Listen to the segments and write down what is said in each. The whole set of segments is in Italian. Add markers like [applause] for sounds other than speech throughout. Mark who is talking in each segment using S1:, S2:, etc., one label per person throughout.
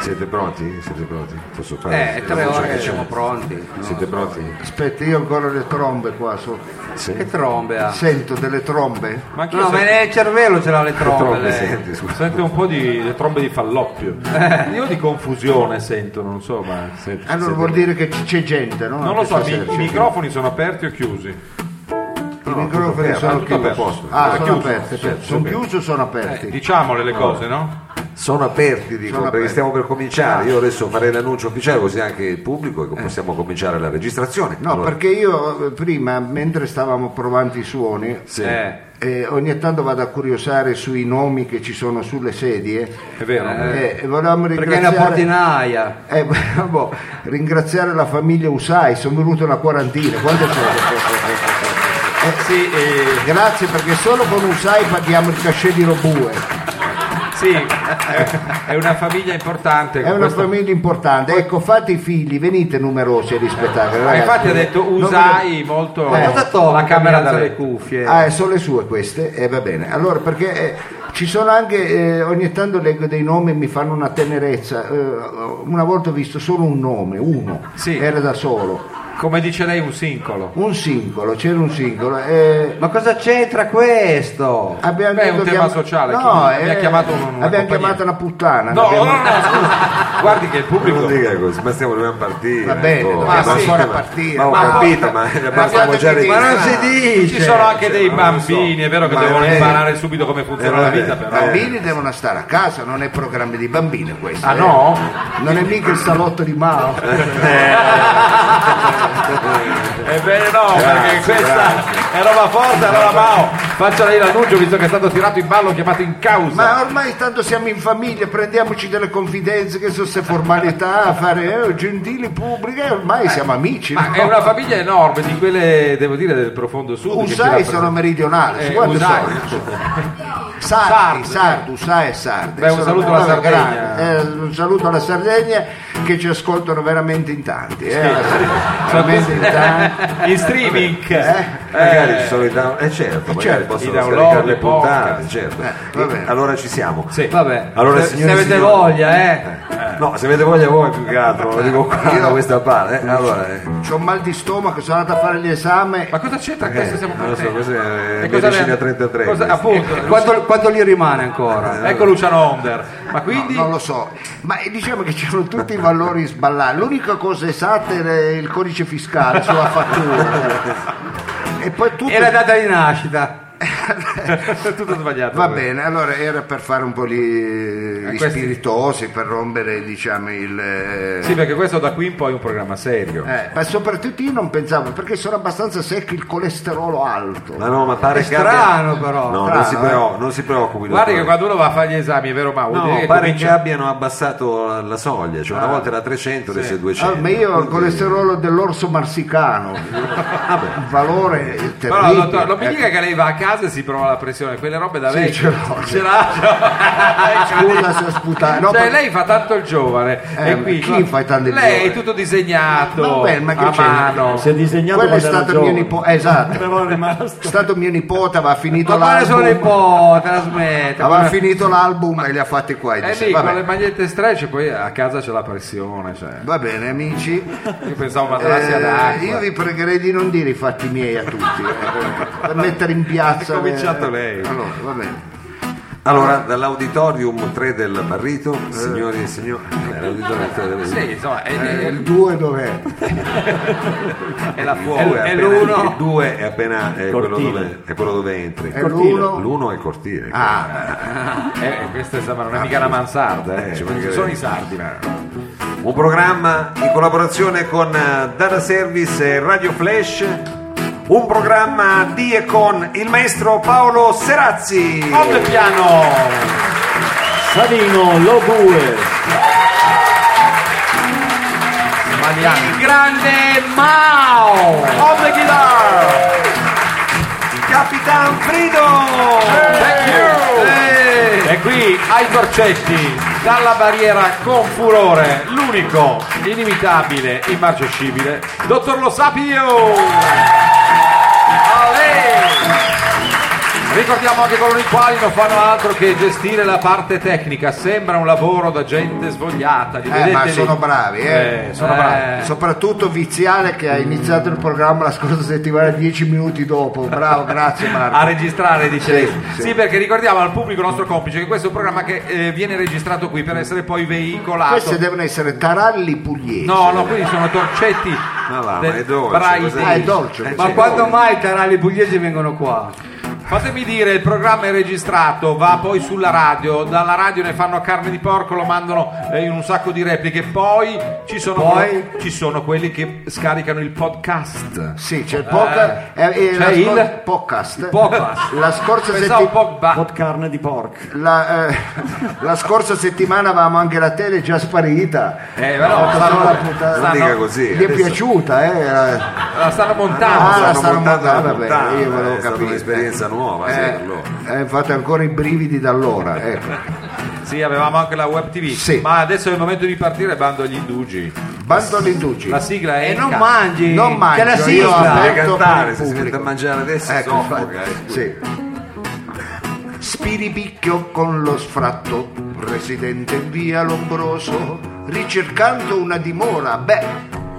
S1: Siete pronti? Siete pronti? Posso fare?
S2: Eh, tre ore che siamo pronti. no?
S1: Siete pronti?
S3: Aspetta, io ancora le trombe qua sotto.
S1: Sì.
S2: Che trombe ha?
S3: Sento delle trombe.
S4: Ma anche io
S2: No, ma
S4: sento,
S2: nel cervello ce l'ha le trombe.
S1: Trombe,
S2: lei.
S1: senti, scusa.
S4: sento un po' di le trombe di falloppio. Io di confusione sento, non so, ma
S1: Senti,
S3: Allora
S1: siete-
S3: Ah, vuol dire che c- c'è gente, no?
S4: non lo so,
S3: Stasera
S4: i, i
S3: c'è gente.
S4: microfoni sono aperti o chiusi?
S3: I microfoni
S1: aperto,
S3: sono
S4: tutto
S3: chiusi.
S4: aperto.
S3: Ah,
S1: Ah,
S3: sono
S1: chiuso,
S3: aperti.
S1: aperto,
S3: Sono
S1: aperto.
S3: chiusi o sono aperti?
S4: Diciamole le cose, no?
S1: Sono aperti, Ah. dico,
S3: Sono
S1: perché
S3: aperti.
S1: stiamo per cominciare. Io adesso farei l'annuncio ufficiale così anche il pubblico e possiamo cominciare la registrazione.
S3: No,
S1: Allora,
S3: perché io eh, prima, mentre stavamo provando i suoni,
S1: sì.
S4: Eh,
S3: eh, ogni tanto vado a curiosare sui nomi che ci sono sulle sedie.
S4: è vero.
S3: Eh, e volevamo
S2: Perché è una
S3: ringraziare,
S2: portinaia.
S3: eh, [laughs] boh, ringraziare la famiglia Usai, sono venuto una quarantina. Quanto sono?
S4: Sì, eh,
S3: Grazie perché solo con Usai paghiamo il cachet di Robue.
S4: sì, è è una famiglia importante.
S3: È una
S4: questa-
S3: famiglia importante. Ecco, fate i figli, venite numerosi e rispettate.
S4: Ah,
S3: ragazzi.
S4: infatti ha detto
S3: eh, Non
S4: usai molto
S2: Ma Eh, cosa tocca
S4: la camera
S2: che mi alza
S4: da
S2: le
S4: letto.
S2: cuffie?
S3: ve- Ah, eh, sono le sue queste? E va bene. Allora, perché eh, ci sono anche, eh, ogni tanto leggo dei nomi e mi fanno una tenerezza. Eh, una volta ho visto solo un nome, uno,
S4: Sì.
S3: era da solo.
S4: Come dice lei, un sincolo.
S3: Un singolo, c'era un singolo. eh,
S2: Ma cosa c'entra questo?
S3: Abbiamo
S4: Beh, è un
S3: detto che
S4: tema
S3: am-
S4: sociale,
S3: No,
S4: chi- mi ha
S3: eh,
S4: chiamato un- una
S3: abbiamo
S4: compagnia.
S3: chiamato una puttana.
S4: No,
S3: abbiamo-
S4: no, no, scusa. Guardi che il
S1: Non
S4: pubblico...
S1: dica così, ma stiamo dobbiamo partire.
S3: Va bene,
S1: ancora.
S3: dobbiamo
S1: Ma sì,
S3: ancora
S1: ma-
S3: partire.
S1: Ma ho
S3: Ma-
S1: capito, ma ma stiamo
S3: guardate
S1: già
S3: che dici.
S2: Ma
S1: registrando.
S2: non si dice!
S4: Ci sono anche
S1: ma
S4: dei
S1: non lo so.
S4: bambini, è vero che
S3: Ma
S4: devono
S3: è-
S4: imparare subito come funziona
S1: eh,
S4: la
S1: vabbè,
S4: vita,
S3: I
S4: però.
S3: bambini devono stare a casa, non è programma di bambini questo.
S4: Ah
S3: eh.
S4: no?
S3: Non è mica il salotto di Mao.
S4: Ebbene no, perché questa è roba forte, allora Mao, faccia lei l'annuncio visto che è stato tirato in ballo, chiamato in causa.
S3: Ma ormai tanto siamo in famiglia, prendiamoci delle confidenze che sono se formalità, fare eh, gentili pubbliche, ormai siamo amici.
S4: Eh, Ma
S3: no?
S4: è una famiglia enorme, di quelle, devo dire, del profondo sud. che ci
S3: Usai
S4: rappresenta.
S3: sono meridionali,
S4: Eh,
S3: quanti
S4: Usai.
S3: sono? Sardi, Sardi, Usai e Sardi.
S4: Beh, un
S3: Sono
S4: saluto alla
S3: proprio
S4: Sardegna.
S3: grandi. Eh, un saluto alla Sardegna che ci ascoltano veramente in tanti. eh, alla
S4: [laughs]
S3: Sardegna. veramente in tanti.
S4: In streaming.
S1: Magari ci sono i down- eh, certo, magari
S3: certo,
S1: possono
S4: i download,
S1: scaricare le
S4: i podcast.
S1: puntate, certo.
S3: va bene.
S1: allora ci siamo.
S4: Sì.
S2: Vabbè,
S1: Allora,
S2: se,
S1: signori
S2: se
S1: e
S2: avete
S1: signori.
S2: voglia, eh.
S1: No, se avete voglia voi più che altro, lo dico qua
S3: Io-
S1: da questa parte. eh. Allora, eh,
S3: C'ho mal di stomaco, sono andato a fare gli esami.
S4: Ma cosa c'entra questo? Siamo
S1: Eh, non lo so,
S4: contenti.
S1: cos'è
S4: E
S1: eh,
S4: cosa ne-
S1: medicina Eh, 33.
S4: cosa-
S1: questo.
S4: appunto,
S2: Quanto, quanto gli rimane ancora?
S4: ecco Luciano Onder. Ma quindi...
S3: Non lo so, ma diciamo che c'erano tutti i valori sballati. L'unica cosa esatta era il codice fiscale sulla fattura. E poi tutto
S2: E Eh, la data di nascita?
S4: tutto sbagliato.
S3: va
S4: questo.
S3: bene, allora era per fare un po' gli, gli
S4: Eh, questi-
S3: spiritosi, per rompere diciamo il... eh,
S4: Sì, perché questo da qui in poi è un programma serio.
S3: eh, ma soprattutto io non pensavo, perché sono abbastanza secchi il colesterolo alto.
S1: Ma no, ma pare
S2: È
S1: che abbia-
S2: strano, però.
S1: No,
S3: Strano,
S1: non, si preo- non si preoccupi.
S4: eh. Guardi che
S1: dottore.
S4: quando uno va a fare gli esami, è vero Mao? vuol dire
S1: No,
S4: che
S1: pare
S4: comincia- Ah,
S1: che abbiano abbassato la- la soglia, cioè una volta era 300, adesso è 200.
S3: Allora, Ah, ma io ho il
S1: Quindi-
S3: colesterolo dell'orso marsicano, un valore terribile.
S4: Però dottore, non mi
S3: Ecco.
S4: dica che lei va a casa e si prova la pressione, quelle robe da
S3: Sì,
S4: lei
S3: ce l'ho.
S4: Ce l'ha.
S3: Scusa se ho sputato. No,
S4: cioè
S3: perché-
S4: lei fa tanto il giovane
S3: Eh,
S4: e qui
S3: ma chi fa tanto il
S4: lei
S3: giovane?
S4: è tutto disegnato
S3: Ma- vabbè, ma che
S4: a
S3: c'è?
S4: mano
S5: Si è disegnato
S3: Quello è
S5: quando era
S3: stato mio
S5: giovane.
S3: nipote, esatto,
S5: [laughs] Però è rimasto.
S3: è stato mio nipote, aveva finito
S2: Ma quale sono le
S3: l'album,
S2: pote? La smetta.
S3: aveva
S2: Come-
S3: finito l'album e li ha fatti qua. E
S4: è
S3: disse,
S4: lì
S3: va,
S4: con Eh, le
S3: bene,
S4: magliette stretch poi a casa c'è la pressione cioè.
S3: va bene amici,
S4: io pensavo una
S3: Eh,
S4: materassi ad acqua
S3: io vi pregherei di non dire i fatti miei a tutti, eh, per mettere in piazza...
S1: Ha cominciato
S3: le-
S1: lei.
S3: Allora, va bene.
S1: Allora, dall'auditorium 3 del Barrito, signori e signori, eh, l'auditorium 3 del Barrito.
S4: sì insomma è,
S3: Eh,
S4: è-
S3: il 2 dov'è?
S4: è la
S1: Il due
S4: fuoco
S1: è
S4: è
S1: appena-
S4: l'uno
S1: Il 2 è appena è quello,
S5: Cortile.
S1: dove, è quello dove entri.
S3: È l'uno?
S1: L'uno è cortile.
S3: Ah,
S4: Eh, questa insomma, non è mica una mansarda,
S1: Eh,
S4: eh.
S1: ci
S4: Ci
S1: mancherebbe.
S4: sono i sardi.
S1: Un programma in collaborazione con eh, Data Service e Radio Flash. Un programma di e con il maestro Paolo Serazzi.
S4: Otto piano!
S5: Savino Lobue.
S4: Maniani.
S2: Il grande Mao!
S1: On the guitar. Capitan Frido.
S4: Thank you! E qui ai Torcetti, dalla barriera con furore, l'unico, inimitabile, immarcescibile, dottor Lo Sapio! Ale! Ricordiamo anche coloro i quali non fanno altro che gestire la parte tecnica, sembra un lavoro da gente svogliata. Li
S3: Eh, ma
S4: vedete lì?
S3: sono bravi, eh.
S4: Eh, sono
S2: Eh.
S4: bravi. Mm.
S3: Soprattutto Viziale che ha iniziato il programma la scorsa settimana dieci minuti dopo.
S4: [laughs]
S3: Bravo, grazie Marco.
S4: A registrare, dice lei.
S3: Sì, sì.
S4: Sì, perché ricordiamo al pubblico il nostro complice che questo è un programma che eh, viene registrato qui per essere poi veicolato.
S3: Queste devono essere taralli pugliesi.
S4: Ah, ecco. No, no, quindi sono torcetti.
S1: Ma va, ma
S4: del
S1: è dolce,
S4: Braille.
S1: cos'è?
S3: Ah, è dolce.
S1: Eh,
S2: Ma
S1: sì.
S2: quando mai i taralli pugliesi vengono qua?
S4: Fatemi dire, il programma è registrato, va poi sulla radio, dalla radio ne fanno carne di porco, lo mandano eh, in un sacco di repliche, poi ci sono,
S2: Poi?
S4: ci sono quelli che scaricano il podcast.
S3: Sì, c'è il podcast. eh, eh,
S4: c'è
S3: la
S4: il-
S3: scor- podcast.
S4: podcast.
S3: La scorsa
S4: Pensavo un
S3: settimana.
S4: po' ba-
S5: Pot carne di porc.
S3: La, eh, [laughs] la scorsa settimana avevamo anche la tele già sparita.
S4: Eh,
S3: Ho
S4: però
S3: fatto
S4: stanno-
S3: solo la puntata.
S4: stanno-
S1: dica così,
S3: Gli è
S1: adesso-
S3: piaciuta, eh? era-
S4: la stanno montando.
S3: Ah, la
S1: Stanno
S3: stanno
S1: montando la
S3: montando,
S1: puntata,
S3: vabbè, io volevo
S1: è stata
S3: capire.
S1: un'esperienza nuova, sì,
S3: eh,
S1: allora.
S3: eh, infatti ancora i brividi da allora. ecco.
S4: Sì, avevamo anche la web TV.
S3: Sì.
S4: Ma adesso è il momento di partire, bando agli indugi.
S3: Bando all'indugi.
S4: La sigla è
S2: E non
S4: Enca.
S2: mangi!
S3: Non mangio,
S2: C'è la
S1: Ah,
S3: io aspetto.
S2: sigla!
S1: deve
S3: Aperto per
S1: cantare,
S3: il
S1: se si mette
S3: pubblico.
S1: a mangiare adesso
S3: Ecco,
S1: soffoca.
S3: infatti,
S1: eh.
S3: sì. Spiripicchio con lo sfratto, residente in via Lombroso, ricercando una dimora, beh,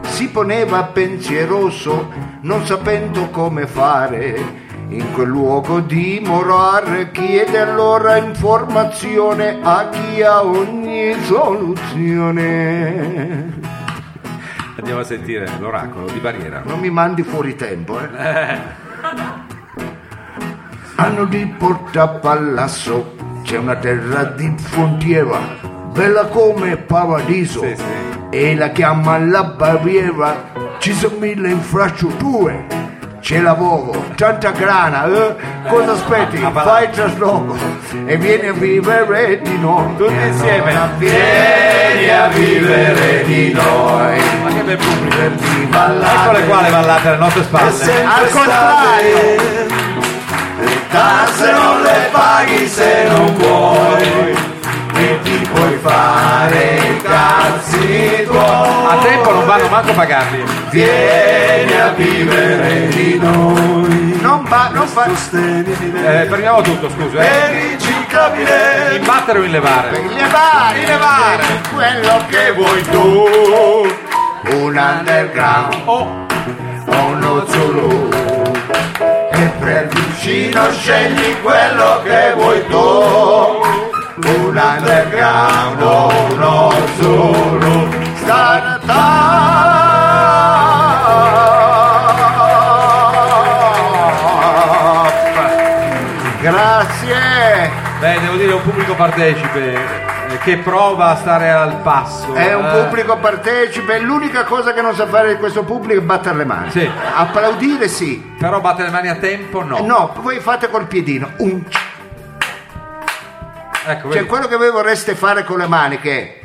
S3: si poneva pensieroso, non sapendo come fare. In quel luogo dimorare chiede allora informazione a chi ha ogni soluzione.
S4: Andiamo a sentire l'oracolo di Barriera.
S3: Non mi mandi fuori tempo, eh. Anno di Porta Palazzo c'è una terra di frontiera, bella come paradiso,
S4: Sì, sì.
S3: e la chiama la Baviera. Ci sono mille infrastrutture, c'è lavoro, tanta grana, eh. Cosa aspetti? Fai il trasloco e vieni a vivere di noi.
S4: Tutti insieme.
S3: Vieni a vivere di noi.
S4: Ma che bel pubblico! Eccole qua le ballate alle nostre spalle.
S3: Al contrario.
S1: se non le paghi se non vuoi e ti puoi fare i cazzi tuoi
S4: A tempo non vanno manco pagarli.
S1: vieni a vivere di noi
S3: Non va, non fa.
S1: sostenibile
S4: Eh, fermiamo tutto, scusa. Eh.
S1: e riciclabile
S4: In battere o in levare?
S3: Rilevare, rilevare quello che vuoi tu. Un underground,
S4: Oh,
S3: uno Zulu. E per vicino scegli quello che vuoi tu. Un underground, uno Zulu. Startup. Grazie.
S4: beh, devo dire un pubblico partecipe eh, che prova a stare al passo.
S3: È un
S4: eh.
S3: pubblico partecipe, l'unica cosa che non sa fare questo pubblico è battere le mani.
S4: Sì.
S3: Applaudire sì. Eh,
S4: Però batte le mani a tempo no.
S3: No, voi fate col piedino. Un-
S4: Ecco,
S3: Cioè
S4: vedi.
S3: quello che voi vorreste fare con le mani che,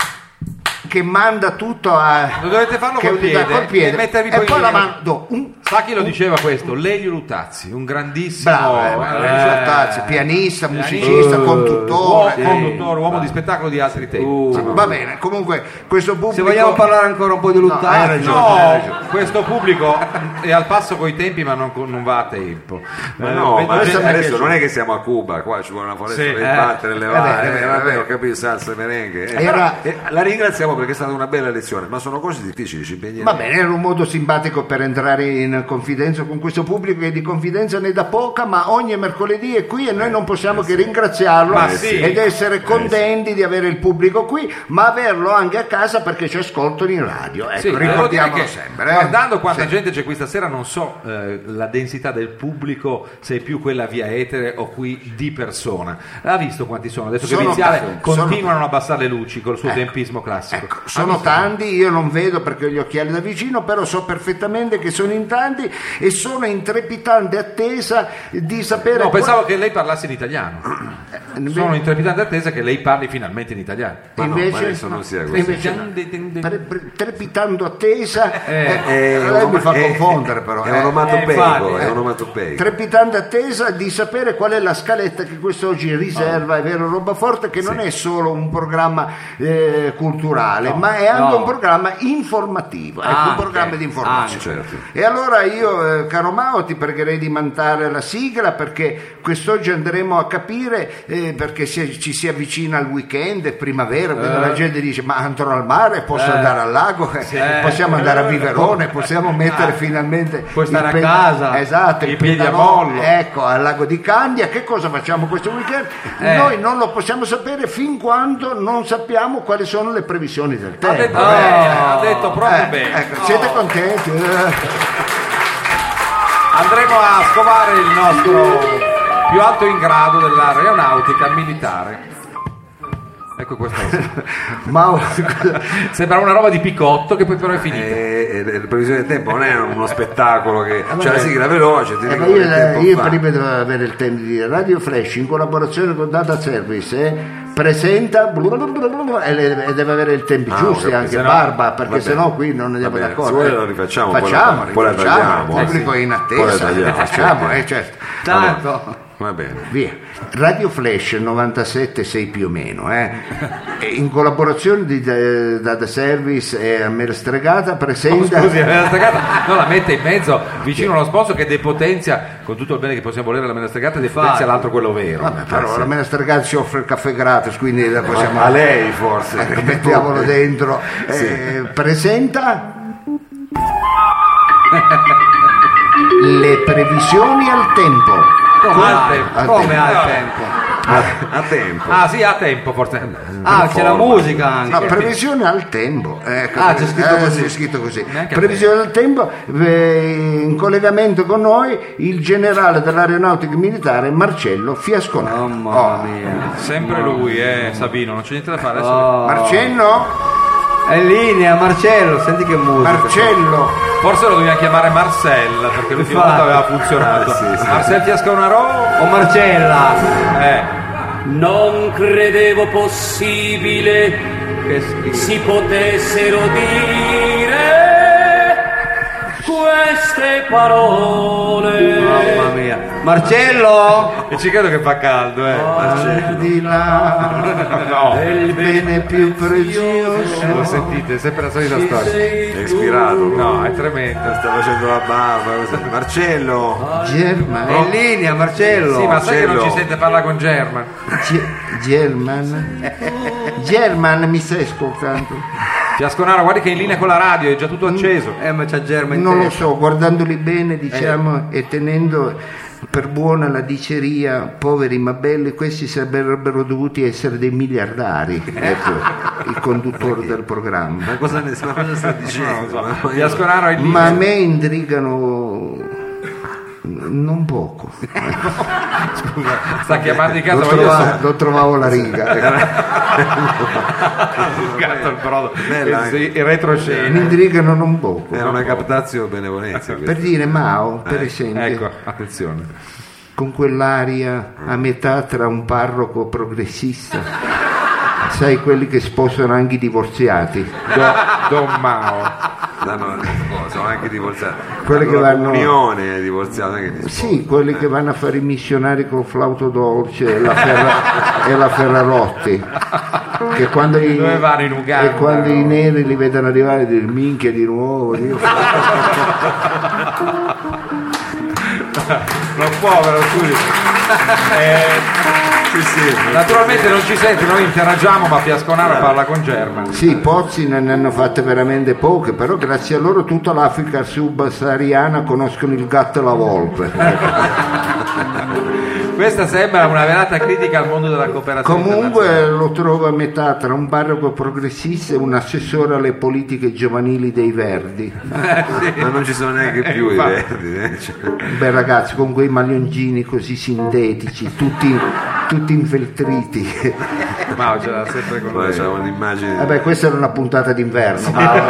S3: che manda tutto a...
S4: Lo dovete farlo
S3: che-
S4: col piede,
S3: col piede.
S4: e mettervi
S3: E
S4: poi,
S3: poi
S4: in-
S3: la mano... Un...
S4: Sa chi lo diceva questo? Lelio Lutazzi, un grandissimo
S3: Bravo, eh, Lorenzo Tazzi, pianista, musicista,
S4: Eh,
S3: conduttore.
S4: uomo, conduttore, uomo di spettacolo di altri tempi.
S3: Va bene, comunque questo pubblico...
S2: Se vogliamo parlare ancora un po' di
S3: No, hai
S2: Luttazzi,
S3: ragione. hai
S4: No,
S3: ragione.
S4: questo pubblico è al passo coi tempi, ma non, non va a tempo.
S1: ma
S4: Eh,
S1: no,
S4: vedo
S1: ma
S4: gente-
S1: adesso,
S3: gente-
S1: adesso non è che siamo a Cuba, qua ci vuole una foresta
S4: Sì,
S1: per
S4: eh.
S1: battere le
S3: Eh beh,
S1: varie,
S3: eh beh,
S1: vabbè,
S3: eh beh.
S1: ho capito, salsa e merengue. eh.
S3: Era-
S1: Eh, la ringraziamo perché è stata una bella lezione, ma sono cose difficili, ci impegniamo.
S3: Va bene, era un modo simpatico per entrare in confidenza con questo pubblico che di confidenza ne dà poca, ma ogni mercoledì è qui e noi non possiamo che ringraziarlo
S4: Ma sì.
S3: ed essere contenti di avere il pubblico qui, ma averlo anche a casa perché ci ascoltano in radio. Ecco,
S4: Sì, devo dire
S3: ricordiamolo
S4: che
S3: sempre. eh.
S4: Guardando quanta
S3: Sì.
S4: gente c'è qui stasera, non so eh, la densità del pubblico, se è più quella via etere o qui di persona. Ha visto quanti sono? Adesso che
S3: Sono
S4: Viziale
S3: tanti, sono-
S4: continuano a abbassare le luci col suo
S3: Ecco,
S4: tempismo classico. Ah,
S3: Ecco,
S4: Ha
S3: sono
S4: visto?
S3: tanti, io non vedo perché ho gli occhiali da vicino, però so perfettamente che sono in tanti e sono in trepidante attesa di sapere
S4: No,
S3: qua-
S4: pensavo che lei parlasse in italiano.
S3: invece-
S4: Sono in trepidante attesa che lei parli finalmente in italiano.
S1: Ma no,
S3: invece-
S1: ma adesso non sia
S3: no,
S1: così.
S3: invece no. Tre- pre- trepitando attesa, ecco,
S1: È un
S3: lei
S1: om-
S3: mi fa
S1: è-
S3: confondere però.
S1: Eh, È
S3: eh.
S1: un onomatopeico,
S4: infatti,
S1: è
S4: eh.
S1: un onomatopeico.
S3: Trepitante attesa di sapere qual è la scaletta che quest'oggi riserva,
S2: Ah.
S3: è vero, roba forte, che non è solo un programma eh, culturale, ma è anche
S2: no.
S3: un programma informativo. Ecco, un
S2: Anche, Ah,
S3: programma di informazione.
S1: anche. Certo.
S3: E allora io, eh, caro Mao, ti pregherei di mandare la sigla perché quest'oggi andremo a capire, eh, perché si- ci si avvicina al weekend, è primavera, quindi
S2: Eh.
S3: la gente dice ma andrò al mare, posso andare al lago, Eh, [laughs] possiamo andare a Viverone,
S4: eh,
S3: possiamo mettere finalmente...
S2: puoi
S3: il
S2: stare a
S3: ped-
S2: casa,
S3: Esatto,
S4: i
S3: il
S4: piedi a
S3: pedalone,
S4: mollo.
S3: Ecco, al lago di Candia, che cosa facciamo questo weekend?
S2: Eh.
S3: Noi non lo possiamo sapere fin quando non sappiamo quali sono le previsioni del tempo.
S4: Ha detto
S3: Eh,
S4: bene, ha detto proprio
S3: eh,
S4: bene.
S3: ecco, siete contenti? Eh.
S4: Andremo a scovare il nostro più alto in grado dell'aeronautica militare. Ecco questo.
S3: [laughs] Ma eh.
S4: Sembra una roba di picotto che poi però è finita.
S1: E- e Eh, le previsioni del tempo non è uno spettacolo che c'è la sigla veloce, ti
S3: Eh, ma
S1: dico
S3: io,
S1: che tempo
S3: io
S1: fa.
S3: prima dovevo avere il tempo di dire Radio Flash in collaborazione con Data Service eh, presenta blu blu blu blu blu, e, le- e deve avere il tempo
S1: Ah, ho
S3: giusto
S1: capito,
S3: anche
S1: se no-
S3: Barba
S1: va
S3: perché
S1: bene.
S3: sennò qui non andiamo
S1: Va bene,
S3: d'accordo.
S1: se vuole
S3: eh.
S1: la rifacciamo, poi la-
S3: facciamo,
S1: poi la
S3: rifacciamo,
S1: tagliamo,
S3: il
S1: eh,
S3: pubblico è in
S1: sì. Poi la
S3: attesa,
S1: tagliamo,
S3: facciamo,
S1: certo.
S3: eh, certo.
S2: Tanto.
S1: Va bene.
S3: Via. Radio Flash 976 più o meno, eh. E in collaborazione di eh, Data Service e Amel Stregata
S1: Oh,
S3: presenta
S4: Scusi,
S1: eh.
S4: la stregata non la mette in mezzo vicino allo sponsor che depotenzia, con tutto il bene che possiamo volere la mela stregata, depotenzia l'altro quello vero.
S3: Vabbè, però la mela stregata ci offre il caffè gratis, quindi
S1: Eh,
S3: la possiamo
S1: A lei forse. [laughs]
S3: Ecco, mettiamolo dentro. Eh, presenta le previsioni al tempo.
S2: Come ha il
S3: al
S2: tempo? Come
S3: tempo.
S2: ha il
S4: Vabbè.
S2: tempo?
S1: A, a tempo.
S4: Ah sì, ha tempo forse.
S2: Ah, c'è la
S1: forma.
S2: musica anche.
S3: No, previsione al tempo. Ecco,
S2: eh, Ah, c'è scritto
S3: eh,
S2: così.
S3: c'è scritto così.
S4: Neanche a
S3: Previsione al tempo, eh, in collegamento con noi il generale dell'aeronautica militare Marcello Fiasconati.
S2: Mamma
S3: Oh.
S2: mia.
S4: Sempre lui, eh, Sabino, non c'è niente da fare. Adesso...
S2: Oh.
S3: Marcello?
S2: È in linea, Marcello, senti che musica.
S3: Marcello!
S4: Forse lo dobbiamo chiamare Marcel, perché l'ultima volta
S2: Infatti.
S4: aveva funzionato. Marcel Fiasconaro?
S2: O Marcella.
S4: Eh,
S6: Non credevo possibile
S2: Che schifo.
S6: si potessero dire queste
S2: Mamma
S6: parole.
S2: mia. Marcello!
S4: e ci credo che fa caldo, eh.
S3: Di là,
S4: No,
S3: il bene più
S4: lo
S3: prezioso.
S4: sentite, è sempre la solita storia.
S1: È ispirato.
S4: No, è tremendo.
S1: Sta facendo la barba. così. Marcello.
S2: È in
S3: German,
S2: linea, Marcello.
S4: Sì, ma sai che non ci
S1: Marcello.
S4: sente parlare con German?
S3: Ge- German, German mi stai ascoltando?
S4: Fiasconaro, guardi che è in linea con la radio, è già tutto acceso.
S2: Eh, ma c'è Germa in
S3: Non lo
S2: testa.
S3: so, guardandoli bene diciamo e tenendo per buona la diceria, poveri ma belli, questi sarebbero dovuti essere dei miliardari, ecco, il conduttore del programma.
S1: Ma cosa, ne, ma cosa
S4: [laughs]
S1: sta dicendo? Ma- ma io-
S4: Fiasconaro
S2: Eh.
S4: è in linea.
S3: Ma a me intrigano non poco,
S4: Sta chiamando di casa,
S3: lo,
S4: ma io
S3: trova-
S4: sono
S3: lo trovavo la riga. ecco.
S4: bucato il brodo.
S1: Bella,
S4: Eh, sì, Il retroscena.
S3: mi intrigano non poco.
S1: Era una Eh, captazio
S4: [laughs]
S1: benevolenza. questa.
S3: Per dire Mao, per esempio,
S4: Ecco, attenzione.
S3: con quell'aria a metà tra un parroco progressista, sai quelli che sposano anche i divorziati,
S4: Do, Don Mao.
S1: No, no, oh, sono anche divorziati.
S3: Quelli che
S1: Allora,
S3: vanno-
S1: Comunione è divorziato. non è che ti
S3: sì, quelli che vanno a fare i missionari col flauto dolce e la, Ferra- e la Ferrarotti. Che quando i,
S4: Dove vanno in Uganda,
S3: e quando
S4: no?
S3: i neri li vedono arrivare dire minchia di nuovo Dio".
S4: Lo povero, scusi.
S1: Sì, sì.
S4: Naturalmente non ci sente, noi interagiamo, ma Fiasconaro parla con German.
S3: sì i pozzi ne ne hanno fatte veramente poche però grazie a loro tutta l'Africa subsahariana conoscono il gatto e la volpe
S4: Questa sembra una velata critica al mondo della cooperazione. internazionale.
S3: Comunque lo trovo a metà tra un parroco progressista e un assessore alle politiche giovanili dei Verdi.
S1: Ma non ci sono neanche più i verdi. eh, cioè.
S3: Beh ragazzi, con quei maglioncini così sintetici, tutti tutti infeltriti.
S4: Ma ce l'ha sempre con
S1: Poi
S4: lui.
S1: c'è un'immagine.
S3: Vabbè, questa era una puntata d'inverno. ma-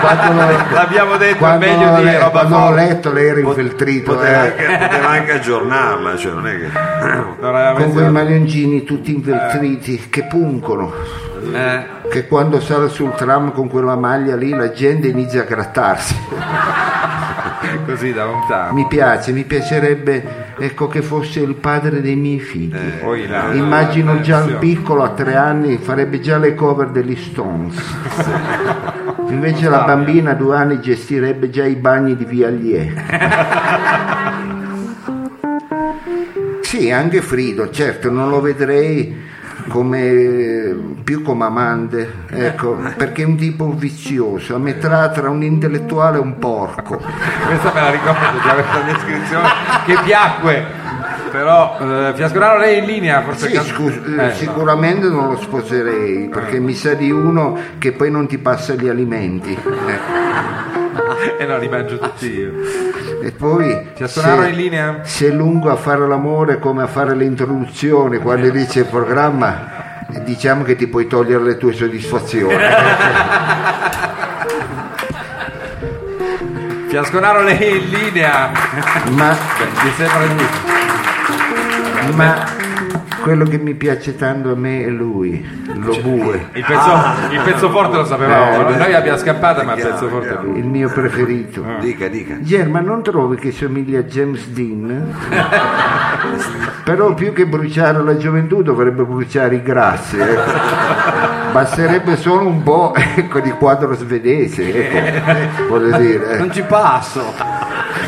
S3: Quando l'ho-
S4: L'abbiamo detto
S3: quando
S4: è meglio di
S3: le-
S4: roba
S3: quando ho
S4: forte.
S3: letto lei era infeltrito.
S1: Poteva
S3: eh.
S1: anche, poteva anche aggiornarla, cioè non è che. [clears throat]
S4: Non aveva
S3: Con quei
S4: pensato.
S3: maglioncini tutti infeltriti che pungono.
S4: Eh,
S3: Che quando sale sul tram con quella maglia lì la gente inizia a grattarsi.
S4: così da lontano.
S3: Mi piace, mi piacerebbe ecco, che fosse il padre dei miei figli.
S4: Poi là,
S3: Immagino
S4: eh,
S3: già il
S4: sì.
S3: piccolo a tre anni farebbe già le cover degli Stones. Invece la bambina a due anni gestirebbe già i bagni di Via Allier. Sì, anche Frido, certo, non lo vedrei come più come amante, ecco, perché è un tipo vizioso, a metà tra un intellettuale e un porco.
S4: Questa me la ricordo, già questa descrizione che piacque. Però eh, Fiasconaro lei è in linea, forse
S3: Sì,
S4: can-
S3: scusa, eh,
S4: Eh,
S3: sicuramente non lo sposerei perché mi sa di uno che poi non ti passa gli alimenti. eh.
S4: E eh, no, li mangio tutti io.
S3: E poi
S4: Fiasconaro è in linea?
S3: se è lungo a fare l'amore come a fare le introduzioni quando dice il programma, diciamo che ti puoi togliere le tue soddisfazioni.
S4: [laughs] Fiasconaro lei è in linea.
S3: ma,
S4: Mi sembra di
S3: ma quello che mi piace tanto a me è lui, lo bue.
S4: il pezzo, il pezzo forte lo sapevamo,
S3: Ah. Eh,
S4: no?
S3: beh.
S4: noi l'abbiamo scappata, ma il pezzo
S1: Chiaro,
S4: forte è
S1: chiaro.
S4: lui.
S3: Il mio preferito.
S1: Dica, dica.
S3: Germa, non trovi che somiglia a James Dean? Però più che bruciare la gioventù dovrebbe bruciare i grassi. ecco. Basterebbe solo un po' [laughs] ecco, di quadro svedese, ecco, voglio dire. eh.
S2: Non ci passo.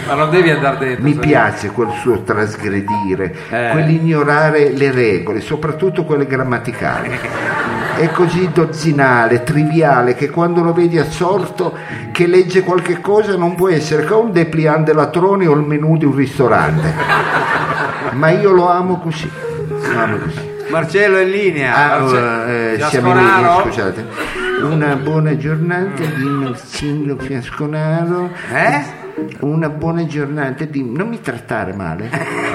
S4: Ma non devi andare
S2: Certo,
S4: dentro.
S3: Mi
S4: sai.
S3: piace quel suo trasgredire,
S4: Eh.
S3: quell'ignorare le regole, soprattutto quelle grammaticali. È così dozzinale, triviale, che quando lo vedi assorto che legge qualche cosa non può essere che un dépliant della Troni o il menù di un ristorante. Ma io lo amo così. lo amo così.
S2: Marcello è in linea.
S3: Ah,
S4: Marce-
S3: eh,
S2: cioè,
S4: Fiasconaro?
S3: siamo in linea, scusate. Una buona giornata di Marcello Fiasconaro.
S2: Eh?
S3: Una buona giornata di... Non mi trattare male.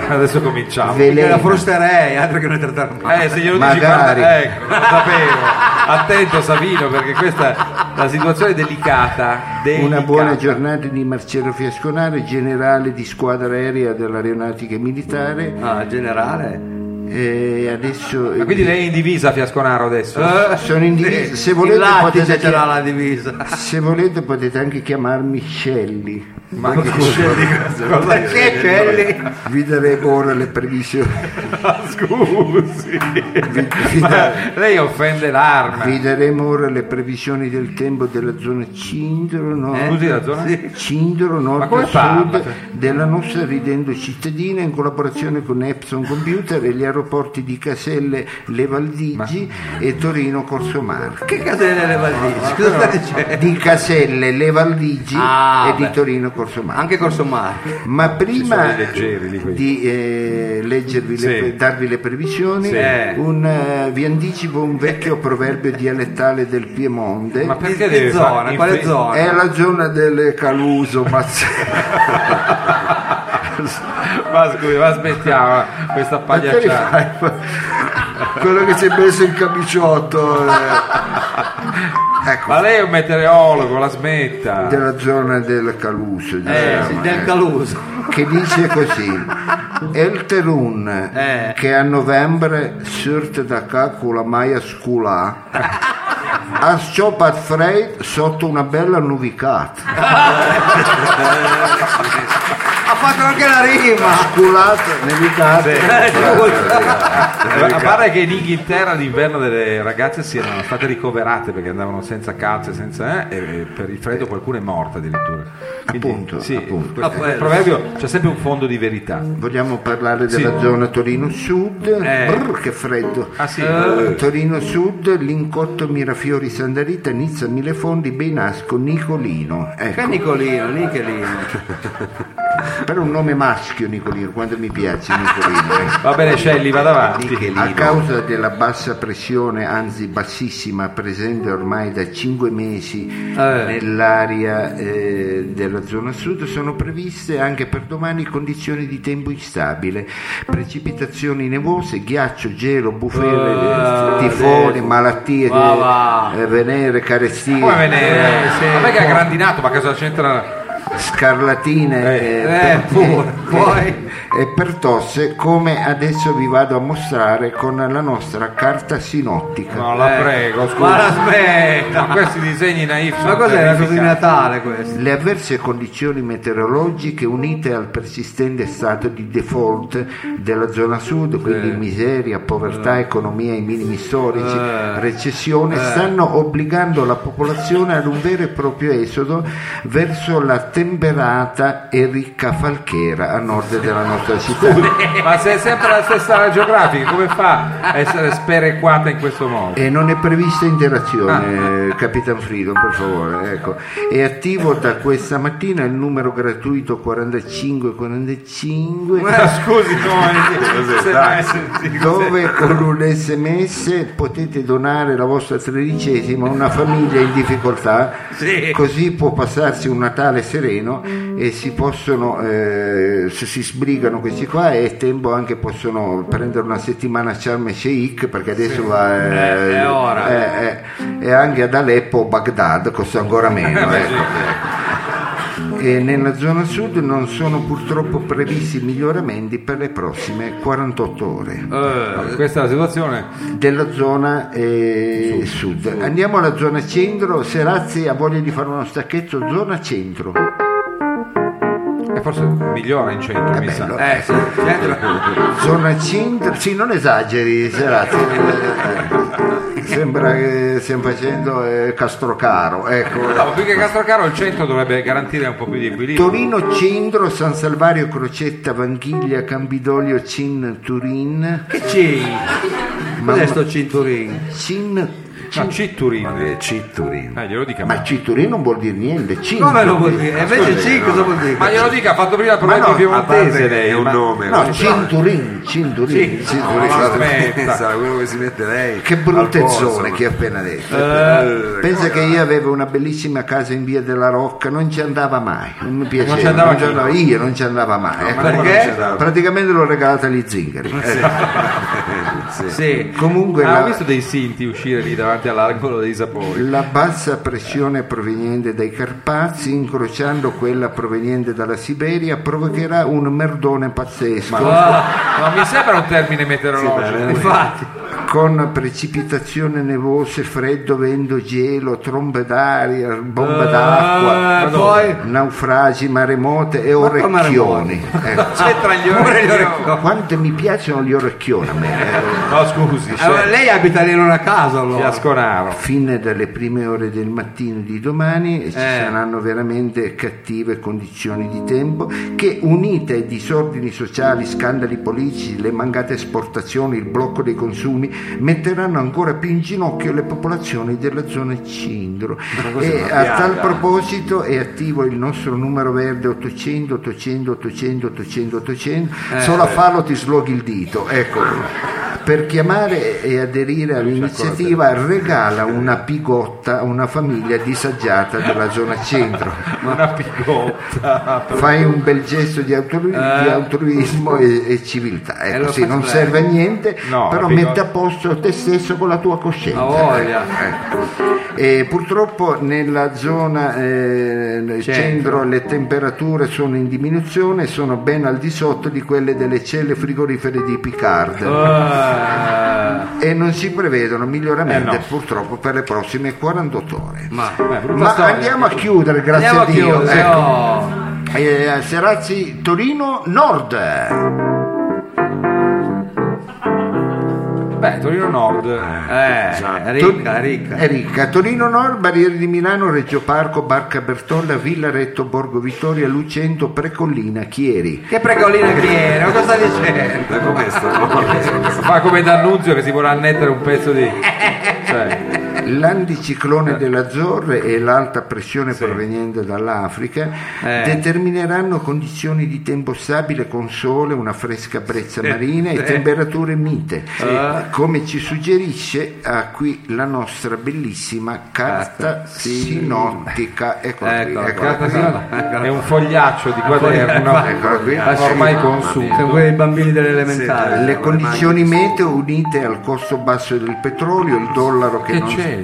S4: Adesso cominciamo.
S2: Che la
S3: Veleno.
S2: frusterei, altro che una tartaruga.
S4: Eh, se glielo dici,
S3: Magari.
S4: guarda, ecco, lo sapevo. Attento Savino, perché questa la situazione è delicata. delicata.
S3: Una buona giornata di Marcello Fiasconaro, generale di squadra aerea dell'aeronautica militare.
S2: Ah, generale.
S3: E adesso...
S4: Ma quindi lei è in divisa Fiasconaro adesso?
S3: Sono in divisa. Se
S2: Il
S3: volete,
S2: Eh? lattice
S3: potete
S2: ce l'ha
S3: chia-
S2: la divisa.
S3: se volete potete anche chiamarmi Scelli.
S4: Ma
S3: [laughs]
S4: scusa,
S2: Perché Celli?
S3: Vi darei ora le previsioni.
S4: scusi.
S3: Vi- vi darei-
S4: Ma lei offende l'arma.
S3: Vi daremo ora le previsioni del tempo della zona Cindro, no?
S4: Eh? Scusi la zona?
S3: Cindro
S4: Ma
S3: nord
S4: come
S3: e
S4: parla?
S3: sud della nostra ridendo cittadina in collaborazione con Epson Computer e gli aeroporti di Caselle Le Valdigi e Torino Corso Marche.
S2: Che caselle le valigie? Cosa sta dicendo?
S3: Di Caselle Le Valdigi
S2: Ah,
S3: e di
S2: beh.
S3: Torino Corso Marche.
S2: Anche Corso Marche.
S3: Ma prima
S4: sono i leggeri lì, quelli.
S3: di eh, leggervi le-
S4: Sì.
S3: darvi le previsioni,
S4: Sì.
S3: un, eh, vi anticipo un vecchio proverbio dialettale del Piemonte.
S4: Ma perché
S2: Che
S4: deve
S2: zona?
S4: fare Eh,
S2: Quale
S4: infe-
S2: zona?
S3: È la zona delle Caluso,
S2: [laughs]
S3: Mazz-
S4: Ma scusi, ma aspettiamo eh, questa
S3: Ma che li
S4: pagliacciata.
S3: fai? Quello che si è messo il camiciotto. eh. Ecco,
S4: Ma lei è un meteorologo, la smetta.
S3: della zona del Caluso,
S2: Eh,
S3: diciamo,
S2: sì,
S3: eh.
S2: del Caluso.
S3: che dice così. El Terun
S2: Eh.
S3: che a novembre surte da qua con la maia
S2: [laughs]
S3: scula ha sciopat Freud sotto una bella nuvicata
S2: Ha fatto anche la rima.
S3: sculata, nevicata
S4: Ma A pare che in Inghilterra l'inverno delle ragazze siano state ricoverate perché andavano senza calze, senza eh, e per il freddo qualcuno è morta addirittura. Quindi,
S3: Appunto,
S4: sì,
S3: appunto.
S4: questo
S2: Appunto.
S4: proverbio c'è sempre un fondo di verità.
S3: vogliamo parlare della
S4: Sì.
S3: zona Torino Sud
S4: Eh.
S3: Brr, che freddo
S4: Ah sì,
S3: Eh, Torino Sud, Lincotto, Mirafiori, Sandarita, Nizza, Millefondi, Benasco, Nicolino.
S2: Che
S3: Ecco.
S2: Nicolino, Nichelino.
S3: Però è un nome maschio Nicolino, quando mi piace Nicolino.
S4: [laughs]
S3: eh.
S4: Va bene, Scelli, vada avanti.
S3: A causa della bassa pressione, anzi bassissima, presente ormai da 5 mesi
S4: Eh.
S3: nell'area eh, della zona sud, sono previste anche per domani condizioni di tempo instabile, precipitazioni nevose, ghiaccio, gelo, bufere,
S4: Eh,
S3: tifoni, malattie,
S5: Va, va.
S3: eh, venere, carestie.
S4: Come venere?
S5: Eh, sì,
S4: Ma che ha
S5: può.
S4: grandinato, ma cosa c'entra?
S3: scarlatine
S4: Eh,
S3: eh,
S4: eh,
S3: per-
S4: [laughs]
S3: [laughs]
S4: pure,
S3: eh, eh, e per tosse come adesso vi vado a mostrare con la nostra carta sinottica
S4: No, la
S5: Eh.
S4: prego, scusa.
S5: Ma aspetta.
S4: Ma questi disegni naif sono
S2: Ma cos'è la cosa di
S4: terrificanti.
S2: Natale questa?
S3: Le avverse condizioni meteorologiche unite al persistente stato di default della zona sud, quindi miseria, povertà, economia ai minimi storici, recessione, stanno obbligando la popolazione ad un vero e proprio esodo verso la temperata e ricca falchiera a nord della nostra città.
S4: Ma se è sempre la stessa area geografica, come fa a essere sperequata in questo modo?
S3: E non è prevista interazione, eh, Capitan Frido, per favore. Ecco. È attivo da questa mattina il numero gratuito 4545
S4: Ma scusi, come se
S1: dai.
S4: se-
S3: dove con un sms potete donare la vostra tredicesima a una famiglia in difficoltà, così può passarsi un Natale sereno e si possono, eh, se si sbrigano questi qua e tempo anche possono prendere una settimana a Sharm el Sheikh perché adesso va... eh,
S5: Eh, è ora.
S3: eh, eh, e anche ad Aleppo o Baghdad costa
S5: [laughs]
S3: ancora meno. ecco. E nella zona sud non sono purtroppo previsti miglioramenti per le prossime 48 ore
S4: Eh, questa è la situazione.
S3: della zona eh, sud. Andiamo alla zona centro, Serazzi ha voglia di fare uno stacchetto zona centro.
S4: E forse migliora in centro, mi
S3: bello.
S4: sa. Eh, sì,
S2: cioè,
S4: centro.
S3: Zona centro, sì, non esageri Serazzi. eh, Sembra che stiamo facendo eh, Castrocaro, ecco.
S4: No, più che Castrocaro il centro dovrebbe garantire un po' più di equilibrio.
S3: Torino Centro, San Salvario, Crocetta, Vanchiglia, Campidoglio, Cin, Turin.
S2: Che c'è? Cos'è sto cinturino?
S3: Cin,
S4: Ma Citturino.
S1: Eh, Citturino.
S4: Eh, glielo dica.
S3: ma
S4: Ma,
S3: Cin Turin non vuol dire niente. Cin.
S2: Come lo vuol dire? E invece C cosa vuol dire?
S4: ma glielo dica, ha fatto prima il problema
S3: no,
S4: di
S1: A parte che
S4: piemontese lei.
S1: è un
S4: ma-
S1: nome.
S3: No, Cinturin, Cinturin, Cinturin.
S4: no,
S1: Guarda,
S4: aspetta.
S1: pensa, quello che si mette lei.
S3: Che
S1: al polso,
S3: bruttezone
S1: ma-
S3: che ho appena detto.
S1: Eh,
S3: Pensa che io avevo una bellissima casa in via della Rocca, non ci andava mai, non mi piaceva.
S4: Eh, ci andava
S3: ci
S4: chi?
S3: andavo- io non ci andava mai. ecco.
S1: ma come non ci andava?
S3: Praticamente l'ho regalata agli zingari. Eh,
S4: Sì.
S3: Comunque
S4: Ah,
S3: la-
S4: ho visto dei sinti uscire lì davanti all'angolo dei sapori.
S3: La bassa pressione proveniente dai Carpazi, incrociando quella proveniente dalla Siberia, provocherà un merdone pazzesco.
S4: Ma, ma mi sembra un termine
S1: Sì,
S4: meteorologico.
S1: bene.
S4: infatti.
S3: con precipitazioni nevose, freddo, vento, gelo, trombe d'aria, bombe d'acqua,
S2: Ah, poi-
S3: naufragi, maremote e
S2: come
S3: orecchioni. Ecco.
S4: C'è tra gli
S2: [laughs] Pure
S4: orecchioni.
S2: gli orecchioni.
S3: Quanto mi piacciono gli orecchioni a me. eh.
S4: No, scusi, certo.
S2: Allora,
S4: c'è
S2: lei abita lì non a caso allora.
S4: Fiasconaro.
S3: Fin dalle prime ore del mattino di domani ci
S2: Eh.
S3: saranno veramente cattive condizioni di tempo che unite ai disordini sociali, scandali politici, le mancate esportazioni, il blocco dei consumi metteranno ancora più in ginocchio le popolazioni della zona cindro. E a tal proposito è attivo il nostro numero verde 800 800 800 800 800,
S4: Eh.
S3: solo a farlo ti sloghi il dito, ecco. Per chiamare e aderire all'iniziativa regala una pigotta a una famiglia disagiata della zona centro.
S4: Una pigotta. Eh.
S3: Fai un bel gesto di, altru- di altruismo e, e civiltà. Ecco,
S2: lo
S3: sì, non
S2: faccio
S3: serve a niente,
S4: No, la
S3: però
S4: pigotta-
S3: metti a posto te stesso con la tua coscienza.
S2: Ha voglia.
S4: Eh.
S3: Ecco. E purtroppo nella zona eh, nel centro. le temperature sono in diminuzione e sono ben al di sotto di quelle delle celle frigorifere di Picard.
S2: Oh. Eh.
S3: E non si prevedono miglioramenti
S4: Eh, no.
S3: purtroppo per le prossime 48 ore. Ma,
S2: Ma
S4: Eh, brutta storia.
S3: andiamo a chiudere, grazie
S2: andiamo a
S3: a Dio.
S2: chiudere.
S3: ecco.
S2: oh.
S3: Eh, Serazzi Torino Nord.
S4: Beh, Torino Nord.
S2: Eh,
S1: Esatto.
S2: ricca, ricca.
S3: È ricca. Torino Nord, Barriere di Milano, Reggio Parco, Barca Bertolla, Villaretto, Borgo Vittoria, Lucento, Precollina, Chieri.
S2: Che pregolina che era, cosa sta dicendo?
S1: Da com'è sto?
S4: Eh, Fa come D'Annunzio che si vuole annettere un pezzo di... Cioè,
S3: l'anticiclone delle Azzorre e l'alta pressione proveniente dall'Africa determineranno condizioni di tempo stabile con sole, una fresca brezza marina e temperature mite, Eh, come ci suggerisce ah, qui la nostra bellissima carta sinottica. Eccola qui,
S4: Ecco, la
S3: eccola
S4: carta
S3: qui.
S2: ecco.
S4: sinottica è un fogliaccio di quaderno
S3: Eccola qui.
S4: ormai
S2: Sono
S4: consunto.
S2: quei bambini dell'elementare.
S3: Eh, Le condizioni meteo unite al costo basso del petrolio, il dollaro che,
S4: Che
S3: non,
S4: c'entra?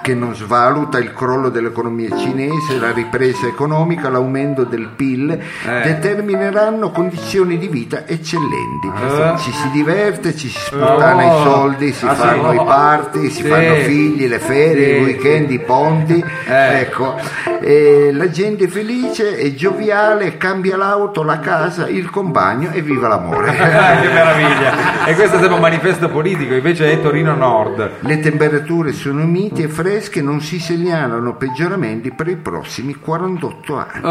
S3: che non svaluta, il crollo dell'economia cinese, la ripresa economica, l'aumento del PIL determineranno condizioni di vita eccellenti. Ci si diverte, ci si sputano i soldi, si fanno i party, si fanno figli, le ferie, i weekend, i ponti. Ecco, E la gente è felice e gioviale, cambia l'auto, la casa, il compagno e viva l'amore.
S4: Ah, che meraviglia! E questo è sempre un manifesto politico, invece è Torino Nord.
S3: Le temperature sono mite e fresche, non si segnalano peggioramenti per i prossimi 48 anni.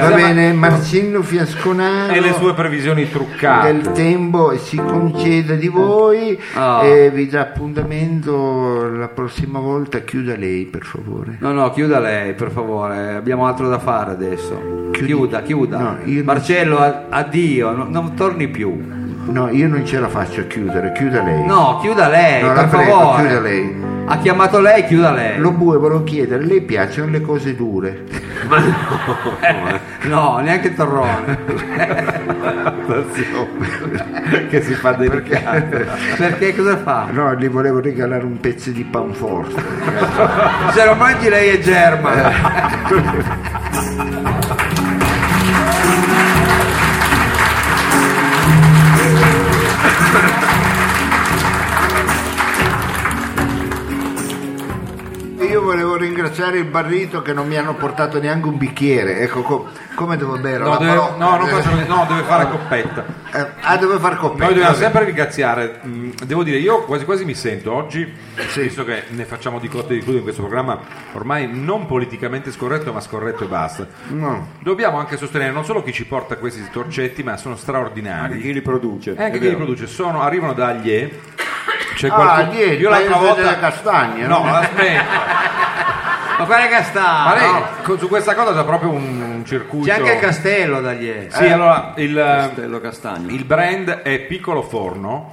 S3: Va bene, Marcello Fiasconaro.
S4: E le sue previsioni
S3: Del
S4: truccate.
S3: tempo e si conceda di voi
S4: Ah.
S3: e vi dà appuntamento la prossima volta. Chiuda lei, per favore.
S2: No, no, chiuda lei, per favore. Abbiamo altro da fare adesso. Chiuda, chiuda.
S3: No, io-
S2: Marcello, a- addio, no- non torni più.
S3: No, io non ce la faccio a chiudere. Chiuda lei.
S2: No, chiuda lei,
S3: No, la
S2: per
S3: prego,
S2: favore.
S3: chiuda lei.
S2: Ha chiamato lei, chiuda lei.
S3: Lo bue, volevo chiedere, le piacciono le cose dure?
S2: No, neanche Torrone.
S4: Che si fa delicare.
S2: Perché cosa fa?
S3: No, gli volevo regalare un pezzo di panforte.
S2: Se lo mangi lei è germa.
S3: Io volevo ringraziare il barrito che non mi hanno portato neanche un bicchiere. Ecco, co- come devo bere?
S4: No,
S3: La
S4: deve,
S3: parola-
S4: no, non faccio- no, deve fare coppetta.
S3: Eh, ah, dove far coppetta?
S4: Noi dobbiamo
S3: Vabbè.
S4: sempre ringraziare. mm, Devo dire, io quasi quasi mi sento oggi,
S3: Sì.
S4: visto che ne facciamo di cotte di crudo in questo programma ormai non politicamente scorretto, ma scorretto e basta.
S3: No.
S4: Dobbiamo anche sostenere non solo chi ci porta questi torcetti, ma sono straordinari.
S7: chi li produce.
S4: E anche chi li produce sono, arrivano da Aglie. C'è
S3: Ah, Aglie, il paese delle castagne,
S4: No,
S3: no?
S4: aspetta.
S2: Ma quale castano?
S4: Ma lei co- su questa cosa c'è proprio un, un circuito.
S2: Ah, C'è anche eh. il castello da ieri.
S4: Sì, Eh, allora il,
S7: Castello Castagno.
S4: il brand è Piccolo Forno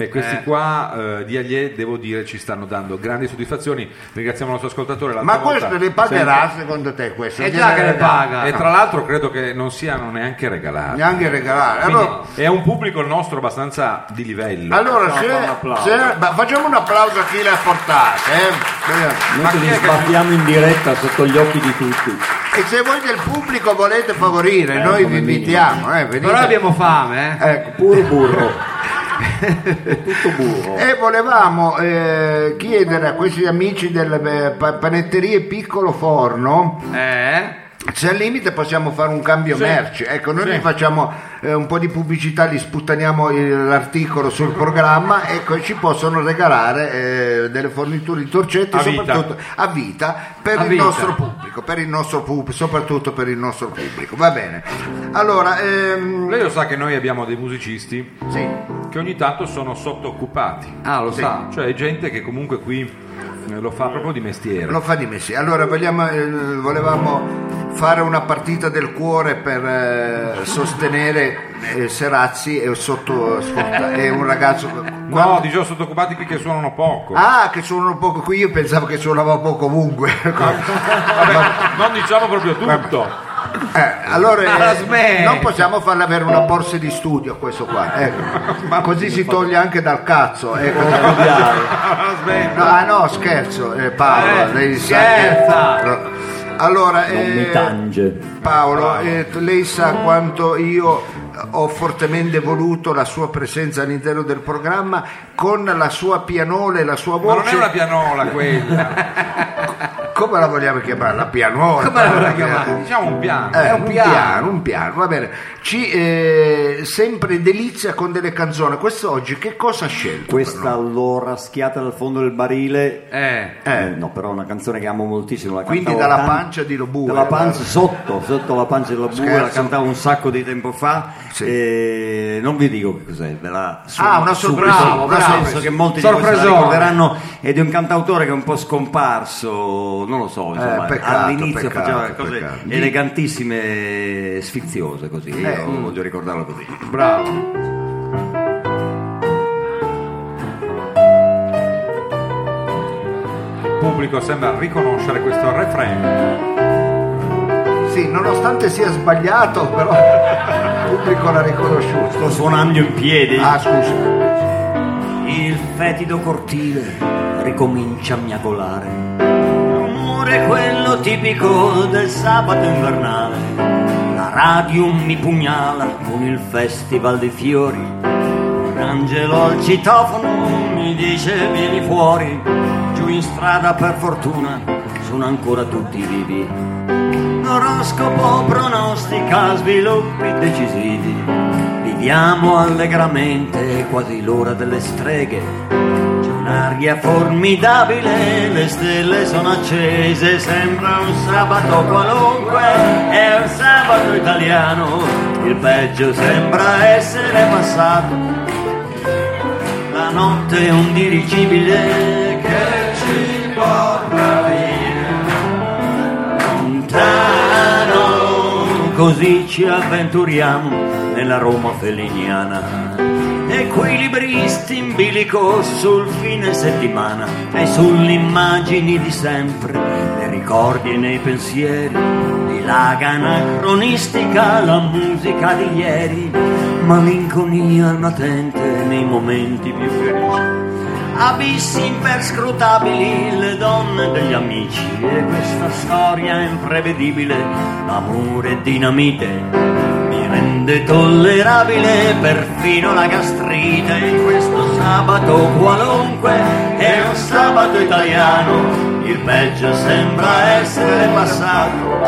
S4: e questi qua eh, di Aglie devo dire ci stanno dando grandi soddisfazioni. Ringraziamo il nostro ascoltatore. l'altra
S3: Ma questo
S4: volta.
S3: le pagherà secondo te questo?
S7: Eh,
S3: Eh,
S2: È già che le paga.
S4: E tra l'altro credo che non siano neanche regalati.
S3: Neanche regalare.
S4: Quindi
S3: Allora,
S4: è un pubblico il nostro abbastanza di livello.
S3: allora se,
S7: Facciamo un applauso.
S3: se- ma facciamo un applauso a chi l'ha portato. eh.
S7: Noi
S4: Ma
S7: ce
S4: chi
S7: li
S4: è che-
S7: sbattiamo in diretta sotto gli occhi di tutti.
S3: E se voi del pubblico volete favorire,
S7: Eh,
S3: noi
S7: come
S3: vi
S7: minimo.
S3: invitiamo. eh, venite.
S2: Però abbiamo fame, eh.
S3: Ecco.
S7: Puro burro. Tutto burro.
S3: E volevamo eh, chiedere a questi amici delle eh, pa- panetterie Piccolo Forno
S2: Eh?
S3: Se al limite possiamo fare un cambio merci, ecco, noi gli facciamo eh, un po' di pubblicità, gli sputtaniamo il- l'articolo sul programma ecco, e ci possono regalare eh, delle forniture di torcetti
S4: A vita.
S3: soprattutto a vita per
S2: A
S3: il
S2: vita.
S3: nostro pubblico, per il nostro pub- soprattutto per il nostro pubblico. Va bene. Allora, ehm,
S4: Lei lo sa che noi abbiamo dei musicisti
S3: sì,
S4: che ogni tanto sono sottooccupati.
S2: Ah, lo sa.
S4: Cioè è gente che comunque qui eh, lo fa proprio di mestiere.
S3: lo fa di messi. Allora, vogliamo, eh, volevamo fare una partita del cuore per eh, sostenere eh, Serazzi e sotto ascolta, è un ragazzo
S4: No, dicevo sottoccupati qui che suonano poco.
S3: Ah, che suonano poco qui, io pensavo che suonava poco ovunque.
S4: Vabbè, non
S3: [laughs]
S4: diciamo proprio [laughs] tutto.
S3: Eh, allora
S2: Ma
S3: eh,
S2: smetti.
S3: non possiamo farla avere una borsa di studio questo qua, ecco. Ma così si toglie anche dal cazzo, ecco.
S4: Aspetta.
S3: No, ah no, scherzo, eh, Paolo,
S2: Eh,
S3: lei sa
S2: scherza.
S3: che- no. Allora,
S7: Non mi
S3: eh,
S7: tange.
S3: Paolo, eh, lei sa quanto io eh, ho fortemente voluto la sua presenza all'interno del programma con la sua pianola e la sua
S4: Ma non è
S3: voce [laughs]
S4: una pianola quella.
S3: Come la vogliamo chiamare? La pianola.
S4: Come la vorrei chiamare? Diciamo un piano.
S3: Eh,
S4: Eh,
S3: un piano. un piano, va bene. Ci eh, sempre delizia con delle canzoni. Quest'oggi che cosa ha scelto?
S7: Questa l'ho raschiata dal fondo del barile.
S4: Eh,
S3: Eh.
S7: Eh, no, però è una canzone che amo moltissimo. La
S3: Quindi
S7: cantavo
S3: dalla
S7: tan-
S3: pancia di Lobue. eh.
S7: Dalla pancia, sotto, sotto la pancia della bue, la
S3: Scherzo.
S7: cantavo un sacco di tempo fa.
S3: Sì.
S7: E non vi dico che cos'è, ve la
S3: Ah, una sorpresa,
S7: subito,
S3: una
S7: nel senso
S3: sorpresa.
S7: che molti di voi se la
S4: Sorpresone.
S7: ricorderanno. È di un cantautore che è un po' scomparso, non lo so. Insomma,
S3: Eh, peccato,
S7: all'inizio
S3: peccato,
S7: faceva cose
S3: peccato.
S7: elegantissime, e sfiziose così.
S3: Eh,
S7: Io voglio ricordarlo così.
S4: bravo. Il pubblico sembra riconoscere questo refrain.
S3: Sì, nonostante sia sbagliato, però [laughs] il pubblico l'ha riconosciuto.
S7: Sto suonando in piedi.
S3: Ah, scusa.
S7: Il fetido cortile ricomincia a miagolare. Rumore quello tipico del sabato invernale. La radio mi pugnala con il festival dei fiori. Un angelo al citofono mi dice vieni fuori. Giù in strada per fortuna sono ancora tutti vivi. L'oroscopo pronostica sviluppi decisivi. Viviamo allegramente, è quasi l'ora delle streghe. C'è un'aria formidabile, le stelle sono accese, sembra un sabato qualunque, è un sabato italiano. Il peggio sembra essere passato. La notte è un dirigibile che ci porta via lontano. Così ci avventuriamo nella Roma feliniana. Equilibristi in bilico sul fine settimana e sulle immagini di sempre, nei ricordi e nei pensieri, dilaga anacronistica la musica di ieri, malinconia al latente nei momenti più felici abissi imperscrutabili le donne degli amici e questa storia imprevedibile l'amore è dinamite mi rende tollerabile perfino la gastrite in questo sabato qualunque è un sabato italiano il peggio sembra essere passato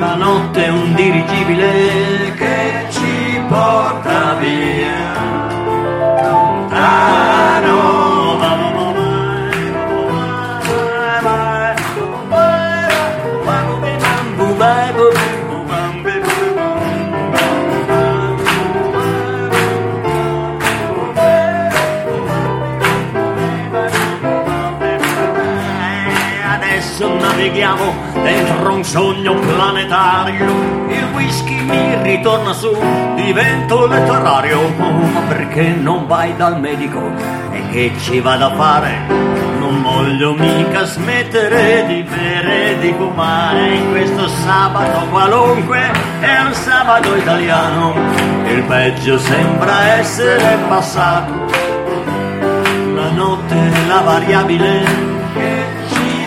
S7: la notte è un dirigibile che ci porta via Adesso Navighiamo dentro un sogno planetario, il whisky mi ritorna su, divento letterario, ma perché non vai dal medico e che ci vado a fare? Non voglio mica smettere di bere e di fumare in questo sabato qualunque, è un sabato italiano, il peggio sembra essere passato la notte è la variabile che ci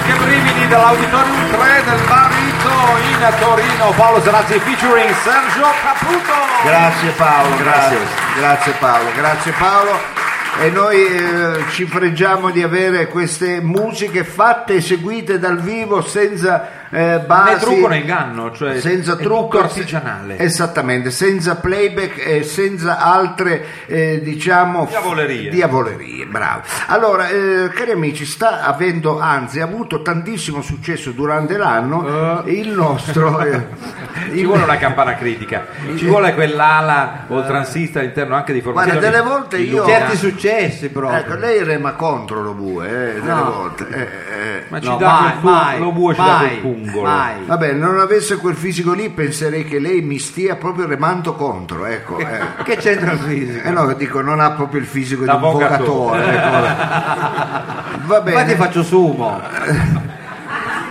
S4: che brividi dall'Auditorium 3 del Barito in Torino. Paolo Serazzi featuring Sergio Caputo.
S3: Grazie Paolo, grazie. Grazie Paolo, grazie Paolo. E noi eh, ci freggiamo di avere queste musiche fatte e seguite dal vivo senza eh, basi.
S4: Né trucco né inganno, cioè
S3: senza
S4: è
S3: trucco
S4: tutto artigianale.
S3: se- esattamente senza playback e senza altre eh, diciamo f-
S4: Diavolerie.
S3: diavolerie, bravo allora eh, cari amici sta avendo anzi ha avuto tantissimo successo durante l'anno il nostro eh,
S4: [laughs] Ci vuole una campana critica, ci vuole quell'ala oltransista all'interno anche di formazioni.
S3: Guarda, delle volte io-
S4: illuminate.
S2: Certi successi proprio.
S3: Ecco, lei rema contro lo bue, eh, delle volte. eh, eh.
S4: Ma ci
S2: No,
S4: dà
S2: mai,
S4: quel fu-
S2: mai,
S4: lo bue ci dà
S2: mai,
S4: quel pungolo.
S2: mai.
S3: Vabbè, non avesse quel fisico lì, penserei che lei mi stia proprio remando contro, ecco. Eh.
S2: [laughs] Che c'entra il fisico?
S3: Eh no, dico, non ha proprio il fisico di un
S4: L'avvocato.
S3: [laughs]
S2: Eh.
S3: vocatore. ecco. Va bene.
S2: Infatti faccio sumo.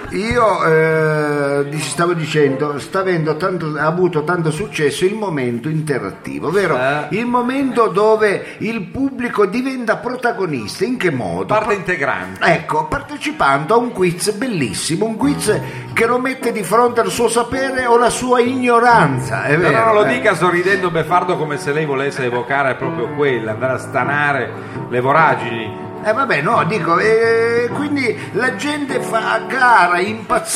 S3: Io eh, dici- stavo dicendo, sta avendo tanto- ha avuto tanto successo il momento interattivo, ovvero
S2: Eh.
S3: il momento dove il pubblico diventa protagonista. In che modo?
S4: Parte integrante.
S3: Ecco, partecipando a un quiz bellissimo, un quiz che lo mette di fronte al suo sapere o la sua ignoranza. È
S4: Però
S3: vero,
S4: non lo
S3: eh.
S4: dica sorridendo Beffardo come se lei volesse evocare proprio quella, andare a stanare le voragini.
S3: Eh vabbè, no, dico, eh, quindi la gente fa a gara,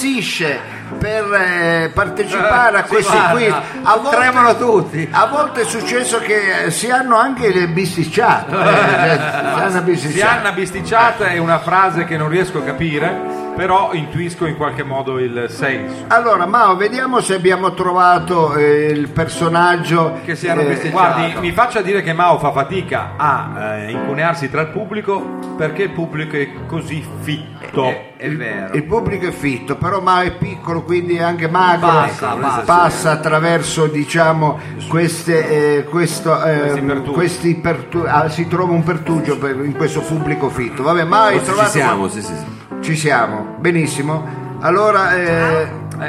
S3: impazzisce per eh, partecipare a
S2: Eh, sì,
S3: questi
S2: guarda,
S3: quiz. A volte,
S2: tremano tutti.
S3: A volte è successo che eh, si hanno anche le bisticciate. eh, cioè,
S2: [laughs]
S3: si hanno
S4: Si
S3: bisticciate.
S4: hanno bisticciata è una frase che non riesco a capire, però intuisco in qualche modo il senso.
S3: Allora, Mao, vediamo se abbiamo trovato eh, il personaggio
S2: Che si hanno
S3: eh,
S2: bisticciato.
S4: Guardi, mi faccia dire che Mao fa fatica a eh, incunearsi tra il pubblico perché il pubblico è così fitto.
S2: È, è vero.
S3: Il pubblico è fitto, però Mao è piccolo, quindi è anche magro.
S2: Passa, passa.
S3: attraverso diciamo, queste, eh, questo, eh,
S4: Questi pertugi.
S3: questi pertu- ah, si trova un pertugio per- in questo pubblico fitto. Vabbè, Mao hai trovato.
S5: ci siamo, Oh, sì, sì, sì.
S3: Ci siamo, benissimo. Allora, eh,
S5: Ah,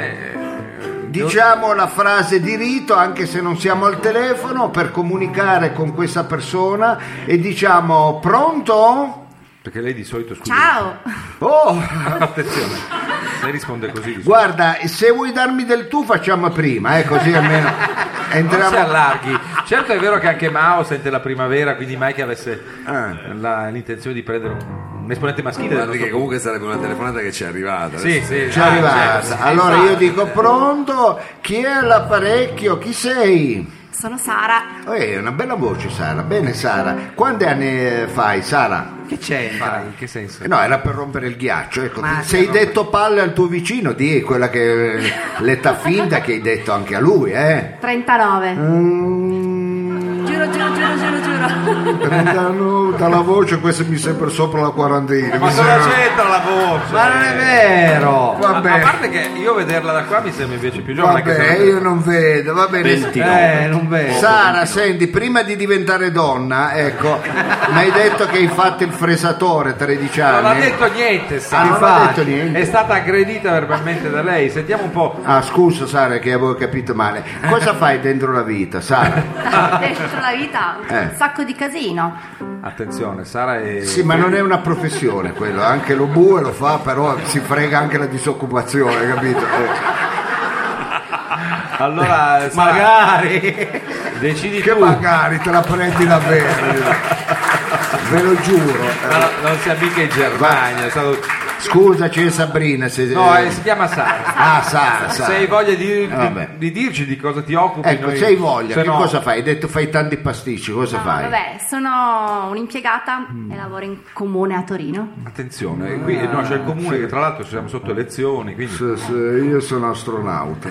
S3: diciamo la frase di rito, anche se non siamo al telefono, per comunicare con questa persona e diciamo pronto?
S4: Perché lei di solito scusa.
S8: Ciao!
S3: Oh,
S4: [laughs] Attenzione, lei risponde così. di solito.
S3: guarda, se vuoi darmi del tu facciamo prima, eh, così
S4: [laughs]
S3: almeno
S4: Non si
S3: entriamo.
S4: allarghi. Certo è vero che anche Mao sente la primavera, quindi mai che avesse eh, la- l'intenzione di prendere un, un esponente maschile. del
S5: Guardi che
S4: nostro-
S5: comunque sarebbe una telefonata che ci è arrivata.
S4: Sì, sì.
S3: Ci è
S4: Ah,
S3: arrivata.
S4: certo, sì.
S3: allora io dico pronto, chi è all'apparecchio? Chi sei?
S8: Sono Sara.
S3: Eh, una bella voce Sara, bene Sara. Quanti anni eh, fai Sara?
S2: Che c'entra?
S4: Fai, in che senso?
S3: Eh No, era per rompere il ghiaccio. Ecco,
S2: Ma
S3: ti-
S2: sì,
S3: se hai
S2: rompere-
S3: detto palle al tuo vicino, di quella che eh, l'età finta che hai detto anche a lui, eh.
S8: 39.
S3: Mm,
S8: Giuro, giuro, giuro, giuro,
S3: [laughs]
S8: giuro.
S3: 39, dalla voce questa mi sembra sopra la quarantina.
S4: Ma
S3: mi
S4: cosa
S3: sembra-
S4: c'entra la voce?
S2: Ma non è vero!
S4: A-
S3: Vabbè.
S4: A parte che io vederla da qua mi sembra invece più giovane. anche se
S3: Vabbè,
S4: non-
S3: io non vedo, va bene.
S2: Eh, non vedo.
S3: Sara, senti, prima di diventare donna, ecco, mi hai detto che hai fatto il fresatore 13 anni.
S4: Non ha detto niente, Sara.
S3: Ah, non ha
S4: Infatti,
S3: detto niente.
S4: È stata aggredita verbalmente da lei. Sentiamo un po'.
S3: Ah, scusa Sara che avevo capito male.
S4: [laughs]
S3: Cosa fai dentro la vita, Sara?
S8: Dentro la vita,
S3: Eh.
S8: un sacco di casino.
S4: Attenzione, Sara è.
S3: Sì, ma non è una professione quello, anche lo bue lo fa, però si frega anche la disoccupazione,
S4: [laughs]
S3: capito? Eh,
S4: Allora, Sara,
S2: Magari!
S4: decidi
S3: Che
S4: tu.
S3: magari te la prendi davvero, io. ve lo giuro.
S4: No, no, non siamo mica in Germania. è stato-
S3: Scusa, c'è Sabrina se...
S4: No, eh, si chiama Sara.
S3: Ah, Sara, Sara. Eh,
S4: Se hai voglia di,
S3: Vabbè.
S4: di- di dirci di cosa ti occupi,
S3: Ecco,
S4: noi-
S3: se hai voglia,
S4: se
S3: che
S4: no-
S3: cosa fai? Hai detto fai tanti pasticci, cosa
S8: No,
S3: fai?
S8: vabbè, sono un'impiegata
S3: Mm.
S8: e lavoro in comune a
S3: [laughs]
S8: Torino.
S4: Attenzione, eh, qui no, c'è il comune che tra l'altro siamo sotto elezioni, quindi
S3: Se- se io sono [laughs] astronauta,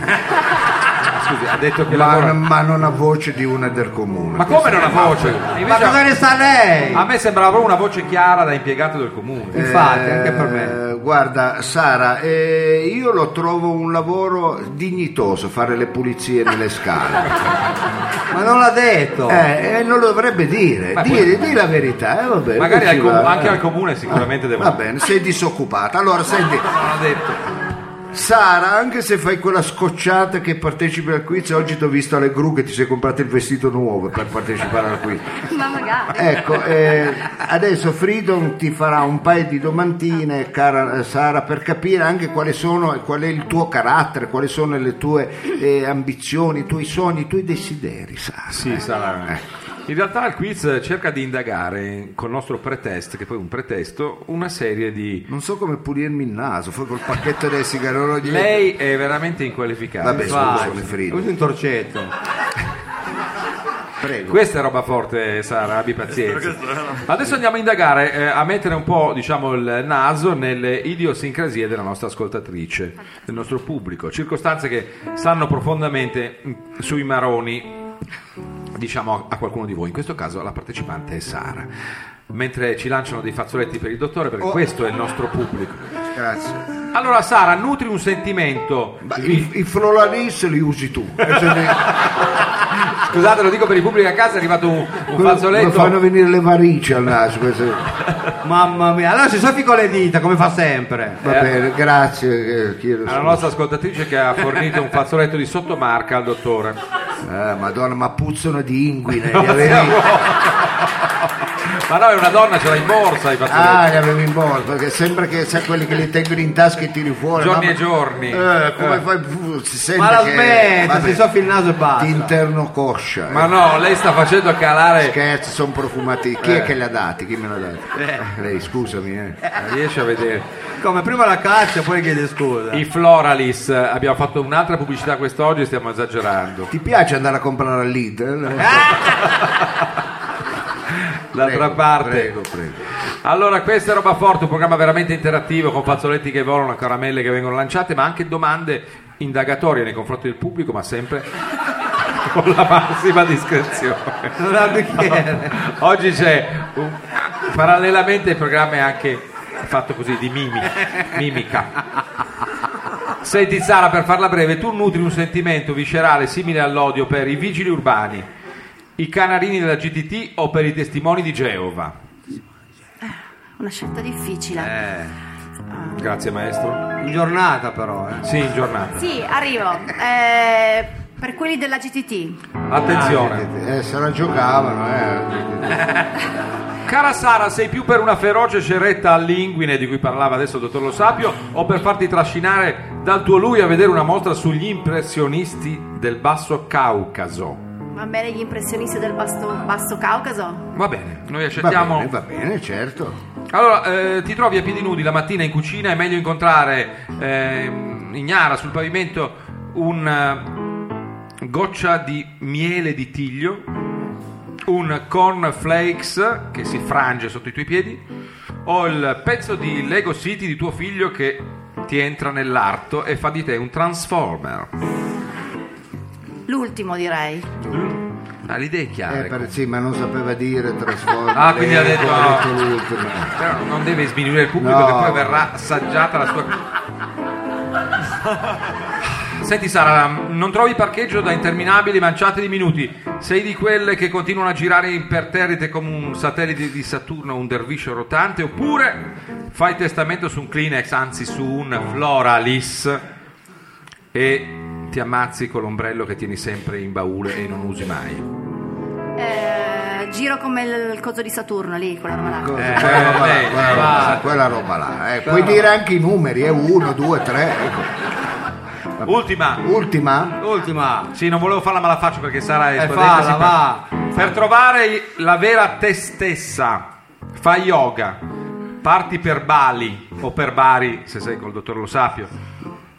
S4: Ah, scusi, ha detto che
S3: ma,
S4: lavora.
S3: ma non ha voce di una del comune.
S4: Ma come non ha voce?
S2: Ma
S4: Invece
S2: cosa ne sa lei?
S4: a me sembrava una voce chiara da impiegato del comune.
S2: Infatti, anche per me.
S3: Eh, Guarda, Sara, eh, io lo trovo un lavoro dignitoso fare le pulizie nelle [laughs] scale.
S2: Ma non l'ha detto!
S3: Eh, eh, non lo dovrebbe dire,
S4: Ma
S3: dire, di la verità, eh, va bene,
S4: Magari
S3: non ci
S4: al com-
S3: va,
S4: anche
S3: eh.
S4: al comune sicuramente devono.
S3: Va bene, sei disoccupata. Allora, senti,
S4: Non ha detto.
S3: Sara, anche se fai quella scocciata che partecipi al quiz, oggi ti ho visto alle gru che ti sei comprato il vestito nuovo per partecipare al quiz.
S8: Ma magari.
S3: Ecco, eh, adesso Freedom ti farà un paio di domandine, cara eh, Sara, per capire anche quali sono, e qual è il tuo carattere, quali sono le tue eh, ambizioni, i tuoi sogni, i tuoi desideri, Sara.
S4: Sì, sarà.
S3: eh.
S4: In realtà il quiz cerca di indagare col nostro pretest, che poi è un pretesto, una serie di.
S3: Non so come pulirmi il naso, poi col pacchetto dei sigaroni.
S4: Lei è veramente inqualificata.
S3: Vabbè,
S2: Vai.
S3: scusa, le Freedom.
S2: Usi un torcetto.
S3: Prego.
S4: Questa è roba forte, Sara, abbi pazienza. Ma adesso andiamo a indagare, eh, a mettere un po' diciamo, il naso nelle idiosincrasie della nostra ascoltatrice, del nostro pubblico, circostanze che stanno profondamente mm, sui maroni, diciamo a qualcuno di voi, in questo caso la partecipante è Sara. Mentre ci lanciano dei fazzoletti per il dottore, perché questo è il nostro pubblico.
S3: Grazie.
S4: Allora, Sara, nutri un sentimento.
S3: Ma I, i flolaris li usi tu. Eh, se ne-
S4: Scusate, lo dico per il pubblico a casa, è arrivato un, un Eh.
S3: Mi fanno
S4: fazzoletto.
S3: venire le varici al naso. queste-
S2: Mamma mia, allora si soffi con le dita come fa sempre.
S3: Va bene, grazie. eh, chiedo
S4: Alla
S3: scusa.
S4: nostra ascoltatrice che ha fornito un fazzoletto di sottomarca al dottore.
S3: Eh, madonna, ma puzzano di
S4: [laughs]
S3: inguine. Li avevi...
S4: Ma no, è una donna, ce l'ha in borsa i fazzoletti.
S3: Ah, li avevi in borsa, perché sembra che sai quelli che li tengono in tasca e tiri fuori.
S4: Giorni
S3: no?
S4: e giorni.
S3: Eh, come fai? fu- Si sente
S2: Ma la
S3: che-
S2: smetta,
S3: vabbè,
S2: si soffi il naso e basta.
S3: di interno coscia. eh.
S4: Ma no, lei sta facendo calare.
S3: Scherzi, sono profumati. Chi
S4: Eh.
S3: è che li ha dati? Chi me l'ha dati? Lei, scusami. eh.
S4: Riesce a vedere.
S2: Come prima la caccia, poi chiede scusa.
S4: I Floralis, eh, abbiamo fatto un'altra pubblicità quest'oggi e stiamo esagerando.
S3: Ti piace andare a comprare al Lidl?
S4: D'altra
S3: Prego,
S4: parte,
S3: Prego, prego.
S4: allora questa è roba forte, un programma veramente interattivo con fazzoletti che volano, caramelle che vengono lanciate, ma anche domande indagatorie nei confronti del pubblico, ma sempre [laughs] con la massima discrezione.
S2: Non ha bicchiere.
S4: [laughs] Oggi c'è un- parallelamente il programma è anche fatto così di mimi, mimica. Senti Sara, per farla breve, tu nutri un sentimento viscerale simile all'odio per i vigili urbani, i canarini della GTT o per i testimoni di Geova?
S8: Una scelta
S3: Eh.
S8: difficile.
S4: Grazie maestro.
S2: In giornata però, eh.
S4: Sì, in giornata.
S8: Sì, arrivo. Eh, per quelli della GTT.
S4: Attenzione.
S3: Eh, se la giocavano, eh.
S4: Cara Sara, sei più per una feroce ceretta all'inguine di cui parlava adesso il dottor Lo Sapio o per farti trascinare dal tuo lui a vedere una mostra sugli impressionisti del Basso Caucaso?
S8: Va bene gli impressionisti del basso, basso Caucaso?
S4: Va bene, noi
S3: Va
S4: accettiamo.
S3: bene, va bene, certo.
S4: Allora, eh, ti trovi a piedi nudi la mattina in cucina, è meglio incontrare ehm, ignara sul pavimento una goccia di miele di tiglio, un cornflakes che si frange sotto i tuoi piedi, o il pezzo di Lego City di tuo figlio che ti entra nell'arto e fa di te un Transformer.
S8: L'ultimo direi.
S4: Ah, l'idea è chiara.
S3: Eh, per- sì, ma non sapeva dire trasforma.
S4: [laughs] Ah, quindi ha detto
S3: Lego,
S4: no.
S3: detto l'ultimo.
S4: Però non deve sminuire il pubblico
S3: No.
S4: che poi verrà assaggiata la sua. Senti Sara, non trovi parcheggio da interminabili manciate di minuti. Sei di quelle che continuano a girare imperterrite come un satellite di Saturno, un derviscio rotante, oppure fai testamento su un Kleenex, anzi su un Floralis e ti ammazzi con l'ombrello che tieni sempre in baule e non usi mai.
S8: Eh, giro come il coso di Saturno lì, quella roba là.
S3: Cosa? quella, roba là,
S4: eh,
S3: quella roba là, quella roba là, eh. Puoi dire anche i numeri, eh. Uno, due, tre. ecco.
S4: eh. Ultima,
S3: Ultima.
S2: Ultima.
S4: Sì, non volevo farla malafaccia perché Sara è
S3: Eh,
S2: E
S4: esponente,
S2: falla,
S4: si
S2: va.
S4: Per trovare i- la vera te stessa, fai yoga, parti per Bali o per Bari, se sei col dottor Lo Sapio,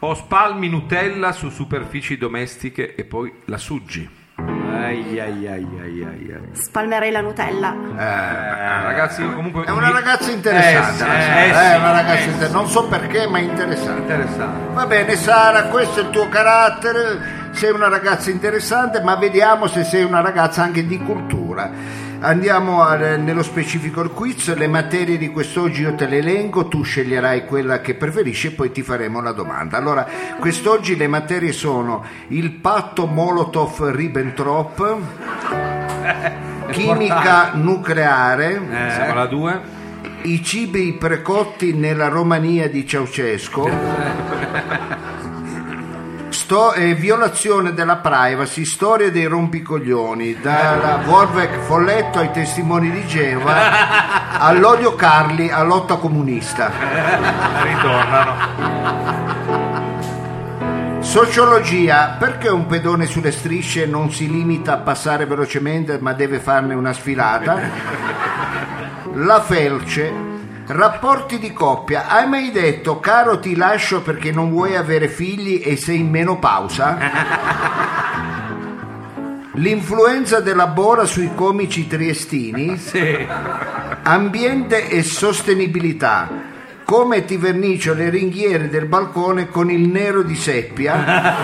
S4: o spalmi Nutella su superfici domestiche e poi la suggi.
S2: Ai, ai, ai, ai, ai, ai.
S8: Spalmerei la Nutella.
S4: ragazzi, comunque
S3: Eh, È una
S4: mi-
S3: ragazza interessante,
S4: Eh,
S3: la
S4: sì,
S3: Sara,
S4: eh,
S3: eh,
S4: sì,
S3: una ragazza
S4: eh,
S3: inter- non so perché, ma interessante.
S2: Interessante.
S3: Va bene, Sara, questo è il tuo carattere. Sei una ragazza interessante, ma vediamo se sei una ragazza anche di cultura. Andiamo al- nello specifico al quiz. Le materie di quest'oggi io te le elenco, tu sceglierai quella che preferisci e poi ti faremo la domanda. Allora, quest'oggi le materie sono il patto Molotov-Ribbentrop, chimica nucleare.
S4: Eh, Siamo alla 2.
S3: I cibi precotti nella Romania di Ceaucesco. Sto- eh, violazione della privacy, storia dei rompicoglioni, dalla Vorvec Folletto ai testimoni di Geva, all'odio Carli, a lotta comunista.
S4: Ritornano.
S3: Sociologia, perché un pedone sulle strisce non si limita a passare velocemente ma deve farne una sfilata? La felce. Rapporti di coppia. Hai mai detto caro ti lascio perché non vuoi avere figli e sei in menopausa? L'influenza della Bora sui comici triestini. Ambiente e sostenibilità. Come ti vernicio le ringhiere del balcone con il nero di seppia?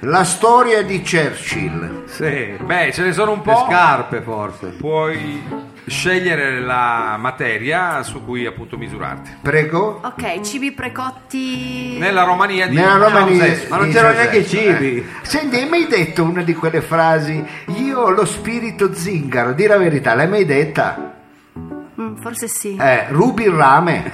S3: La storia di Churchill.
S2: Sì.
S4: Beh, ce ne sono un
S2: Le
S4: po'.
S2: scarpe forse.
S4: Puoi scegliere la materia su cui appunto misurarti.
S3: Prego?
S8: Ok, cibi precotti.
S4: Nella Romania di
S3: Nella Romania.
S4: Ceaușescu.
S2: Ma non
S3: di
S2: c'erano
S3: Ceaușescu,
S2: neanche i cibi.
S3: eh. Senti, hai mai detto una di quelle frasi? Io ho lo spirito zingaro, di la verità, l'hai mai detta?
S8: Mm, forse sì.
S3: Eh, rubi il
S4: [laughs]
S3: rame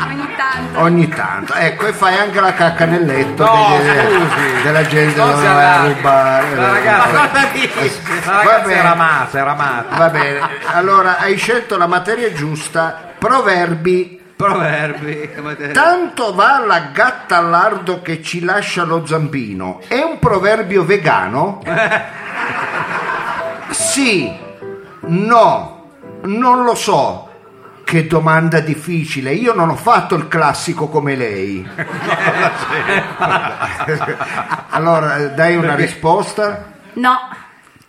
S8: Ogni tanto.
S3: ogni tanto, ecco, e fai anche la cacca nel letto
S4: No,
S3: che-
S4: scusi.
S3: della gente
S4: Non
S3: non
S4: si
S3: vai a
S4: allarghi.
S3: rubare.
S4: La
S3: Va
S4: ragazza, la ragazza
S3: bene.
S4: era amata, era amata.
S3: Va bene, allora hai scelto la materia giusta, proverbi
S2: Proverbi. che materia-
S3: Tanto va la gatta all'ardo che ci lascia lo zampino. È un proverbio vegano?
S2: [laughs]
S3: sì, no, non lo so. Che domanda difficile. Io non ho fatto il classico come
S2: [laughs]
S3: lei. allora, dai una risposta?
S8: No.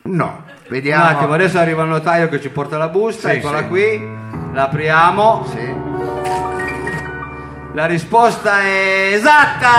S3: No.
S2: Un
S3: Vediamo.
S2: attimo, adesso arriva il notaio che ci porta la busta,
S3: Sì,
S2: eccola
S3: sì.
S2: qui. L'apriamo.
S3: Sì.
S2: La risposta è esatta!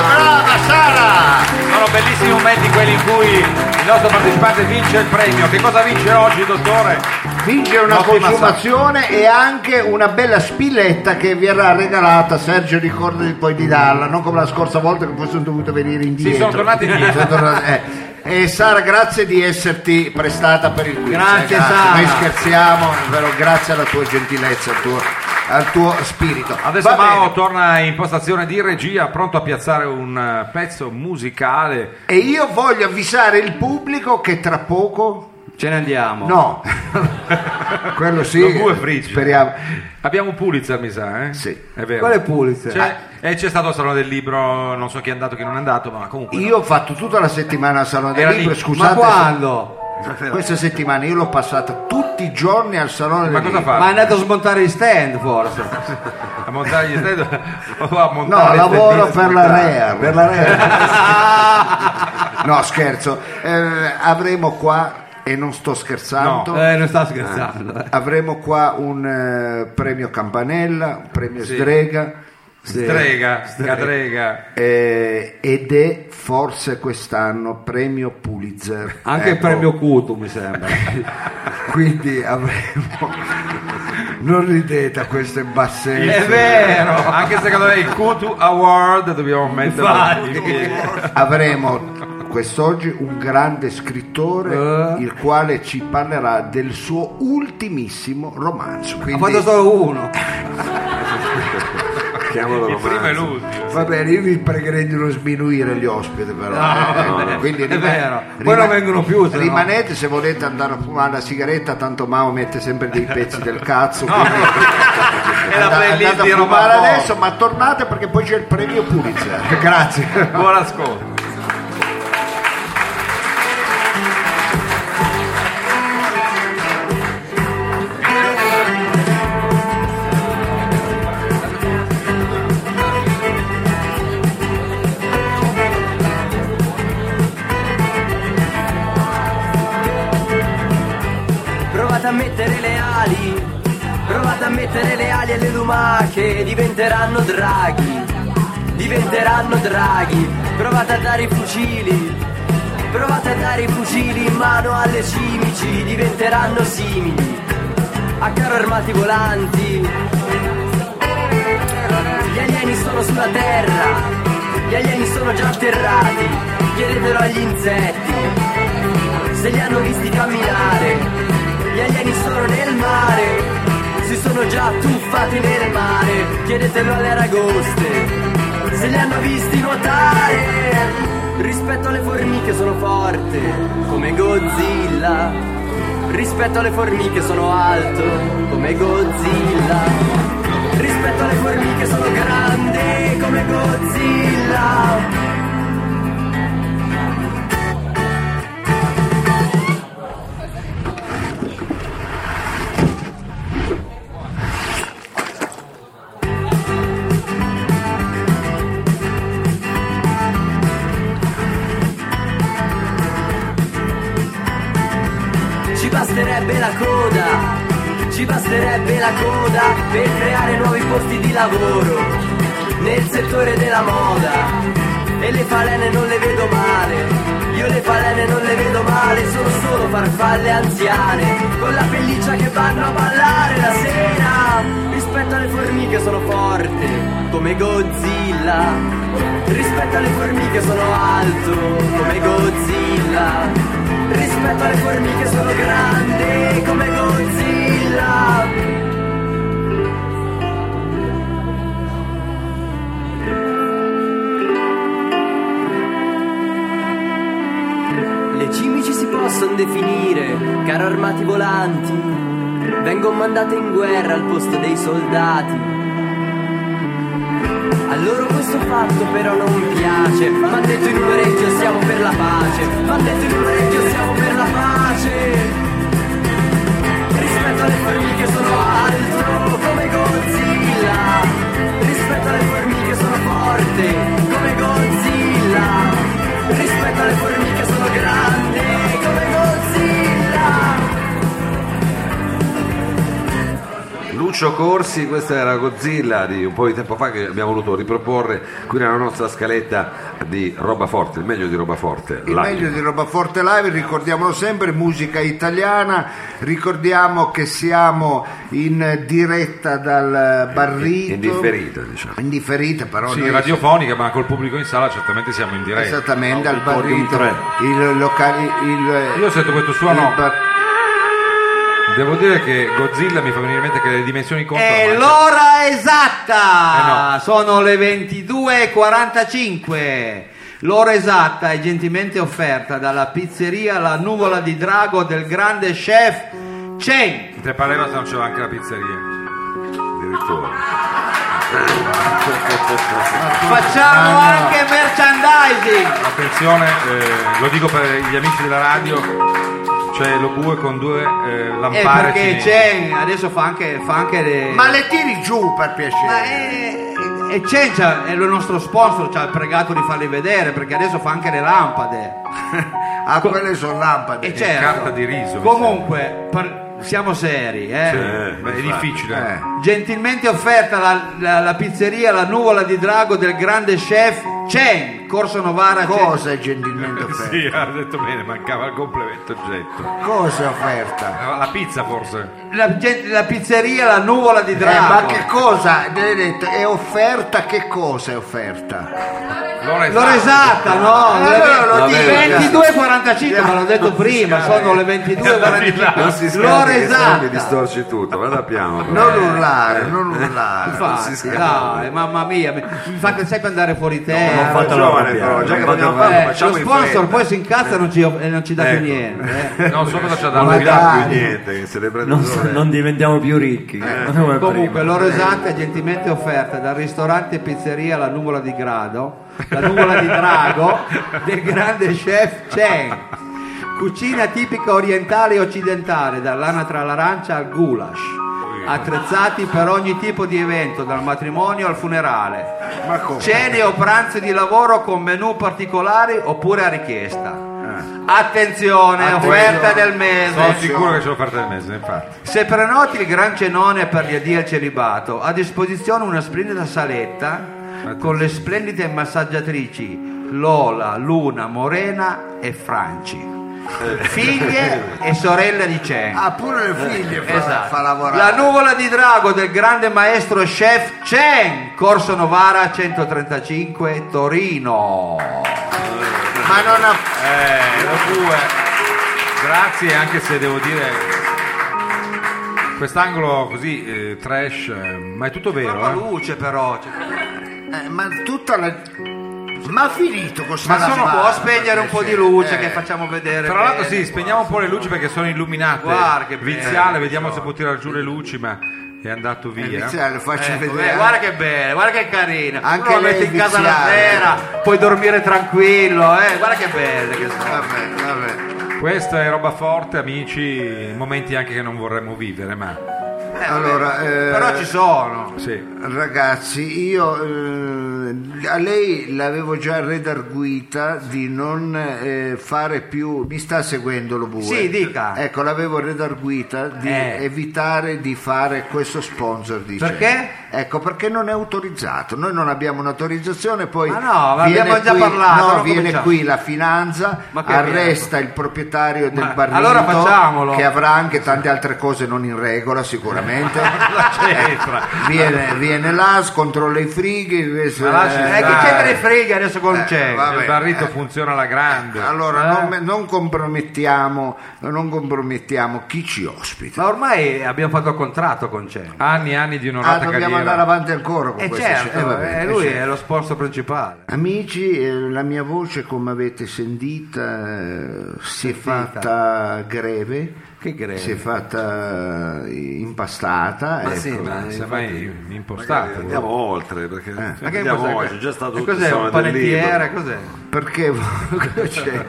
S3: Brava Sara!
S4: Sono bellissimi momenti quelli in cui il nostro partecipante vince il premio. Che cosa vince oggi, dottore?
S3: Vince una
S4: Ottima
S3: consumazione e anche una bella spilletta che verrà regalata. Sergio ricorda di poi di darla, non come la scorsa volta che poi sono dovuto venire indietro.
S4: sono tornati indietro.
S3: Sono tornati- eh. E Sara, grazie di esserti prestata per il quiz.
S2: Grazie,
S3: eh,
S2: Sara.
S3: Noi scherziamo, però grazie alla tua gentilezza, al tuo, al tuo spirito.
S4: Adesso
S3: Va
S4: Mao
S3: bene.
S4: torna in postazione di regia, pronto a piazzare un eh, pezzo musicale.
S3: E io voglio avvisare il pubblico che tra poco
S2: Ce ne andiamo.
S3: No, [laughs] quello sì.
S4: Lo bue frigge.
S3: Speriamo.
S4: Abbiamo un Pulitzer, mi sa, eh?
S3: Sì.
S4: È vero.
S2: Qual è Pulitzer?
S4: C'è-
S3: Ah.
S4: e c'è stato il salone del libro, non so chi è andato, chi non è andato, ma comunque.
S3: Io ho fatto tutta la settimana al Salone del
S4: Era
S3: Libro,
S4: lì.
S2: Ma
S3: scusate.
S2: quando?
S3: se- [laughs] Questa settimana io l'ho passata tutti i giorni al Salone
S4: Ma
S3: del
S4: cosa
S3: Libro.
S4: fa?
S2: Ma è andato a smontare gli stand forse.
S4: A montare gli [laughs] stand o a montare
S3: No,
S4: le
S3: lavoro
S4: stendine?
S3: per la REA. Per la REA. [laughs] no, scherzo. Eh, avremo qua, e non sto scherzando,
S2: Eh, non sta scherzando. eh.
S3: avremo qua un eh, premio Campanella, un premio Sgrega.
S4: Strega, cadrega.
S3: eh, ed è forse quest'anno premio Pulitzer
S2: Anche il
S3: Ecco.
S2: premio Cutu mi
S3: [laughs]
S2: sembra.
S3: quindi avremo [laughs] non ridete a queste
S2: È
S3: bassezze
S2: vero.
S4: Anche secondo me il Kutu Award dobbiamo metterlo
S2: Infatti.
S4: in
S2: [laughs]
S4: piedi.
S3: avremo quest'oggi un grande scrittore
S2: Eh.
S3: il quale ci parlerà del suo ultimissimo romanzo
S2: Ha
S3: quindi
S2: fatto solo uno.
S5: Chiamalo
S4: Il primo e
S5: romanzo.
S4: l'ultimo.
S3: va bene io vi pregherei di non sminuire gli ospiti però eh,
S2: no,
S3: ecco,
S2: no.
S3: quindi
S2: È vero. Poi non vengono più, se no.
S3: rimanete se volete andare a fumare una sigaretta tanto Mao mette sempre dei pezzi
S2: [laughs]
S3: del cazzo quindi-
S4: È la
S3: Andate-
S4: playlist
S3: andate
S4: di
S3: a fumare
S4: Roma Nuova.
S3: adesso ma tornate perché poi c'è il premio Pulitzer grazie
S4: Buon ascolto.
S7: Provate a mettere le ali, provate a mettere le ali alle lumache, diventeranno draghi, diventeranno draghi, provate a dare i fucili, provate a dare i fucili in mano alle cimici, diventeranno simili, a carro armati volanti. Gli alieni sono sulla terra, gli alieni sono già atterrati, chiedetelo agli insetti, se li hanno visti camminare. Gli alieni sono nel mare, si sono già tuffati nel mare. Chiedetelo alle aragoste, se li hanno visti nuotare. Rispetto alle formiche sono forte, come Godzilla. Rispetto alle formiche sono alto, come Godzilla. Rispetto alle formiche sono grande, come Godzilla. Ci basterebbe la coda, ci basterebbe la coda per creare nuovi posti di lavoro nel settore della moda. E le falene non le vedo male, io
S9: Io le balene non le vedo male, sono solo farfalle anziane, con la pelliccia che vanno a ballare la sera. Rispetto alle formiche sono forte, come Godzilla. Rispetto alle formiche sono alto, come Godzilla. Rispetto alle formiche sono grande, come Godzilla. Le cimici si possono definire carro armati volanti. Vengono mandate in guerra al posto dei soldati. A loro questo fatto però non piace. Ma detto in un orecchio siamo per la pace. Ma detto in un orecchio siamo per la pace. Rispetto alle formiche sono alto come Godzilla. Rispetto alle formiche sono forte come Godzilla. Rispetto alle formiche sono grande come Godzilla.
S1: Lucio Corsi, questa era Godzilla di un po' di tempo fa che abbiamo voluto riproporre qui nella nostra scaletta di roba forte, il meglio di roba forte.
S3: Il meglio di Robaforte Live, ricordiamolo sempre, musica italiana, ricordiamo che siamo in diretta dal barrito.
S1: Indifferita, diciamo.
S3: In differita, però.
S4: Sì,
S3: noi-
S4: radiofonica, ma col pubblico in sala certamente siamo in diretta.
S2: Esatto.
S3: Esattamente, al
S4: Auditorium
S3: barrito.
S4: tre.
S3: Il locale... Il,
S4: Io sento questo suono.
S3: il bar-
S4: Devo dire che Godzilla mi fa venire in mente che le dimensioni cioè, contano. ma-
S2: È l'ora esatta!
S4: Eh no.
S2: Sono le 22.45. L'ora esatta è gentilmente offerta dalla pizzeria La Nuvola di Drago del grande chef Chen.
S4: Te pareva se non c'era anche la pizzeria.
S1: Addirittura.
S2: Facciamo
S4: Ah,
S2: anche merchandising.
S4: Attenzione, eh, lo dico per gli amici della radio, c'è lo bue con due eh,
S2: Eh,
S4: lampare.
S2: perché
S4: cinesi.
S2: Chen adesso fa anche, fa anche le...
S3: Ma le tiri giù per piacere.
S2: Ma è, è- è Chen, c'ha- è il nostro sponsor, ci ha pregato di farli vedere perché adesso fa anche le
S4: [laughs]
S2: lampade.
S3: Ah, quelle sono lampade. Eh,
S2: E
S4: È
S2: certo.
S4: carta di riso, mi
S2: Comunque, par- siamo seri, eh.
S4: Eh, ma è difficile.
S3: Eh.
S2: Gentilmente offerta la, la- la pizzeria La Nuvola di Drago del grande chef Chen, Corso Novara.
S3: Cosa è gentilmente
S2: Eh,
S3: offerta?
S4: certo. Sì, ha detto bene, mancava il complemento getto.
S3: Cosa è offerta?
S4: La pizza forse.
S2: Chen. La, gen- la pizzeria La Nuvola di
S3: Eh, ma
S2: Drago.
S3: che cosa? Ne hai detto, è offerta, che cosa è offerta?
S4: L'ora
S2: L'ora esatta, no?
S3: Eh, allora lo
S2: Le-
S3: dico,
S2: 22.45, ma l'ho detto prima, sono le
S1: Non si
S2: 22.45. Ah, L'ora
S1: scappi che sennò mi
S2: esatta.
S1: distorci tutto, vada piano. però.
S3: Non urlare, non urlare.
S1: si
S2: Infatti,
S1: scappa.
S2: dai, mamma mia, mi mi fa che sai per andare fuori terra.
S1: Ma
S7: fatelo
S1: giovane,
S7: arrabbiare,
S1: però, già che
S7: non
S1: vogliamo
S7: fatelo-
S1: farlo,
S2: Eh, lo
S1: facciamo in
S2: sponsor
S1: fretta.
S2: poi si incazza e non ci, e non ci dà più
S1: Ecco.
S2: niente. eh.
S4: Non so cosa ci ha dato.
S1: Non
S4: di
S1: ne dà
S4: là.
S1: più niente, che se ne prende
S7: Non,
S1: due ore.
S7: non diventiamo più ricchi. come prima.
S2: Comunque, l'ora esatta è gentilmente offerta dal ristorante e pizzeria La Nuvola di Grado, La Nuvola di Drago del grande chef Chen. Cucina tipica orientale e occidentale, dall'anatra all'arancia al goulash. Attrezzati per ogni tipo di evento, dal matrimonio al funerale.
S3: Ma come?
S2: Cene o pranzi di lavoro con menù particolari oppure a richiesta. Attenzione, offerta del mese.
S4: Sono sicuro che c'è l'offerta del mese, infatti.
S2: Se prenoti il gran cenone per gli addio al celibato, a disposizione una splendida saletta con le splendide massaggiatrici Lola, Luna, Morena e Franci. Figlie e sorelle di Chen.
S3: Ah, pure le figlie fa, fa lavorare.
S2: Esatto. La nuvola di drago del grande maestro chef Chen, Corso Novara 135 Torino.
S3: Ma non ha...
S4: Eh, lo due. Grazie, anche se devo dire quest'angolo così eh, trash, eh, ma è tutto
S2: Troppa
S4: vero. eh.
S2: luce però. cioè,
S3: eh, ma tutta la... Ma ha finito con sta
S2: Ma sono
S3: lavata,
S2: può spegnere un po' di luce
S3: eh.
S2: che facciamo vedere.
S4: Tra l'altro
S2: bene. eh.
S4: sì, spegniamo un po' le luci perché sono illuminate.
S2: Guarda che bello,
S4: Viziale, vediamo se può tirare giù le luci, ma è andato
S3: Eh,
S4: via.
S3: Viziale, faccio
S2: Ecco,
S3: vedere.
S2: eh, guarda che bella, guarda che carina.
S3: Anche
S2: Anche la
S3: lei
S2: metti in casa la
S3: viziale.
S2: sera, puoi dormire tranquillo, eh. Guarda che belle che sono.
S3: Vabbè, vabbè.
S4: Questa è roba forte, amici, momenti anche che non vorremmo vivere, ma
S3: Allora, eh,
S2: Però ci sono.
S4: sì.
S3: Ragazzi, io eh, eh, a lei l'avevo già redarguita di non eh, fare più. Mi sta seguendo lo bue?
S2: Sì, dica.
S3: Ecco, l'avevo redarguita di
S2: Eh.
S3: evitare di fare questo sponsor. Dice.
S2: Perché?
S3: Ecco, perché non è autorizzato. Noi non abbiamo un'autorizzazione, poi.
S2: Ma no, ma
S3: viene
S2: abbiamo già
S3: qui-
S2: parlato,
S3: no,
S2: non
S3: viene
S2: cominciamo.
S3: qui la finanza,
S2: Ma che
S3: arresta il proprietario del barrito
S2: allora facciamolo.
S3: che avrà anche tante altre cose non in
S2: [laughs]
S3: regola, sicuramente. Viene, viene là, scontrolla i frighi. invece-
S4: lasci-
S2: Eh,
S3: eh,
S2: che
S4: dai.
S2: c'entra i frega adesso con
S3: Eh,
S2: c'è?
S3: vabbè.
S4: il barrito funziona alla grande.
S3: allora,
S4: Eh?
S3: non, me- non compromettiamo, non compromettiamo chi ci ospita.
S2: Ma ormai abbiamo fatto contratto con c'è.
S4: Anni e anni di
S3: Ah,
S4: onorata
S3: dobbiamo
S4: carriera.
S3: andare avanti ancora con
S2: E
S3: questa
S2: certo,
S3: eh, vabbè,
S2: eh,
S3: eh,
S2: lui
S3: certo.
S2: è lo sponsor principale.
S3: Amici, eh, la mia voce, come avete sentita, eh, si è
S2: Sentita.
S3: fatta greve,
S2: Che greve.
S3: si è fatta eh, impastata. ecco.
S4: Semmai impostato.
S5: Andiamo oltre perché
S1: eh,
S2: Ma che
S5: andiamo
S2: cos'è?
S5: oggi, è già stato
S2: E cos'è
S5: tutto
S2: un
S5: insomma, del libro.
S2: panettiere? [laughs] Cos'è?
S3: Perché cosa c'è?
S2: È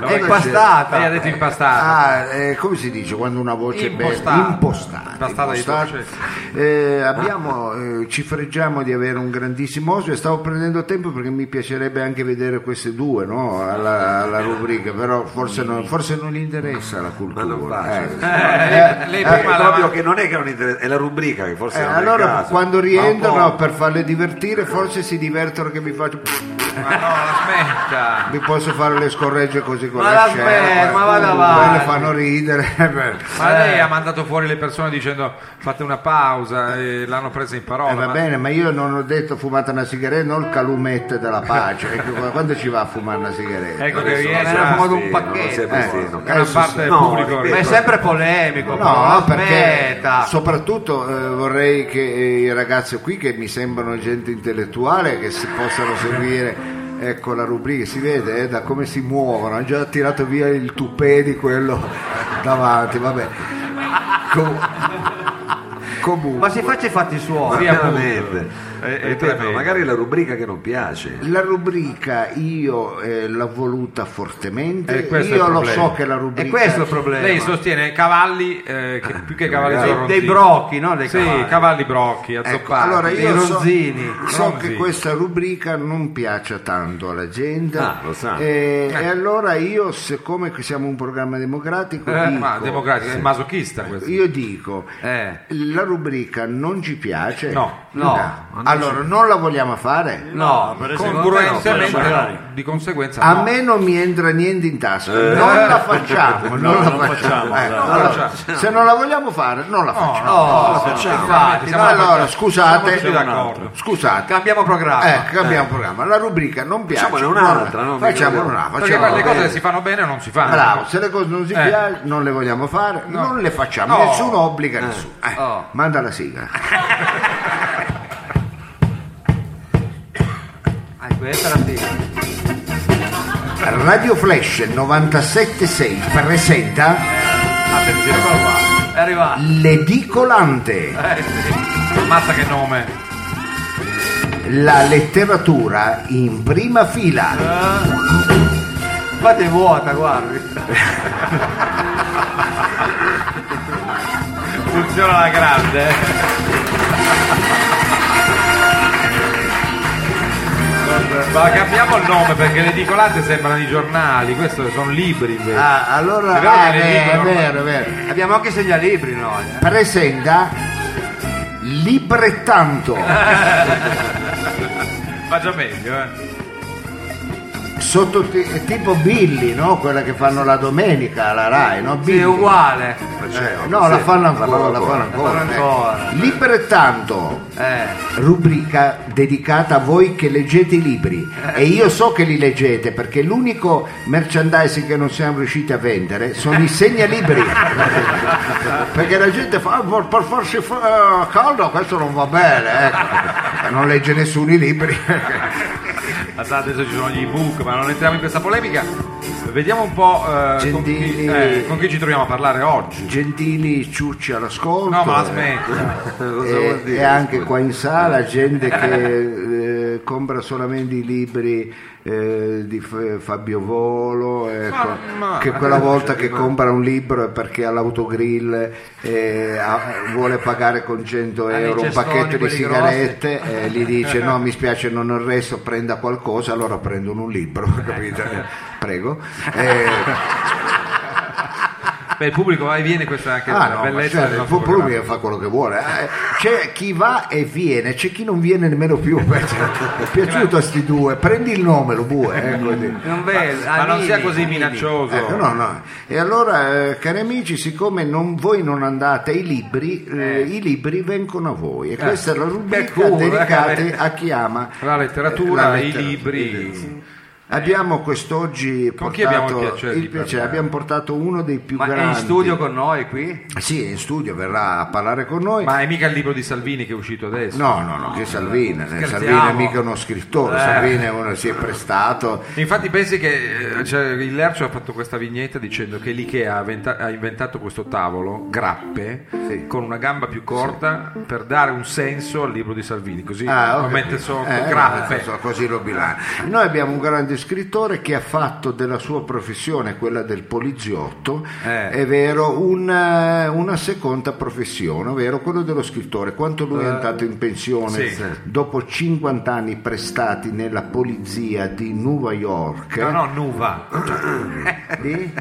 S3: Cosa
S2: impastata.
S4: Lei ha detto impastato.
S3: Ah, eh, come si dice quando una voce è
S4: Impostata.
S3: bella? Impostata.
S4: Impostata di
S3: impostata.
S4: voce.
S3: Eh, abbiamo, eh, ci freggiamo di avere un grandissimo ospite. Stavo prendendo tempo perché mi piacerebbe anche vedere queste due no? alla, alla rubrica, però forse non, forse non gli interessa la cultura.
S5: non faccio.
S3: eh.
S4: Eh, lei, lei
S5: Eh,
S4: prima
S5: proprio
S4: la
S5: che non è che non interessa, è la rubrica che forse
S3: Eh,
S5: non è il
S3: allora
S5: caso.
S3: quando
S5: Ma un
S3: rientrano
S5: po'.
S3: per farle divertire forse si divertono che mi faccio
S4: Ma
S2: Eh.
S4: no, aspetta.
S3: vi posso fare le scorregge così con
S2: Ma
S3: la
S2: la
S3: scelta
S2: smetti, ma vada
S3: quelle
S2: avanti.
S3: fanno ridere [laughs] eh,
S4: Ma lei ha mandato fuori le persone dicendo fate una pausa e l'hanno presa in parola.
S3: Eh, va
S4: ma-
S3: bene, ma io non ho detto fumate una sigaretta, non il calumetto della pace.
S4: [laughs]
S3: Ecco, qua- quando ci va a fumare una sigaretta?
S4: Ecco che
S5: Adesso
S4: viene.
S5: non
S2: era
S5: si
S2: fumato un
S5: astina, non
S2: pacchetto.
S5: si astina.
S3: Eh,
S4: Gran
S3: adesso
S4: parte
S3: sì.
S4: del
S5: no,
S4: pubblico.
S5: ripeto.
S2: Ma è sempre polemico. però,
S3: No, perché
S2: aspetta.
S3: soprattutto eh, vorrei che eh, i ragazzi qui che mi sembrano gente intellettuale che si possano seguire ecco la rubrica, si vede eh, da come si muovono, hanno già tirato via il tupè di quello [laughs] davanti, vabbè. Com- comunque.
S2: Ma si faccia i fatti suoi.
S4: Sì, appunto.
S5: Veramente.
S4: È- è
S5: Ripeto,
S4: tremendo. Eh,
S5: magari è la rubrica che non piace.
S3: La rubrica io eh, l'ho voluta fortemente,
S4: Eh, questo è il
S3: io lo
S4: problema.
S3: so che la rubrica
S2: E questo è il problema.
S4: Lei sostiene cavalli eh, che- più che cavalli
S2: Dei-
S4: sono
S2: dei brocchi, no? Dei
S4: sì,
S2: cavalli.
S4: cavalli, brocchi, azzoppati.
S3: Ecco, allora io
S2: dei
S3: so,
S2: ronzini.
S3: so che
S4: Ronzini.
S3: questa rubrica non piaccia tanto alla gente
S5: Ah, lo sa.
S3: eh, e allora io, siccome che siamo un programma democratico,
S4: Eh,
S3: dico,
S4: ma democratico, è masochista questo.
S3: io dico,
S2: Eh.
S3: la rubrica non ci piace,
S4: No,
S2: no.
S3: allora non la vogliamo fare?
S2: No,
S9: per
S4: Congruentemente
S9: secondo me no,
S4: no, di conseguenza
S3: A
S4: no.
S3: me non mi entra niente in tasca, non la facciamo, non la
S9: non
S3: facciamo.
S9: facciamo,
S3: eh.
S9: no,
S3: Allora,
S4: non
S3: se non la vogliamo fare, non la facciamo.
S2: No, infatti,
S4: siamo
S2: no,
S4: d'accordo.
S3: allora,
S4: Siamo tutti
S3: scusate,
S4: d'accordo.
S3: scusate,
S2: cambiamo
S4: Ah,
S2: programma.
S3: Eh, cambiamo programma. La rubrica non piace.
S5: Facciamone un'altra,
S3: no?
S5: no?
S3: Facciamo
S5: Mica-
S3: una,
S4: Perché
S3: facciamo
S4: le
S3: una.
S4: cose si fanno bene o non si fanno.
S3: Bravo, se le cose non si
S4: Eh.
S3: piacciono, non le vogliamo fare, non le facciamo.
S4: No.
S3: Nessuno obbliga nessuno. Eh,
S2: Oh.
S3: Manda la sigla.
S2: Eh, questa è la sigla.
S3: Radio Flash 976 presenta
S4: Attenzione, eccolo qua.
S2: È arrivata.
S3: L'edicolante,
S4: Eh. Ammazza che nome.
S3: la letteratura in prima
S4: Eh.
S3: fila.
S2: Infatti è vuota, guardi.
S4: Funziona alla grande. eh. Ma cambiamo il nome perché le edicolate sembrano i giornali, questo sono libri invece.
S3: Ah, allora,
S4: È vero
S3: ah,
S4: che
S3: beh, è
S4: l'edicola-
S3: vero, è vero.
S2: Abbiamo anche i segnalibri noi. eh.
S3: Presenta Librettanto,
S4: Eh. Fa già meglio, eh.
S3: sotto è tipo Billy, no? Quella che fanno la domenica alla Rai, no?
S2: Sì, è
S3: Billy. Eh,
S2: uguale.
S5: Cioè,
S3: No, la
S5: sì,
S3: fanno
S5: la
S3: ancora, la fanno ancora.
S2: La fanno ancora.
S3: eh. Librettanto,
S2: Eh.
S3: rubrica dedicata a voi che leggete i libri.
S2: Eh.
S3: E io so che li leggete perché l'unico merchandising che non siamo riusciti a vendere sono
S2: [laughs]
S3: i segnalibri. perché la gente fa, "Ah, por- per farsi fa- eh, caldo questo non va bene, ecco. non
S2: [laughs]
S3: legge nessuno i libri.
S4: Guardate, adesso ci sono gli ebook, ma non entriamo in questa polemica. Vediamo un po' eh, con, chi,
S3: Gentili.
S4: eh, con chi ci troviamo a parlare oggi.
S3: Gentili ciucci all'ascolto.
S4: No, ma
S3: eh.
S4: smetti.
S5: Cosa vuol
S3: E,
S5: dire?
S3: e Eh, anche qua in sala gente che eh, compra solamente i libri eh, di F- Fabio Volo, ecco,
S4: ma-
S3: che quella volta che compra un libro è perché all'autogrill eh, ha- vuole pagare con 100
S2: Ah, nei
S3: euro un
S2: cestoni,
S3: pacchetto di
S2: quelli
S3: sigarette e gli dice no mi spiace non ho il resto, prenda qualcosa, allora prendono un libro, [laughs] capito? Prego. Eh,
S4: Beh, il pubblico va e viene, questa è anche
S3: Ah,
S4: la
S3: no, ma
S4: bellezza
S3: cioè,
S4: del
S3: il
S4: nostro
S3: pubblico
S4: programma.
S3: fa quello che vuole. Eh, C'è chi va e viene, c'è chi non viene nemmeno più. [laughs] Mi
S4: [laughs]
S3: è piaciuto a sti due, prendi il nome, lo bue. eh, così.
S2: Non vedo,
S4: Ma non
S2: Anini,
S4: sia così
S2: Anini.
S4: minaccioso.
S3: Eh, no, no. E allora, eh, cari amici, siccome non- voi non andate ai libri, eh, i libri vengono a voi. E questa è la rubrica
S4: culo, eh,
S3: dedicata
S4: vabbè.
S3: a chi ama
S4: [laughs]
S3: eh,
S4: La letteratura,
S3: la
S4: i
S3: letteratura.
S4: libri.
S3: Abbiamo quest'oggi
S4: Con chi
S3: portato
S4: abbiamo il piacere di parlare?
S3: abbiamo portato uno dei più
S2: Ma è in
S3: grandi.
S2: studio con noi qui?
S3: Sì, è in studio, verrà a parlare con noi.
S4: Ma è mica il libro di Salvini che è uscito adesso.
S3: No, no, no, che Salvini, eh,
S4: Scherziamo.
S3: Salvini è mica uno scrittore, Salvini è uno si è prestato.
S4: Infatti pensi che eh, cioè, il Lercio ha fatto questa vignetta dicendo che l'Ikea ha, inventa- ha inventato questo tavolo, grappe,
S3: Sì.
S4: con una gamba più corta per dare un senso al libro di Salvini, così
S3: Ah, ho
S4: lo mette
S3: capito.
S4: sotto,
S3: Eh,
S4: grappe.
S3: eh, so- così lo bilancia. Noi abbiamo un grande scrittore che ha fatto della sua professione, quella del poliziotto,
S4: Eh.
S3: è vero, una, una seconda professione, ovvero quello dello scrittore. Quanto lui è andato in pensione
S4: Eh, sì.
S3: dopo 50 anni prestati nella polizia di New York. eh,
S4: No, no, Nuva.
S3: Di?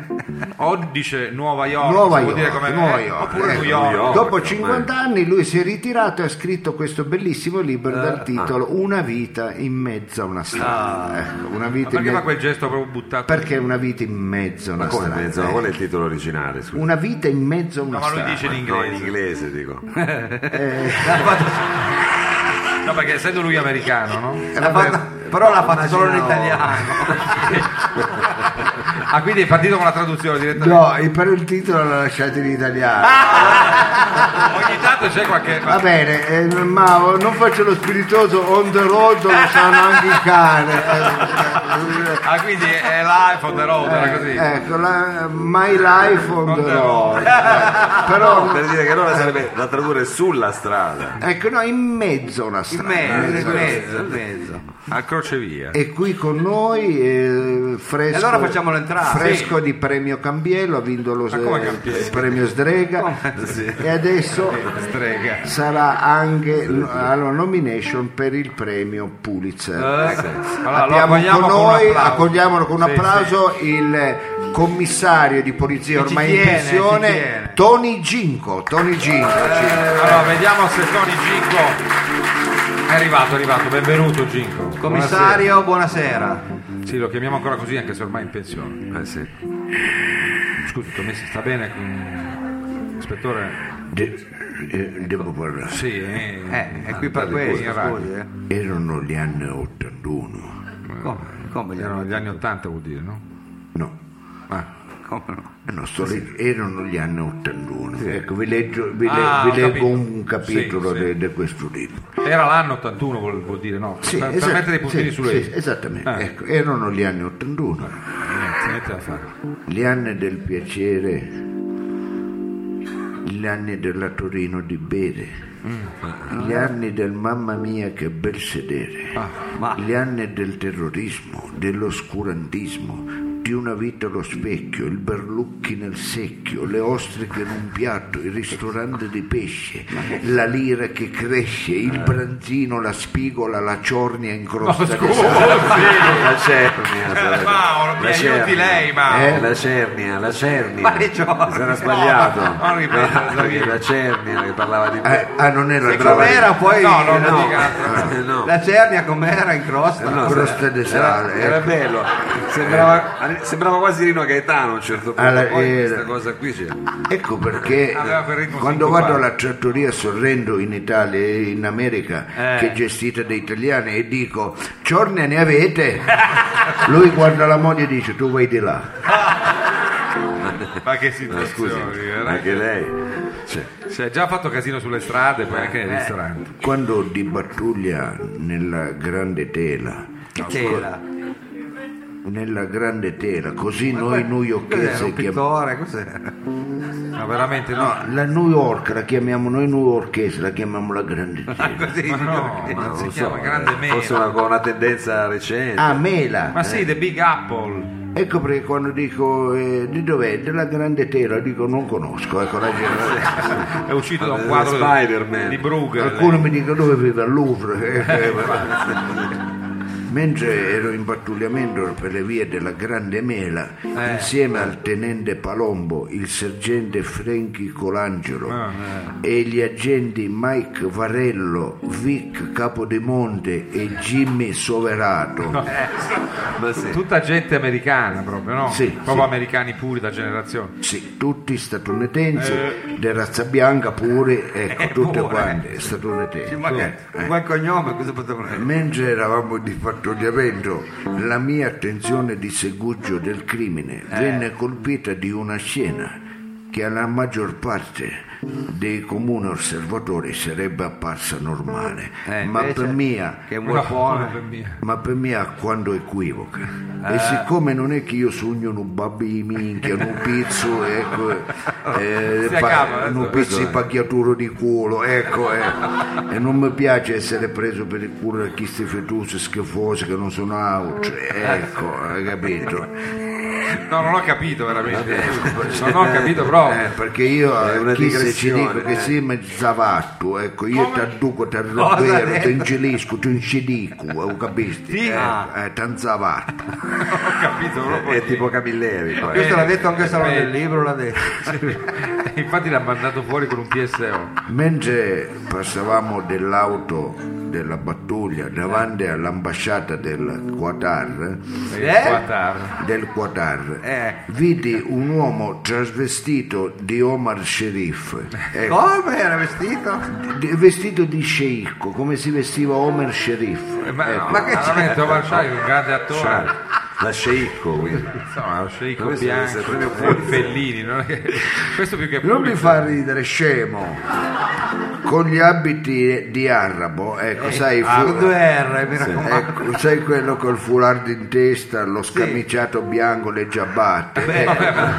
S4: O dice Nuova York,
S3: Nuova
S4: si
S3: York,
S4: può dire come
S3: Nuova
S4: eh,
S3: York,
S4: oppure
S3: ecco,
S4: New York.
S3: Dopo 50 anni lui si è ritirato e ha scritto questo bellissimo libro dal titolo Una vita in mezzo a una strada. Ecco, una vita in
S4: Ah. Perché
S3: me-
S4: fa quel gesto proprio buttato?
S3: perché una vita in mezzo a una
S5: Ma come
S3: strada.
S5: mezzo?
S3: eh.
S5: Qual è il titolo originale? Scusa.
S3: Una vita in mezzo a una
S4: No, ma lui
S3: strada.
S4: dice in
S5: No, in
S4: inglese.
S5: inglese dico.
S4: No, perché essendo lui americano, no?
S3: Eh, vabbè,
S2: Però la fa solo in italiano.
S4: Ah, quindi è partito con la traduzione direttamente.
S3: No, il- però il titolo l'ha lasciato in italiano.
S4: Ah. Ogni tanto c'è qualche...
S3: Va bene, eh, ma non faccio lo spiritoso on the road, lo sanno anche i cani.
S4: [laughs]
S3: Eh, eh, eh.
S4: Ah, quindi è live on the road, era così.
S3: Ecco, la- My Life on the
S4: the
S3: Road. Eh, Però,
S5: Per dire che allora sarebbe da tradurre sulla strada.
S3: ecco, no, in mezzo a una
S2: In
S3: strada.
S2: mezzo, in mezzo, in mezzo.
S4: Al crocevia.
S3: E qui con noi eh, Fresco,
S2: E allora facciamolo entrare.
S3: Fresco di premio Cambiello, ha vinto lo s-
S4: come Cambiello?
S3: il premio Sdrega e adesso
S2: Eh,
S4: Strega.
S3: sarà anche no- alla nomination per il premio Pulitzer.
S2: Ah,
S3: Ecco.
S4: Eh, Allora, lo
S3: Abbiamo
S4: accogliamo
S3: con
S4: con un
S3: noi,
S4: applauso.
S3: accogliamolo con un
S4: Sì,
S3: applauso, il commissario di polizia
S2: Che ci
S3: ormai in
S2: tiene, ci
S3: pensione,
S2: tiene.
S3: Tony Ginco. Tony Ginco.
S4: Eh.
S3: ci-
S4: Allora, vediamo se Tony Ginco è arrivato, è arrivato. Benvenuto Ginco.
S2: Commissario, buonasera.
S4: Buonasera. Sì, lo chiamiamo ancora così anche se ormai è in pensione.
S5: Eh sì.
S4: Scusi, Tommaso, sta bene con... Ispettore?
S3: De- eh, devo parlare.
S4: Sì, eh.
S2: Eh, è qui per
S4: Andate pure,
S2: questo,
S4: in radio.
S2: scusi. eh.
S3: Erano gli anni 81.
S2: Come? Come gli
S4: Erano gli anni Ottanta vuol dire, no?
S3: No.
S4: Ah.
S3: Eh no, sto leg- erano gli anni 81. Ecco, vi leggo, vi le-
S4: Ah,
S3: vi
S4: ho
S3: leggo
S4: capito.
S3: un capitolo
S4: Sì,
S3: de-
S4: sì.
S3: di questo libro.
S4: Era l'anno 81 vuol, vuol dire, no?
S3: Sì,
S4: per, per
S3: esatto,
S4: mettere i puntini
S3: sì,
S4: sulle
S3: sì,
S4: i.
S3: esattamente.
S4: Ah.
S3: Ecco, erano gli anni 81,
S4: Niente, niente da fare.
S3: gli anni del piacere, gli anni della Torino di bere,
S5: Mm, eh.
S3: gli anni del mamma mia che bel sedere,
S5: Ah,
S3: gli anni del terrorismo, dell'oscurantismo, di una vita allo specchio, il berlucchi nel secchio, le ostriche in un piatto, il ristorante di pesce, la lira che cresce,
S5: Eh.
S3: il branzino, la spigola, la ciornia in crosta di sale.
S5: La cernia. sarebbe.
S4: Eh, Paolo, mi
S5: La
S4: aiuti
S5: cernia.
S4: lei, Mauro.
S5: Eh, la cernia, la cernia.
S2: Ma che gioia.
S5: Sarà
S2: [laughs]
S5: sbagliato.
S4: [laughs] No, non ripeto,
S5: No, perché la cernia che parlava di me.
S3: Eh, ah, non era
S2: E
S3: il branzino.
S2: com'era poi
S4: No, no,
S2: la,
S4: no.
S5: [laughs]
S4: dica-
S5: no.
S2: la cernia com'era in crosta?
S5: No,
S3: crosta
S5: era-
S3: di sale,
S5: Era, era
S3: ecco.
S5: bello. Sembrava, sembrava quasi Rino Gaetano a un certo punto.
S3: Alla-
S5: Poi
S3: era-
S5: questa cosa qui c'è.
S3: Ecco perché
S2: Ah,
S4: Aveva quel ritmo
S3: quando
S4: sincopato.
S3: vado alla trattoria a Sorrento in Italia e in
S2: Eh.
S3: America, che è gestita da italiani, e dico giorni
S2: [laughs]
S3: ne avete, lui guarda la moglie e dice tu vai di là.
S4: Ma che
S5: Ma scusi,
S4: situazione,
S5: anche lei.
S4: si è già fatto casino sulle strade, poi anche nei ristoranti.
S3: Quando di battuglia nella grande tela,
S2: Che tela.
S3: nella grande tela, così
S2: Ma
S3: noi
S2: que-
S3: New
S2: cos'era,
S3: Yorkese
S2: un pittore, cos'era?
S4: Ma veramente no.
S3: No, la New York la chiamiamo noi New Yorkese, la chiamiamo la
S2: [laughs]
S3: grande tela.
S2: Così,
S4: Ma no,
S2: perché-
S4: ma
S5: Non
S4: si
S5: lo
S4: chiama
S5: so,
S4: Grande
S5: eh,
S4: Mela.
S5: Forse una, con una tendenza recente.
S3: Ah, mela.
S4: Ma sì, The Big Apple.
S3: Ecco perché quando dico eh, di dov'è? Della grande tela, dico non conosco, ecco la gente.
S4: È uscito da un
S5: Eh,
S4: quadro
S5: Spider-Man.
S4: di Brugger.
S3: Qualcuno mi dice dove vive al Louvre. Eh, eh, Mentre ero in pattugliamento per le vie della Grande Mela, insieme al tenente Palombo, il sergente Franchi Colangelo e gli agenti Mike Varello, Vic Capodimonte e Jimmy Soverato.
S5: Ma sì.
S4: Tutta gente americana proprio, no?
S3: Sì,
S4: Proprio
S3: sì.
S4: americani puri da generazione.
S3: Sì, tutti statunitensi,
S2: Eh.
S3: di razza bianca pure, ecco, tutte
S4: pure.
S3: quante statunitensi.
S2: Ma che-
S3: Eh.
S2: quel cognome cosa poteva essere?
S3: Mentre eravamo di pattugliamento, la mia attenzione di segugio del crimine
S2: Eh.
S3: venne colpita di una scena che alla maggior parte dei comuni osservatori sarebbe apparsa normale,
S2: Eh,
S3: ma,
S2: invece-
S3: per mia,
S2: Che
S4: No,
S2: vuoi buono.
S4: per mia.
S3: ma per me a quando equivoca.
S5: Eh.
S3: E siccome non è che io sogno un babbi di minchia, un pizzo,
S5: [laughs]
S3: ecco, eh,
S4: Si acaba, adesso.
S3: un pizzo di pacchiaturo di culo, ecco, eh. e non mi piace essere preso per il culo da chi queste fetuse schifose che non sono out, ecco, hai capito?
S4: No, non ho capito veramente. Non ho capito proprio.
S3: Eh, perché io
S5: Oh. È
S3: a
S5: una
S3: chi se ci
S5: digressione,
S3: dico che
S5: eh.
S3: sei mezzavatto, ecco, io ti adduco, ti arrobbero, ti ingelisco, ti incedico, ho capito?
S4: Sì.
S3: Eh, eh, tanzavatto.
S4: Non ho capito
S3: Eh,
S4: proprio.
S5: Eh, È tipo Camilleri. poi.
S2: Questo l'ha detto anche
S4: eh,
S2: il salone
S4: beh.
S2: del libro, l'ha detto.
S4: niente. [laughs] Infatti l'ha mandato fuori con un PSO.
S3: Mentre passavamo dell'auto della battaglia davanti all'ambasciata del Qatar,
S4: Eh? Guattaro.
S3: del Qatar,
S2: Eh.
S3: vidi un uomo trasvestito di Omar Sharif, ecco,
S2: Come era vestito?
S3: di- vestito di sceicco, come si vestiva Omar Sharif.
S4: Eh, Ma, no,
S3: ecco.
S4: ma che c'è? Omar Shai è un grande attore.
S5: La sceicco, quindi.
S4: Insomma, lo sceicco
S5: Questo deve
S4: bianco.
S5: essere proprio
S4: poi
S5: pulito.
S4: Fellini. non è che- [laughs] Questo più che
S3: Non mi
S4: pulito.
S3: fa ridere, scemo. Con gli abiti di arabo, ecco,
S5: Eh,
S3: sai,
S2: Ah,
S3: fu-
S2: con due R, mi raccomando.
S3: Ecco, sai quello col foulard in testa, lo scamiciato bianco, le Ecco, giabbatte,
S4: Vabbè, ma-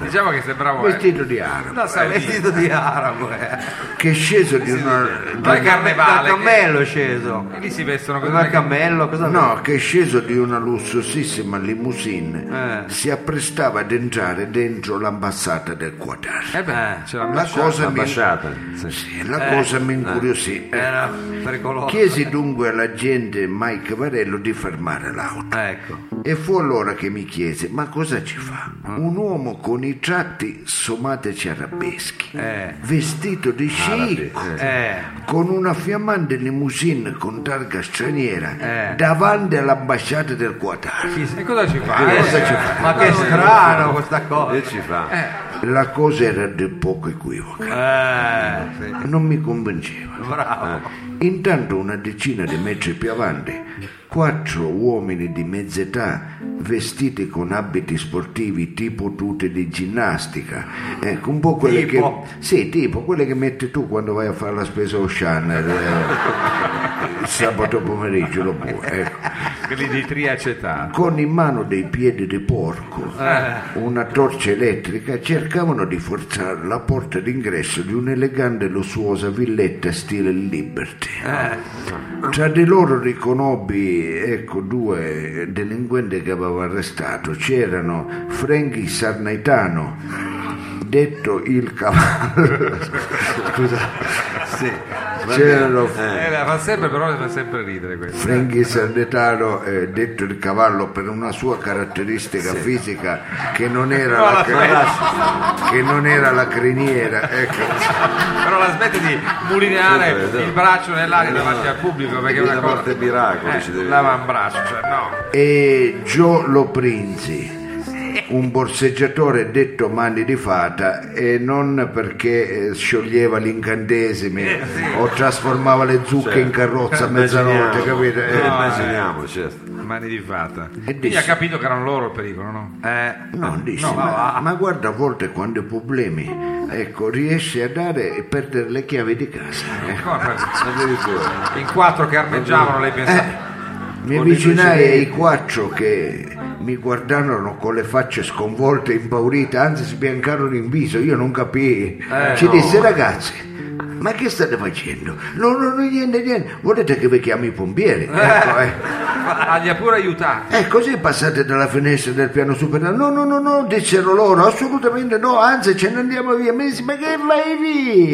S4: Diciamo che sembrava eh,
S3: vestito di arabo,
S2: No, sta vestito di arabo, eh.
S3: che è sceso di una...
S4: Dal carnevale.
S2: Dal cammello è sceso.
S4: E eh. lì si vestono così.
S2: Dal cammello, cosa
S3: No, che è sceso di una lussuosissima limousine,
S2: Eh.
S3: si apprestava ad entrare dentro l'ambassata del Qatar.
S4: Eh beh, ce l'ha
S3: La cosa mi,
S5: Ambasciata. sì.
S3: sì, la cosa mi incuriosì.
S2: Era pericoloso.
S3: Chiesi dunque all'agente Mike Varello di fermare l'auto.
S2: Ecco.
S3: E fu allora che mi chiese, ma cosa ci fa?
S2: Mm.
S3: Un uomo con i tratti somateci arabeschi,
S2: Eh. Ah,
S3: vestito di sceicco,
S2: Eh,
S3: con una fiammante limousine con targa straniera,
S2: Eh.
S3: davanti all'ambasciata del Qatar.
S4: E cosa ci fa?
S5: Che
S4: Eh,
S5: cosa ci
S2: ma che strano Ah, questa cosa.
S5: Che ci fa?
S3: La cosa era del poco equivoca,
S2: Eh, sì,
S3: non mi convinceva.
S2: bravo.
S3: Intanto una decina di metri più avanti, quattro uomini di mezz'età vestiti con abiti sportivi tipo tute di ginnastica, ecco un po' quelle
S2: Tipo?
S3: che sì, tipo quelle che metti tu quando vai a fare la spesa Ocean
S2: [laughs]
S3: eh, il sabato pomeriggio lo puoi, ecco.
S4: Quelli di triacetà.
S3: Con in mano dei piedi di porco, una torcia elettrica, cercavano di forzare la porta d'ingresso di un'elegante e lussuosa villetta stile Liberty. Tra di loro riconobbi ecco, due delinquenti che avevo arrestato. C'erano Franchi Sarnaitano, detto il cavallo. Scusa,
S5: Sì.
S3: c'erano
S4: Eh, la fa sempre, però fa sempre ridere questo.
S3: Franchi Sardetano eh, detto il cavallo per una sua caratteristica fisica che non era la, cre- [laughs] che non era la criniera ecco.
S4: Però la smette di mulineare il braccio nell'aria davanti al pubblico perché è una
S5: Da
S4: cosa.
S5: parte miracoli
S4: Eh,
S5: ci deve
S4: l'avambraccio, cioè no.
S3: e Gio Loprinzi un borseggiatore detto mani di fata e non perché eh, scioglieva l'incantesimi o trasformava le zucche in carrozza a mezzanotte capito? Eh,
S5: immaginiamo, certo.
S4: Mani di fata. Quindi
S3: dici-
S4: ha capito che erano loro il pericolo, no? Eh.
S3: No, dici, ma, ma guarda a volte quando hai problemi, ecco, riesci a dare e perdere le chiavi di casa. eh.
S4: Eh. Come fa- In quattro che armeggiavano lei pensava.
S3: Mi
S5: con i
S3: avvicinai ai
S5: precedenti.
S3: quattro che mi guardarono con le facce sconvolte, impaurite, anzi si biancarono in viso, io non capii.
S4: Eh,
S3: Ci
S4: no.
S3: disse ragazzi, ma che state facendo? No, no, no, niente, niente, volete che vi chiami i pompieri? Ecco, eh.
S4: Ah, li ha pure aiutati.
S3: E Eh, così passate dalla finestra del piano superiore. No, no, no, no, dissero loro, assolutamente no, anzi ce ne andiamo via. Mi disse, ma che vai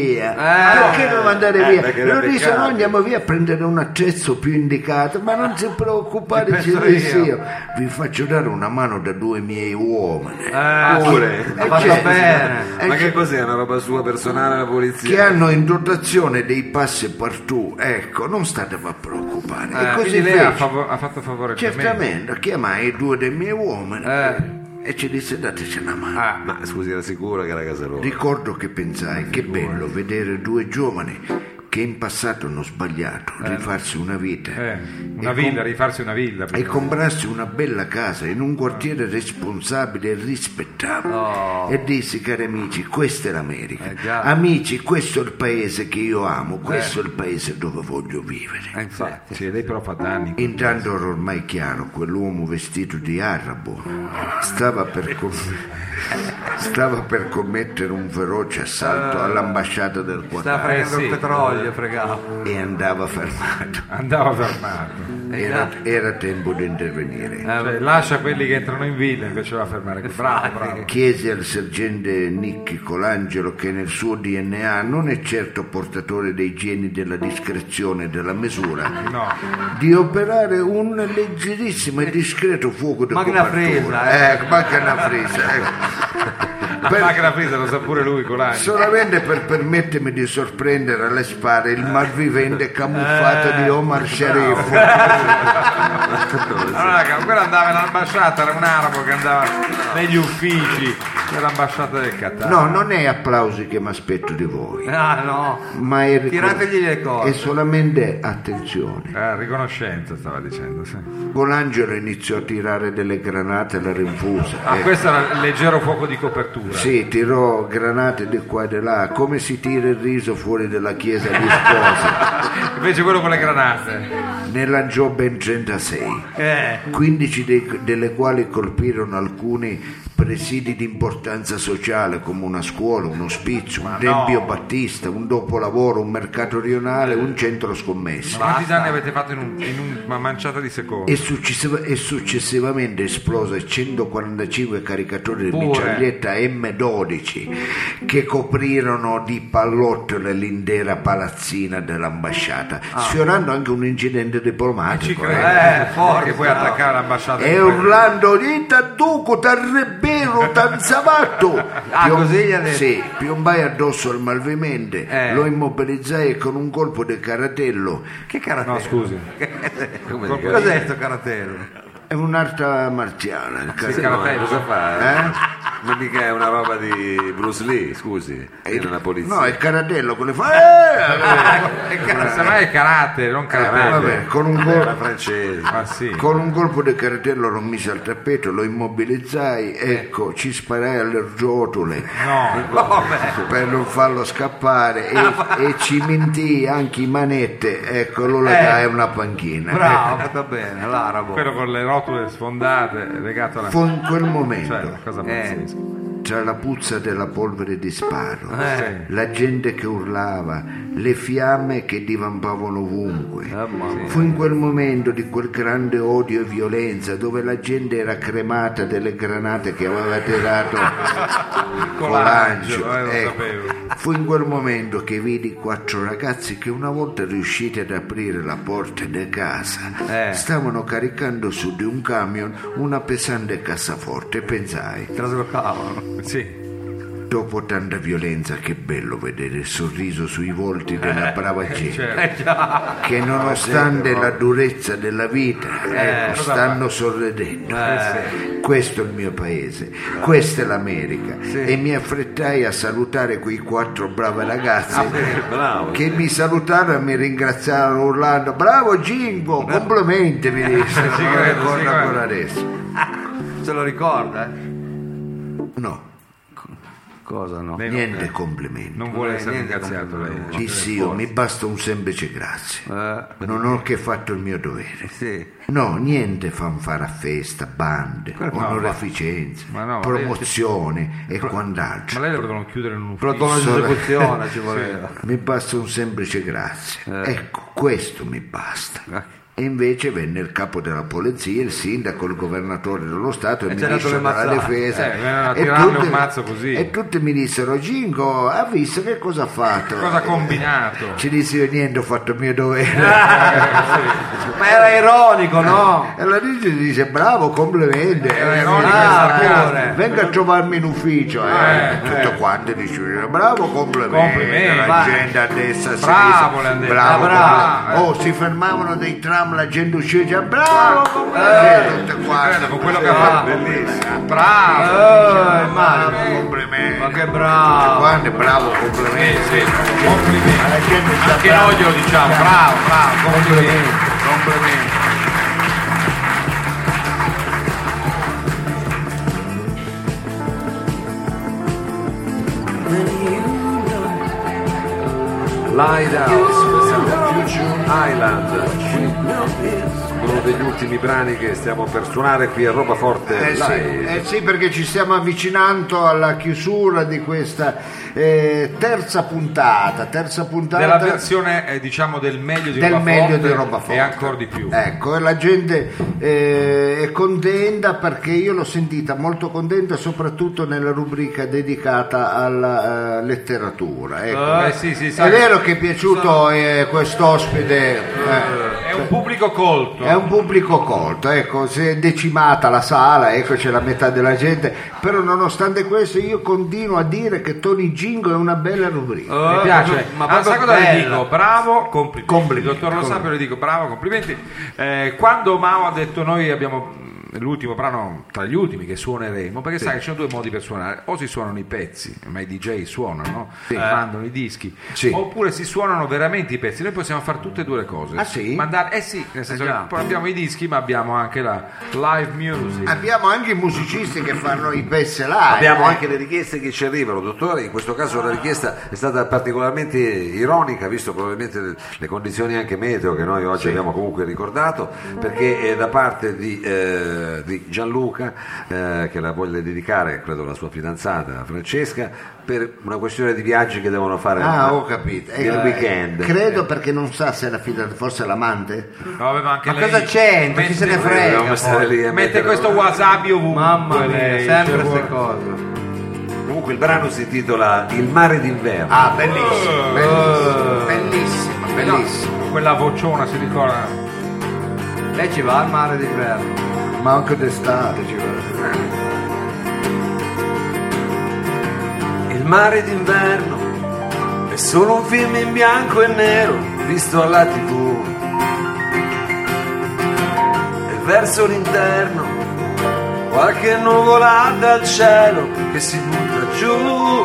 S3: via?
S4: Eh,
S3: perché devo andare
S5: eh,
S3: via?
S5: perché era
S3: Loro dissero,
S5: peccato.
S3: no, andiamo via a prendere un accesso più indicato, ma non si preoccupate, ci
S4: penso
S3: penso
S4: io.
S3: io. Vi faccio dare una mano da due miei uomini.
S4: Eh,
S5: Pure.
S2: Ha fatto
S3: certo.
S2: bene.
S3: Eh,
S5: Ma che
S3: certo.
S5: cos'è una roba sua personale la
S3: che
S5: polizia?
S3: hanno in dotazione dei passi partout, ecco, non statevi a preoccupare.
S4: eh,
S3: e così
S4: quindi lei ha,
S3: feci.
S4: fav- ha fatto favore
S3: Certamente, chiamai due dei miei uomini
S4: Eh.
S3: e ci disse dateci una mano.
S4: Ah,
S5: Ma scusi, era sicura che era casa loro?
S3: Ricordo che pensai, che bello vedere due giovani che in passato hanno sbagliato, rifarsi una vita
S4: eh, una
S3: e,
S4: villa, rifarsi una villa.
S3: com- e comprarsi una bella casa in un quartiere responsabile e rispettato. E dissi, cari amici, questa è l'America.
S2: Eh, già.
S3: amici, questo è il paese che io amo, questo è il paese dove voglio vivere.
S4: Eh, infatti, sì, lei però fa danni.
S3: Intanto era ormai chiaro, quell'uomo vestito di arabo stava per, com- stava per commettere un feroce assalto all'ambasciata del
S2: Sta
S3: Qatar
S2: fregando
S4: Eh, sì.
S2: il petrolio, fregavo.
S3: e andava fermato.
S4: Andava fermato.
S3: Era, era tempo di intervenire.
S4: Cioè, lascia quelli che entrano in villa invece va a fermare. qui. Bravo, bravo.
S3: Chiese al sergente Nicchi Colangelo che nel suo DNA non è certo portatore dei geni della discrezione e della misura
S4: No.
S3: di operare un leggerissimo e discreto fuoco di
S2: Magna
S3: copertura.
S2: fresa, eh.
S3: Ecco, magna
S2: [laughs]
S3: fresa, ecco. Per-
S4: La macchina presa lo sa pure lui, Colani.
S3: solamente per permettermi di sorprendere alle spade il
S2: Eh.
S3: malvivente camuffato di Omar Sharif.
S4: Allora, raga, quello andava in ambasciata, era un arabo che andava negli uffici dell'ambasciata del Qatar.
S3: No, non è applausi che mi aspetto di voi,
S2: Ah no.
S3: ma è, ricor-
S2: Tirategli le cose.
S3: è solamente attenzione.
S4: Eh, riconoscenza stava dicendo, sì.
S3: Colangelo iniziò a tirare delle granate alla rinfusa.
S4: Ah,
S3: eh.
S4: questo era il leggero fuoco di copertura.
S3: Sì, tirò granate di qua e di là, come si tira il riso fuori dalla chiesa di sposa.
S4: Invece quello con le granate.
S3: ne lanciò ben 36.
S4: Eh.
S3: 15 dei- delle quali colpirono alcuni presidi di importanza sociale come una scuola, un ospizio, un tempio battista, un dopolavoro, un mercato rionale, un centro scommesse.
S4: Quanti danni avete fatto in, un- in un- una manciata di secondi?
S3: E, successiva- e successivamente esplose 145 caricatori di
S4: Pure.
S3: mitraglietta M12 che coprirono di pallottole l'intera palazzina dell'ambasciata, sfiorando anche un incidente
S4: Ah. Ci
S3: diplomatico. eh.
S4: credo.
S2: Eh, forza.
S4: Che puoi attaccare l'ambasciata.
S3: E
S4: con quello.
S3: urlando niente a Duco, t'arrebbero, t'anzavatto.
S2: Ah, così gli ha detto?
S3: Sì, piombai addosso al malvimente,
S2: Eh.
S3: lo immobilizzai e con un colpo di caratello.
S2: Che carattere?
S4: No, scusi.
S5: Eh,
S2: Cos'è questo carattere?
S3: È un'arte marziale, il
S5: Sì,
S3: caratello.
S5: ma Eh, cosa fa?
S3: eh?
S5: Ma mica è una roba di Bruce Lee, scusi. Era una polizia.
S3: Eh,
S5: Eh,
S3: No, il caratello quello fa. Eh,
S2: Che
S4: Semmai è carattere, non
S3: eh,
S4: carattere.
S3: vabbè, con un
S5: Era
S1: eh,
S3: colpo.
S5: francese.
S4: Ma sì.
S3: Con un colpo di cartello lo misi al tappeto, lo immobilizzai, ecco, ci sparai alle rotule.
S4: No.
S3: per non farlo scappare
S4: Ah,
S3: e, e cimentì anche i manette ecco lo
S4: Eh.
S3: legai a una panchina
S2: Bravo, ha fatto bene, l'arabo.
S4: Quello con le rotule sfondate, legato alla...
S3: Ecco, Fu in quel
S4: Cioè,
S3: momento
S4: una cosa
S2: Eh.
S4: pazzesca.
S3: tra la puzza della polvere di sparo
S4: Eh.
S3: la gente che urlava le fiamme che divampavano ovunque
S4: Ah,
S3: fu in quel momento di quel grande odio e violenza dove la gente era cremata delle granate che aveva
S4: [laughs]
S3: tirato
S4: Colangelo, eh, lo
S3: Ecco,
S4: sapevo.
S3: Fu in quel momento che vidi quattro ragazzi che una volta riusciti ad aprire la porta di casa
S2: Eh.
S3: stavano caricando su di un camion una pesante cassaforte e pensai,
S2: Traslocavano.
S4: Sì.
S3: dopo tanta violenza che bello vedere il sorriso sui volti della brava gente
S4: certo.
S2: Eh Eh, già.
S3: che nonostante la durezza della vita ecco,
S4: cosa
S3: stanno sorridendo.
S2: Eh,
S3: Questo è il mio paese, questa è l'America e mi affrettai a salutare quei quattro bravi ragazzi
S2: Ah,
S5: Eh, Bravo.
S3: che mi salutarono e mi ringraziarono urlando bravo Gingo, complimenti mi
S4: [laughs]
S3: dissero,
S4: Ci
S3: non
S4: credo,
S3: ricordo
S4: ci
S3: ancora
S4: credo.
S3: adesso.
S2: Se lo ricorda, eh?
S3: No,
S2: Cosa no?
S4: Lei non-
S3: Niente complimenti.
S4: Non vuole
S2: Eh,
S4: essere
S2: niente,
S4: ringraziato
S2: non-
S4: lei.
S3: Dissi io, mi basta un semplice grazie.
S2: Eh,
S3: Non ho che fatto il mio dovere.
S2: sì.
S3: No, niente fanfara a festa, bande,
S4: ma-
S3: onoreficenze,
S4: ma no, ma lei-
S3: promozioni e
S4: Ma
S3: quant'altro.
S4: lei lo devono chiudere in un ufficio.
S2: Protocollo di
S3: Solo-
S2: esecuzione ci voleva.
S3: Mi basta un semplice grazie.
S4: Eh.
S3: Ecco, questo mi basta. E invece venne il capo della polizia, il sindaco, il governatore dello Stato, il
S2: E ci ha dato
S3: ministro
S2: le
S3: della
S2: mazzate.
S3: difesa.
S4: Eh, vennero a tirarle un mazzo così.
S3: e tutti mi dissero: Gingo, ha visto che cosa ha fatto?
S4: Cosa ha
S3: Eh,
S4: combinato? Eh,
S3: Ci dissi io niente, ho fatto il mio dovere.
S2: Ma era ironico, no?
S3: E la legge dice: Bravo, complimenti.
S4: Era
S3: Eh,
S4: ironico e
S2: Ah,
S4: sarcastico.
S2: pure.
S3: Venga a trovarmi in ufficio, eh. tutto quanto dice, bravo complimenti,
S4: Complimenti,
S3: la
S4: vai.
S3: gente a destra, a
S4: Bravo,
S3: sinistra,
S4: le han detto. eh.
S3: bravo,
S2: Ah, bravo,
S3: complimenti. oh si fermavano dei tram, la gente usciva e diceva bravo complimenti, Eh, tutto
S4: Guarda, con
S3: quanto,
S4: quello che ha fatto. Bravo.
S2: Eh, immagino.
S3: bravo complimenti,
S2: Ma che
S3: tutto
S2: bravo!
S3: quanto, bravo
S4: Sì,
S3: complimenti,
S4: sì. Complimenti.
S3: la gente sta
S4: Anche
S3: bravo,
S4: noi glielo diciamo. Bravo, bravo. Complimenti.
S3: complimenti.
S1: Lighthouse, questa è Future Island, uno degli ultimi brani che stiamo per suonare qui a Roba Forte
S3: Eh sì,
S1: Live.
S3: eh sì, perché ci stiamo avvicinando alla chiusura di questa eh, terza puntata, terza puntata
S4: Della versione, eh, diciamo, del meglio di
S3: del
S4: roba Eh,
S3: meglio
S4: forte
S3: di roba forte
S4: E ancora di più.
S3: ecco e la gente eh, è contenta perché io l'ho sentita molto contenta soprattutto nella rubrica dedicata alla eh, letteratura ecco.
S4: Eh, sì, sì,
S3: è
S4: sai,
S3: vero che è piaciuto eh, quest'ospite eh,
S4: È un pubblico colto.
S3: è un pubblico colto, ecco, si è decimata la sala, ecco c'è la metà della gente, però nonostante questo io continuo a dire che Tony Gingo è una bella rubrica.
S4: Mi
S2: Eh,
S4: piace,
S2: proprio-
S4: ma
S2: ma
S4: ah, sai
S2: proprio
S4: cosa le
S2: bella.
S4: dico? Bravo, complimenti.
S3: Complimenti,
S4: Dottor Lo Sapio le dico bravo, complimenti. Eh, quando Mao ha detto noi abbiamo mh, l'ultimo brano tra gli ultimi che suoneremo, perché sai che ci sono due modi per suonare, o si suonano i pezzi, ma i DJ suonano, no? Eh. mandano i dischi,
S3: Sì.
S4: oppure si suonano veramente i pezzi, noi possiamo fare tutte e due le cose.
S3: Ah, sì?
S4: Mandare- eh sì, nel senso
S2: Eh,
S4: che
S2: già.
S4: poi abbiamo i dischi ma abbiamo anche la live music.
S3: Abbiamo anche i musicisti che fanno i pezzi live.
S1: Abbiamo
S3: eh.
S1: anche le richieste che ci arrivano, dottore, in questo caso la richiesta è stata particolarmente ironica, visto probabilmente le- le condizioni anche meteo che noi oggi abbiamo comunque ricordato, perché è da parte di, eh, di Gianluca, eh, che la vuole dedicare, credo, alla sua fidanzata Francesca, per una questione di viaggi che devono fare
S3: Ah,
S1: eh,
S3: ho capito. Eh,
S1: nel weekend.
S3: Credo perché non sa se la fida, forse l'amante.
S4: No, vabbè, anche
S2: Ma
S4: lei
S2: cosa c'entra? Chi se ne
S4: mette-
S2: frega?
S1: Dobbiamo stare lì a
S4: Mette
S1: mettere-
S4: questo wasabi ovunque.
S2: Mamma mia,
S4: lei,
S2: Eh,
S1: Eh,
S2: sempre
S4: cioè,
S2: queste cose.
S1: Comunque il brano si intitola Il mare d'inverno.
S3: Ah, bellissimo,
S1: Oh.
S3: bellissimo, bellissimo, bellissimo.
S4: Quella vociona si ricorda.
S2: Lei ci va al mare d'inverno.
S3: Ma anche d'estate ci vuole.
S1: Il mare d'inverno è solo un film in bianco e nero visto alla tv. E verso l'interno qualche nuvola dal cielo che si butta giù.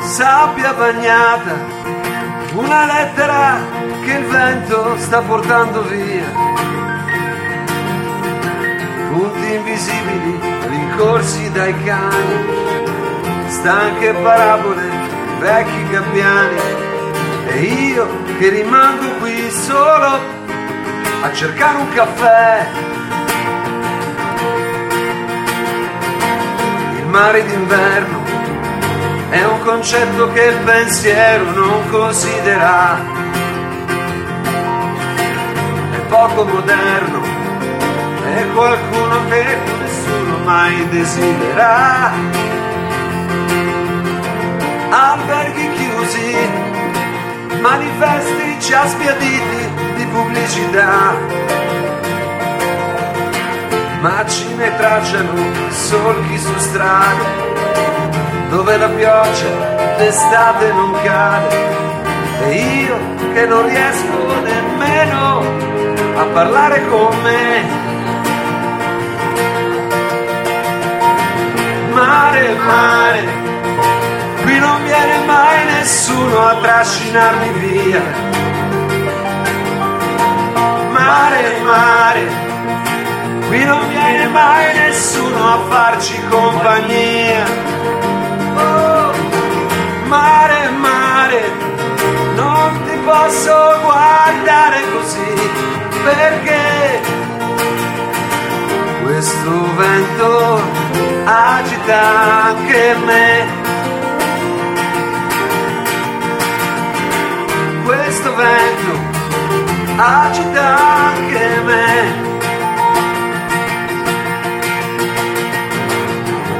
S1: Sabbia bagnata, una lettera che il vento sta portando via. punti invisibili rincorsi dai cani, stanche parabole, vecchi gabbiani, e io che rimango qui solo a cercare un caffè. Il mare d'inverno è un concetto che il pensiero non considera, è poco moderno è qualcuno che nessuno mai desidera. Alberghi chiusi, manifesti già spiaditi di pubblicità. Macine tracciano solchi su strade, dove la pioggia d'estate non cade. E io che non riesco nemmeno a parlare con me. mare, mare, qui non viene mai nessuno a trascinarmi via. Mare, mare, qui non viene mai nessuno a farci compagnia. Oh, mare, mare, non ti posso guardare così perché questo vento agita anche me. Questo vento agita anche me.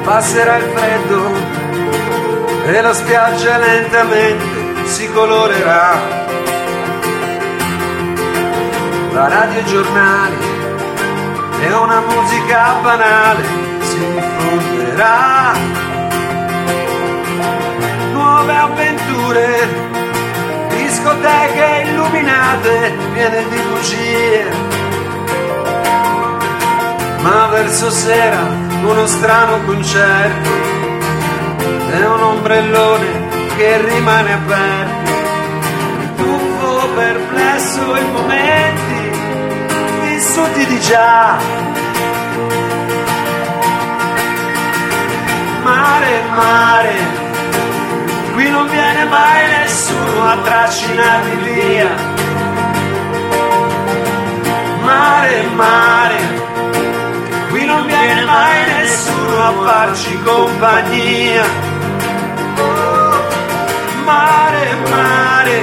S1: passerà il freddo e la spiaggia lentamente si colorerà. La radio e i giornali e una musica banale si diffonderà. Nuove avventure, discoteche illuminate piene di bugie. Ma verso sera uno strano concerto è un ombrellone che rimane aperto tuffo perplesso in momenti vissuti di già mare mare qui non viene mai nessuno a trascinarmi via mare mare qui non viene mai nessuno a farci compagnia. Oh, mare, mare,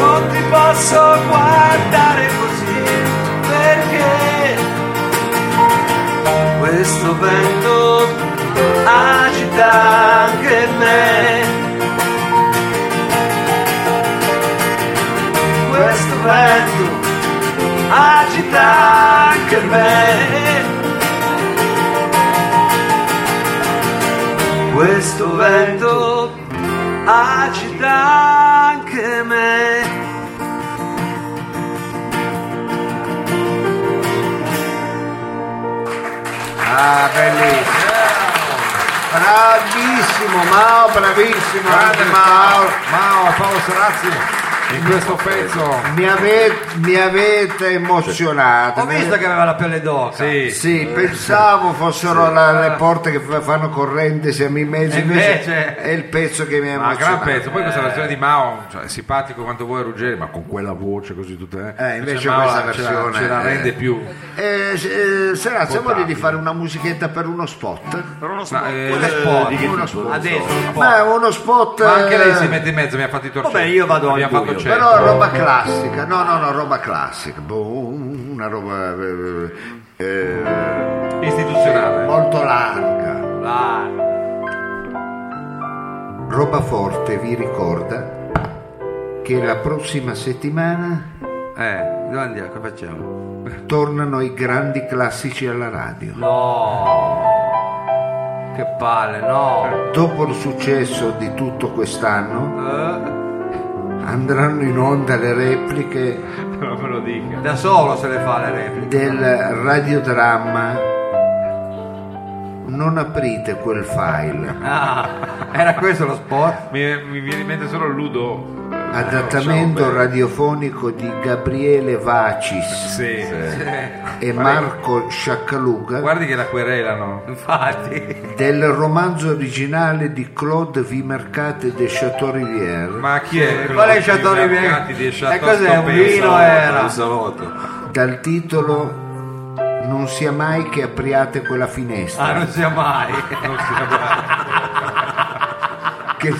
S1: non ti posso guardare così perché questo vento agita anche me. Questo vento agita anche me. questo vento agita anche me.
S3: Ah, bellissimo. Bravissimo Mao, bravissimo
S4: Grande
S3: anche Mao.
S4: Mao a Paolo Serazzi in questo pezzo. Ah,
S3: Mi, ave- mi avete emozionato.
S2: Ho visto che aveva la pelle d'oca.
S4: Sì.
S3: Sì, pensavo fossero la- le porte che fa- fanno corrente siamo in mezzo,
S2: E
S3: invece,
S2: invece-
S3: è il pezzo che mi ha
S4: Eh, Ma gran
S3: emozionato.
S4: pezzo, poi questa versione di Mao, cioè, è simpatico quanto vuoi Ruggeri, ma con quella voce così tutta Cioè,
S3: Eh, invece
S4: Mao
S3: questa
S4: la- ce la-
S3: versione
S4: ce la
S3: è-
S4: rende più.
S3: Eh, eh, Sarà, se
S4: Potabile.
S3: voglio di fare una musichetta per uno spot.
S1: Per uno
S4: Ma, eh,
S2: Uno spot, uno spot. Adesso, un po'.
S3: Ma è uno spot.
S4: Ma anche lei
S3: eh,
S4: si mette certo. in mezzo, mi ha fatto i torcenti.
S10: Vabbè, io vado al
S4: Abbiamo fatto
S10: buio.
S4: cento.
S3: Però roba classica, no, no, no, roba classica, boh, una roba eh, eh,
S4: istituzionale.
S3: molto larga.
S2: Ah,
S3: Roba forte vi ricorda che la prossima settimana
S2: Eh, dove andiamo? Che facciamo?
S3: tornano i grandi classici alla radio.
S2: No. Che palle, no.
S3: Dopo il successo di tutto quest'anno
S2: Eh,
S3: andranno in onda le repliche
S4: Però me lo dica.
S2: da solo se le fa le repliche.
S3: del radiodramma. Non aprite quel file.
S2: Ah, era questo lo
S4: [laughs]
S2: spot?
S4: Mi, mi viene in mente solo Ludo. eh,
S3: Adattamento
S4: ciao, beh.
S3: radiofonico di Gabriele Vacis
S4: Sì.
S3: e Marco Sciaccaluga
S4: Guardi che la querelano.
S2: Infatti.
S3: del romanzo originale di Claude Vimercate de Chateaubriand
S4: Ma chi è? quello
S2: Qual è il
S4: dei
S2: Chateau
S4: mercati di
S2: Rivière? E Eh,
S4: Chateau eh,
S2: cos'è? Un
S4: Stoppenza?
S2: vino eh? era.
S3: dal titolo Non sia mai che apriate quella finestra
S2: Ah, non sia mai.
S4: [laughs] Non sia mai.
S2: Ah.
S3: che,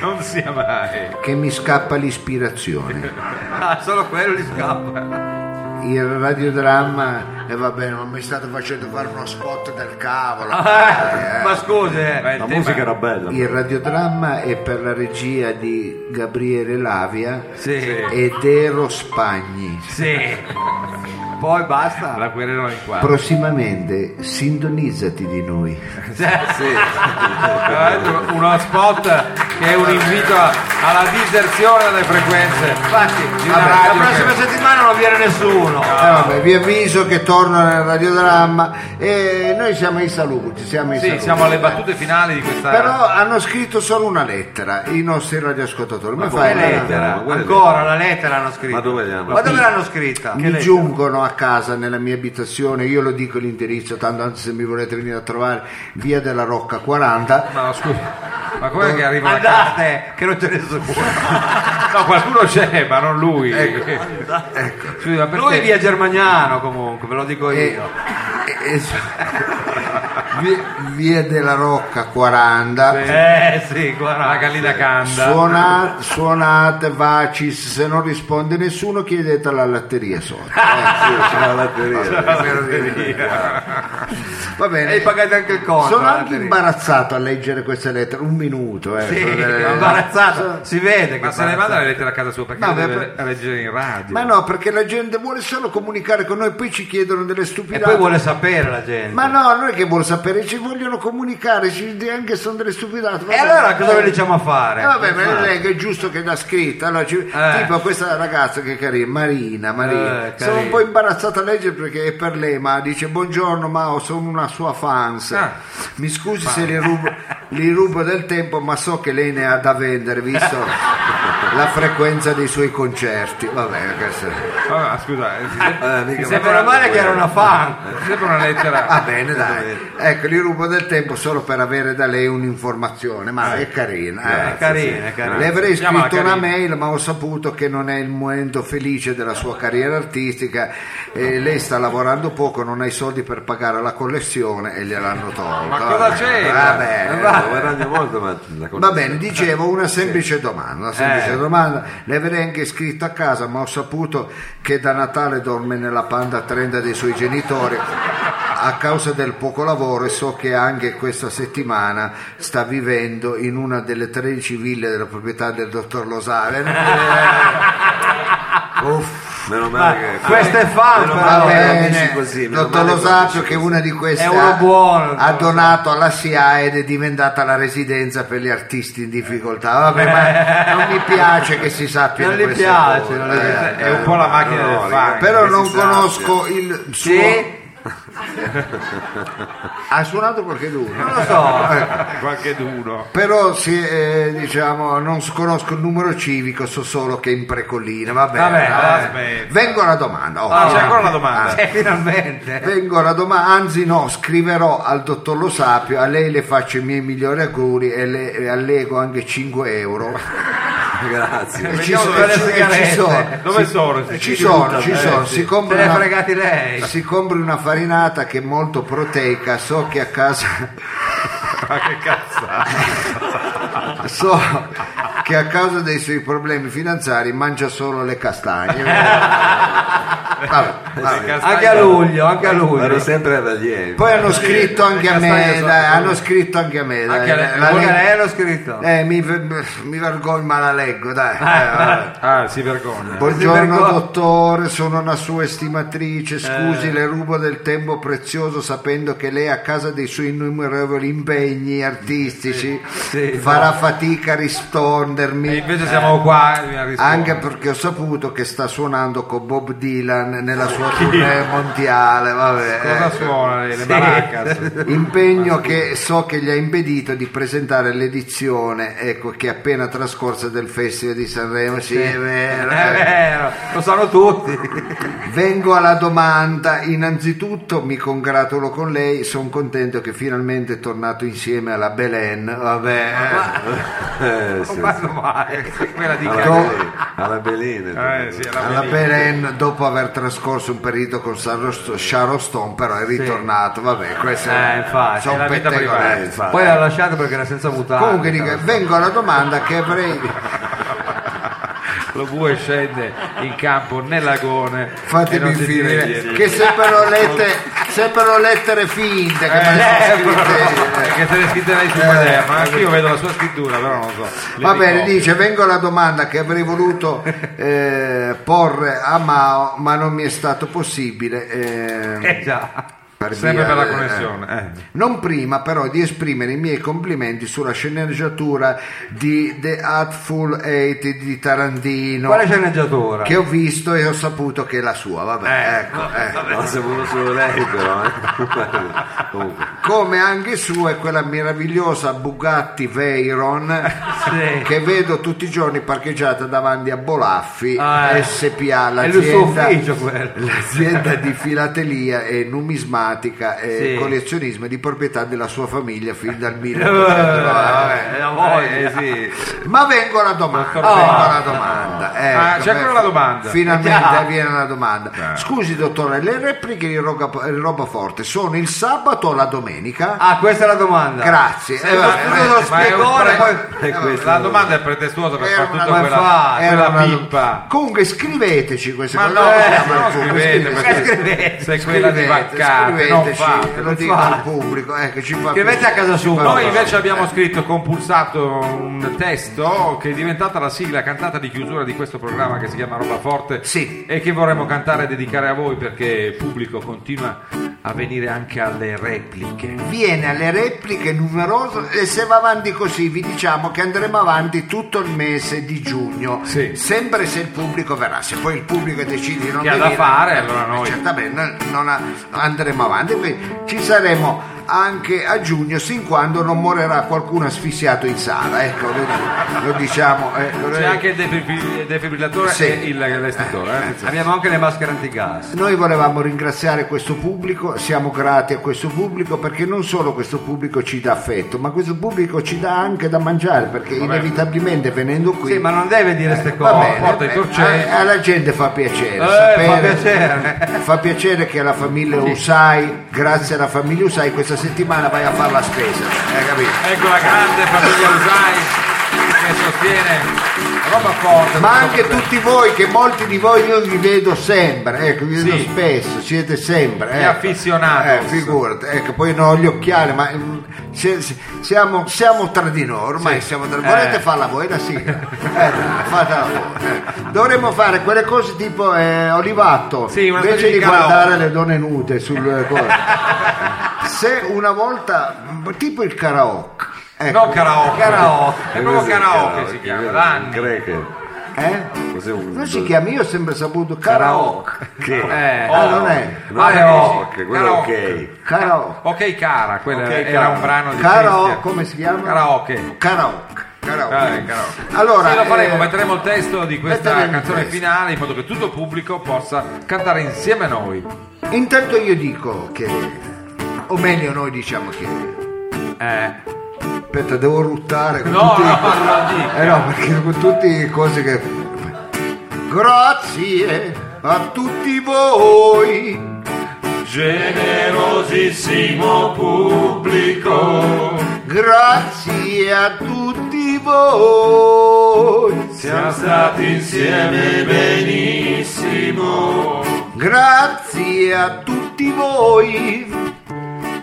S4: Non sia mai.
S3: che mi scappa l'ispirazione.
S2: Ah, solo quello gli scappa.
S3: Il radiodramma e va bene, ma mi state facendo fare uno spot del cavolo.
S2: Ah,
S3: Eh,
S2: Ma scusi,
S4: Ma
S2: eh.
S4: il
S11: La
S4: tema-
S11: musica era bella.
S3: Il radiodramma è per la regia di Gabriele Lavia
S2: Sì,
S3: ed Ero Spagni.
S2: sì. Poi basta.
S4: La querelano in quattro.
S3: Prossimamente sintonizzati di noi.
S2: Sì.
S4: Tra l'altro, Uno spot che è un invito a- alla diserzione dalle frequenze. Infatti, di una
S3: vabbè,
S4: radio
S3: la prossima
S4: che-
S2: settimana non viene nessuno.
S3: Eh, vabbè, vi avviso che torno nel radiodramma e noi siamo in saluti, siamo in
S4: Sì,
S3: saluti.
S4: siamo alle battute finali di questa.
S3: Però hanno scritto solo una lettera i nostri radioascoltatori. Ma
S2: Che
S3: fai una
S2: Eh, lettera?
S1: ma quella
S2: Ancora la lettera hanno scritta.
S1: Ma dove l'hanno
S2: Ma dove l'hanno scritta?
S3: Mi giungono a casa nella mia abitazione, io lo dico l'indirizzo, tanto anzi se mi volete venire a trovare, via della Rocca 40.
S4: Ma scusa, ma com'è che arriva la casa?
S2: Andate, che non ce ne sono.
S4: No, qualcuno c'è, ma non lui. [laughs] Scusi, ma perché-
S2: Ecco, Lui è via Germagnano comunque, ve lo dico io.
S3: E- e- [laughs] via, via della Rocca 40.
S2: Eh sì, guarda.
S4: La gallina canda.
S3: [laughs] Suona- suonate, vacis, se non risponde nessuno chiedete alla latteria sotto.
S11: [laughs]
S1: la latteria.
S3: Va
S2: E
S3: bene.
S2: pagate anche il conto.
S3: Sono
S2: la
S3: anche
S2: batteria.
S3: imbarazzato a leggere queste lettere, un minuto. eh,
S2: Sì,
S3: sono delle-
S2: imbarazzato. Si vede che
S4: Ma se ne
S2: imbarazzato.
S4: manda le lettere a casa sua perché
S3: No,
S4: le deve
S3: beh, per-
S4: leggere in radio.
S3: Ma no, perché la gente vuole solo comunicare con noi, poi ci chiedono delle
S2: E
S3: stupidate.
S2: poi vuole sapere la gente.
S3: Ma no, non è che vuol sapere, ci vogliono comunicare, ci di- anche se sono delle stupidate.
S2: E allora cosa ve diciamo a fare?
S3: Eh, vabbè, ma non è che è giusto che l'ha scritta. allora ci-
S2: Eh.
S3: Tipo questa ragazza che è carina, Marina, Marina.
S2: Eh,
S3: sono un
S2: carina.
S3: po' imbarazzata a leggere perché è per lei, ma dice buongiorno Mao, sono una sua fans.
S4: Ah.
S3: Mi scusi se le rubo, le rubo del tempo, ma so che lei ne ha da vendere, [laughs] visto la frequenza dei suoi concerti. Vabbè, questo è-
S4: Vabbè, ma scusa, eh,
S1: Eh, mica
S4: mi
S1: mi
S4: sembra
S2: Meno male che era una fan.
S4: mi sembra una
S2: [laughs]
S4: lettera.
S2: Ah,
S3: Va bene, dai. Ecco, li rubo del tempo solo per avere da lei un'informazione, ma è carina. eh.
S2: È carina, è carina.
S3: Le avrei
S4: Chiamala
S3: scritto una
S4: carina.
S3: mail, ma ho saputo che non è il momento felice della sua carriera artistica. e lei sta lavorando poco, non ha i soldi per pagare la collezione e gliel'hanno tolta.
S4: Ma cosa c'entra?
S3: Va bene, va-
S1: Eh, guadagno molto, ma la
S3: Va bene, dicevo una semplice domanda, una semplice domanda, le avrei anche scritto a casa, ma ho saputo che da Natale dorme nella panda trenda dei suoi genitori a causa del poco lavoro e so che anche questa settimana sta vivendo in una delle 13 ville della proprietà del dottor Losale.
S1: Uff, meno
S3: Ah,
S1: male che.
S2: Questo è fan,
S1: Meno
S2: però.
S1: male.
S3: Va
S1: allora,
S3: bene,
S1: dici così, meno
S3: dottor
S1: male
S3: Lo
S1: che
S3: sappio
S1: dici
S3: che
S1: così.
S3: una di queste
S2: È uno
S3: ha-
S2: buono, dottor
S3: ha
S2: Lo
S3: donato alla SIA ed è diventata la residenza per gli artisti in difficoltà. Vabbè, ma non mi piace che si sappia
S2: Eh. Non
S3: di
S2: gli
S3: queste
S2: piace,
S3: cose. Eh,
S2: non gli piace.
S4: È un po' la macchina
S1: no,
S4: del
S1: raga,
S4: fan.
S3: Però
S1: che
S3: non
S1: si sappia.
S3: conosco il suo...
S2: Sì?
S3: Ha suonato qualche
S2: Non
S3: duro?
S2: lo so.
S4: Qualche d'uno.
S3: Però sì, eh, diciamo, non conosco il numero civico, so solo che è in precollina. Vabbè,
S4: Vabbè,
S3: vabbè.
S4: aspetta.
S3: vengo alla domanda. oh.
S4: Ah, c'è ancora una domanda.
S2: Eh, finalmente.
S3: Vengo alla domanda, anzi no, scriverò al dottor Lo Sapio, a lei le faccio i miei migliori auguri e le e allego anche 5 euro.
S1: [laughs]
S4: Eh,
S3: [laughs]
S1: Grazie.
S3: E
S2: Vediamo tra le
S3: e
S2: sigarette.
S3: ci sono,
S4: Dove sono?
S3: e ci sono,
S4: eh,
S3: ci sono, si
S2: Se
S3: compra
S2: l'è
S3: una-
S2: fregati lei.
S3: si compri una farinata che è molto proteica, so che a casa
S4: [laughs] Ma che cazzata.
S3: [laughs] so che a causa dei suoi problemi finanziari mangia solo le
S4: [laughs]
S3: castagne. Vabbè, vabbè.
S2: Anche a luglio,
S3: Eh,
S2: anche a
S1: Ero
S2: luglio.
S1: sempre ad Alieni.
S3: Poi hanno scritto anche a
S4: castagne
S3: me,
S4: sono-
S3: dai, hanno scritto anche a me, dai.
S4: Anche a lei-
S3: La-
S2: Anche
S3: la-
S2: lei l'ho scritto. [laughs]
S3: Eh, mi, mi vergogno, ma la leggo, dai. Eh, vabbè.
S4: Ah, si vergogna.
S3: Buongiorno
S2: vergogna.
S3: dottore, sono una sua estimatrice, scusi le rubo del tempo prezioso sapendo che lei a casa dei suoi innumerevoli impegni artistici
S2: sì,
S3: farà fatica a rispondermi.
S4: E invece
S3: Eh.
S4: siamo qua. e mi ha risposto.
S3: Anche perché ho saputo che sta suonando con Bob Dylan nella sua tournée mondiale, vabbè.
S4: Cosa
S3: eh.
S4: suona le, le maracas?
S3: Impegno che so che gli ha impedito di presentare l'edizione, ecco, che è appena trascorsa del Festival di Sanremo, sì, è vero.
S2: È
S3: eh.
S2: vero, lo sanno tutti.
S3: Vengo alla domanda, innanzitutto mi congratulo con lei, sono contento che finalmente è tornato insieme alla Belen, vabbè.
S1: Eh, sì, sì.
S2: Meno male.
S4: Quella di
S1: Alla,
S3: Do-
S1: Belen- alla Belina.
S4: Ecco. Eh, sì, è
S3: alla
S4: la
S3: Belen dopo aver trascorso un periodo con Sharon Stone però è ritornato, vabbè, questo
S2: Eh, infatti,
S3: sono
S4: è la vita
S3: pettegolezzi.
S4: privata.
S1: infatti.
S2: Poi l'ha lasciato perché era senza mutare.
S3: Comunque dico, vengo alla domanda che avrei
S4: Lo bue scende in campo nell'agone. e
S3: fatemi
S4: non si
S3: finire,
S4: tira indietro.
S3: che sembrano lettere, sembrano lettere finte che
S4: Eh,
S3: me le
S4: eh,
S3: sono scritte
S4: però,
S3: io, eh.
S4: perché se le scritte lei sul quaderno, anche io vedo la sua scrittura, però non lo so. Le
S3: Va bene,
S4: ricopio.
S3: dice, vengo alla domanda che avrei voluto eh, porre a Mao, ma non mi è stato possibile. eh.
S2: Eh già.
S4: Sempre per la
S3: eh,
S4: connessione. eh.
S3: Non prima però di esprimere i miei complimenti sulla sceneggiatura di The Artful Eight di Tarantino.
S2: Quale sceneggiatura?
S3: Che ho visto e ho saputo che è la sua, vabbè,
S4: Eh,
S3: ecco,
S2: Eh,
S3: ecco.
S1: Ho saputo solo lei però. eh. Comunque.
S3: Come anche sua è quella meravigliosa Bugatti Veyron
S2: Sì.
S3: che vedo tutti i giorni parcheggiata davanti a Bolaffi
S2: Ah, eh.
S3: SPA,
S2: È il suo
S3: l'azienda,
S2: ufficio quello.
S3: l'azienda di filatelia e numismatica e
S2: Sì.
S3: collezionismo di proprietà della sua famiglia fin dal
S2: [laughs] Eh,
S3: 1990.
S2: la voglia.
S4: Eh, sì.
S3: Ma vengo alla
S2: Ecco,
S3: domanda,
S4: Dottor
S3: vengo
S4: Bella.
S3: alla domanda. ecco,
S4: Ah, c'è ancora
S3: beh,
S4: la domanda.
S3: Finalmente
S2: Ah.
S3: viene la domanda.
S2: Eh.
S3: Scusi dottore, le repliche di Roca- Robaforte sono il sabato o la domenica?
S2: Ah, questa è la domanda.
S3: Grazie. Eh,
S2: lo
S3: vabbè,
S2: studio lo
S3: vabbè,
S4: ma è un
S2: spiegone,
S4: pre-
S2: poi-
S1: Eh, questa
S4: la domanda è pretestuosa per
S3: Era
S4: fare
S3: una-
S4: tutta
S2: ma
S4: quella,
S2: fa-
S4: quella
S3: era una-
S4: pippa.
S3: Comunque scriveteci queste
S4: Ma
S3: cose.
S4: no,
S3: non
S4: eh,
S3: siamo
S4: no,
S3: al pubblico,
S4: scrivete,
S3: scrivete,
S4: perché
S2: scrivete,
S4: se è quella di
S3: scrivete,
S4: Vaccate, non
S3: scriveteci,
S4: fate.
S3: lo
S2: non
S3: dico
S2: fate.
S3: al pubblico, eh, che ci fa
S2: Scrivete
S3: piacere,
S2: a casa
S3: ci fa
S2: sua.
S3: piacere.
S4: Noi invece abbiamo scritto, compulsato un testo che è diventata la sigla cantata di chiusura di questo programma che si chiama Roba Forte
S3: Sì.
S4: e che vorremmo cantare e dedicare a voi perché il pubblico continua a venire anche alle repliche.
S3: viene alle repliche numerose e se va avanti così vi diciamo che andremo avanti tutto il mese di giugno
S4: Sì.
S3: sempre se il pubblico verrà se poi il pubblico decide di non
S4: Che ha da
S3: venire,
S4: fare,
S3: eh,
S4: allora noi.
S3: certamente non- non ha- andremo avanti quindi ci saremo anche a giugno sin quando non morirà qualcuno asfissiato in sala ecco lo, lo diciamo eh, lo-
S4: C'è anche il defibri- defibrillatore
S3: Sì.
S4: e il l'estintore. eh.
S2: Abbiamo anche le maschere antigas.
S3: Noi volevamo ringraziare questo pubblico, siamo grati a questo pubblico perché non solo questo pubblico ci dà affetto, ma questo pubblico ci dà anche da mangiare perché inevitabilmente venendo qui
S2: Sì, ma non deve dire queste
S3: va
S2: cose.
S3: bene,
S4: porta i
S3: eh,
S4: torcelli.
S3: a- alla gente fa piacere,
S2: Eh, fa
S3: sapere-
S2: piacere.
S3: fa piacere che la famiglia Usai, grazie alla famiglia Usai questa settimana vai a fare la spesa, hai capito?
S4: Ecco la grande famiglia Usai che sostiene roba forte.
S3: Ma
S4: roba
S3: anche
S4: forte.
S3: tutti voi, che molti di voi io vi vedo sempre, ecco, vi vedo
S4: Sì.
S3: spesso, siete sempre.
S4: Gli
S3: ecco.
S4: afficionados.
S3: Eh, figurati, ecco, poi non ho gli occhiali, ma mm, se- se- siamo, siamo tra di noi, ormai siamo tra di noi. Volete
S4: Eh.
S3: farla voi la sigla? Eh, fatela voi. eh. Dovremmo fare quelle cose tipo eh, Olivatto,
S4: Sì, una
S3: invece
S4: specie
S3: di
S4: di karaoke.
S3: guardare le donne nude sul eh, Se una volta, mm, tipo il karaoke. ecco.
S4: No karaoke.
S2: Karaoke.
S4: È proprio karaoke si chiama, da anni.
S1: Greche.
S3: Eh?
S1: Cos'è un
S3: Non si chiama, io ho sempre saputo karaoke.
S1: Che?
S4: Eh,
S3: Ah, non è.
S1: No,
S4: Ah,
S1: karaoke,
S4: eh,
S1: quello
S4: karaoke.
S1: ok.
S3: Karaoke.
S4: Ok cara, quello
S1: Ok,
S4: era
S1: cara.
S4: un brano di
S3: Karaoke,
S4: Christian.
S3: come si chiama?
S4: Karaoke.
S3: Karaoke.
S4: Ah,
S3: Karaoke.
S4: eh, karaoke.
S3: Allora,
S4: Sì, lo faremo,
S3: eh,
S4: metteremo il testo di questa
S3: metteremo il
S4: canzone
S3: testo.
S4: finale in modo che tutto il pubblico possa cantare insieme a noi.
S3: intanto io dico che, o meglio noi diciamo che,
S4: Eh.
S3: aspetta devo ruttare con
S4: No,
S3: tutti,
S4: no, non lo dico.
S3: eh no, perché con tutte le cose che... Grazie a tutti voi,
S12: Generosissimo pubblico,
S3: grazie a tutti voi,
S12: siamo stati insieme benissimo.
S3: grazie a tutti voi.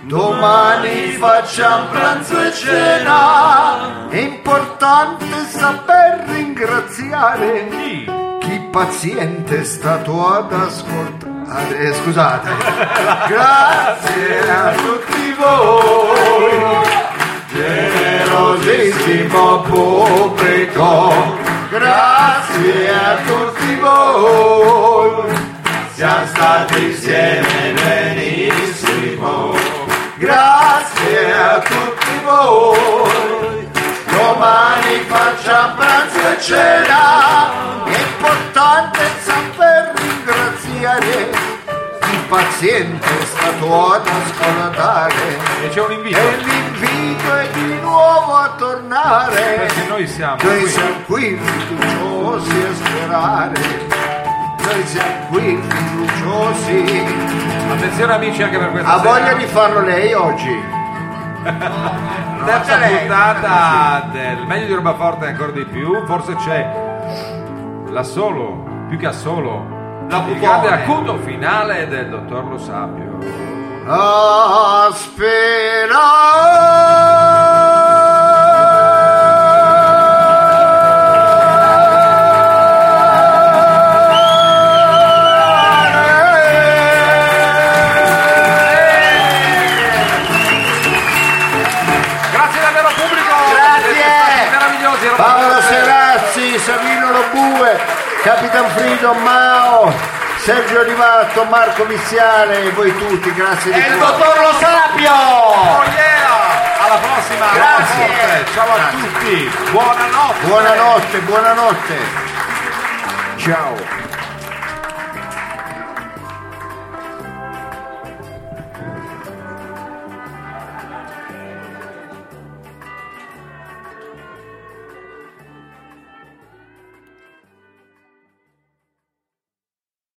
S3: Domani facciamo pranzo e cena, è importante saper ringraziare.
S4: Sì.
S3: Chi paziente è stato ad ascoltare. eh, scusate. [laughs] Grazie a tutti voi, generosissimo pubblico. Grazie a tutti voi, siamo stati insieme benissimo. Grazie a tutti voi. Domani facciamo pranzo e cena, è importante saper ringraziare chi paziente è stato ad ascoltare.
S4: [laughs] E c'è un invito.
S3: E l'invito è di nuovo a
S4: Perché
S3: tornare,
S4: noi siamo
S3: noi
S4: qui.
S3: siamo qui fiduciosi a sperare, noi siamo qui fiduciosi.
S4: Attenzione amici anche per questa
S3: Ha voglia
S4: sera.
S3: di farlo lei oggi?
S4: terza
S3: lei. Ah,
S4: puntata del meglio di roba forte ancora di più forse c'è la solo più che a solo il grande acuto finale del dottor Lo Sapio
S3: Aspirare. 2, Capitan Frido, Mao, Sergio Rivatto, Marco Viziale e voi tutti, grazie di
S12: E il
S3: cuore.
S12: dottor Lo Sapio!
S4: Oh yeah! Alla prossima!
S3: Grazie.
S4: buonanotte, Ciao a tutti! Buonanotte!
S3: Buonanotte, buonanotte. Ciao.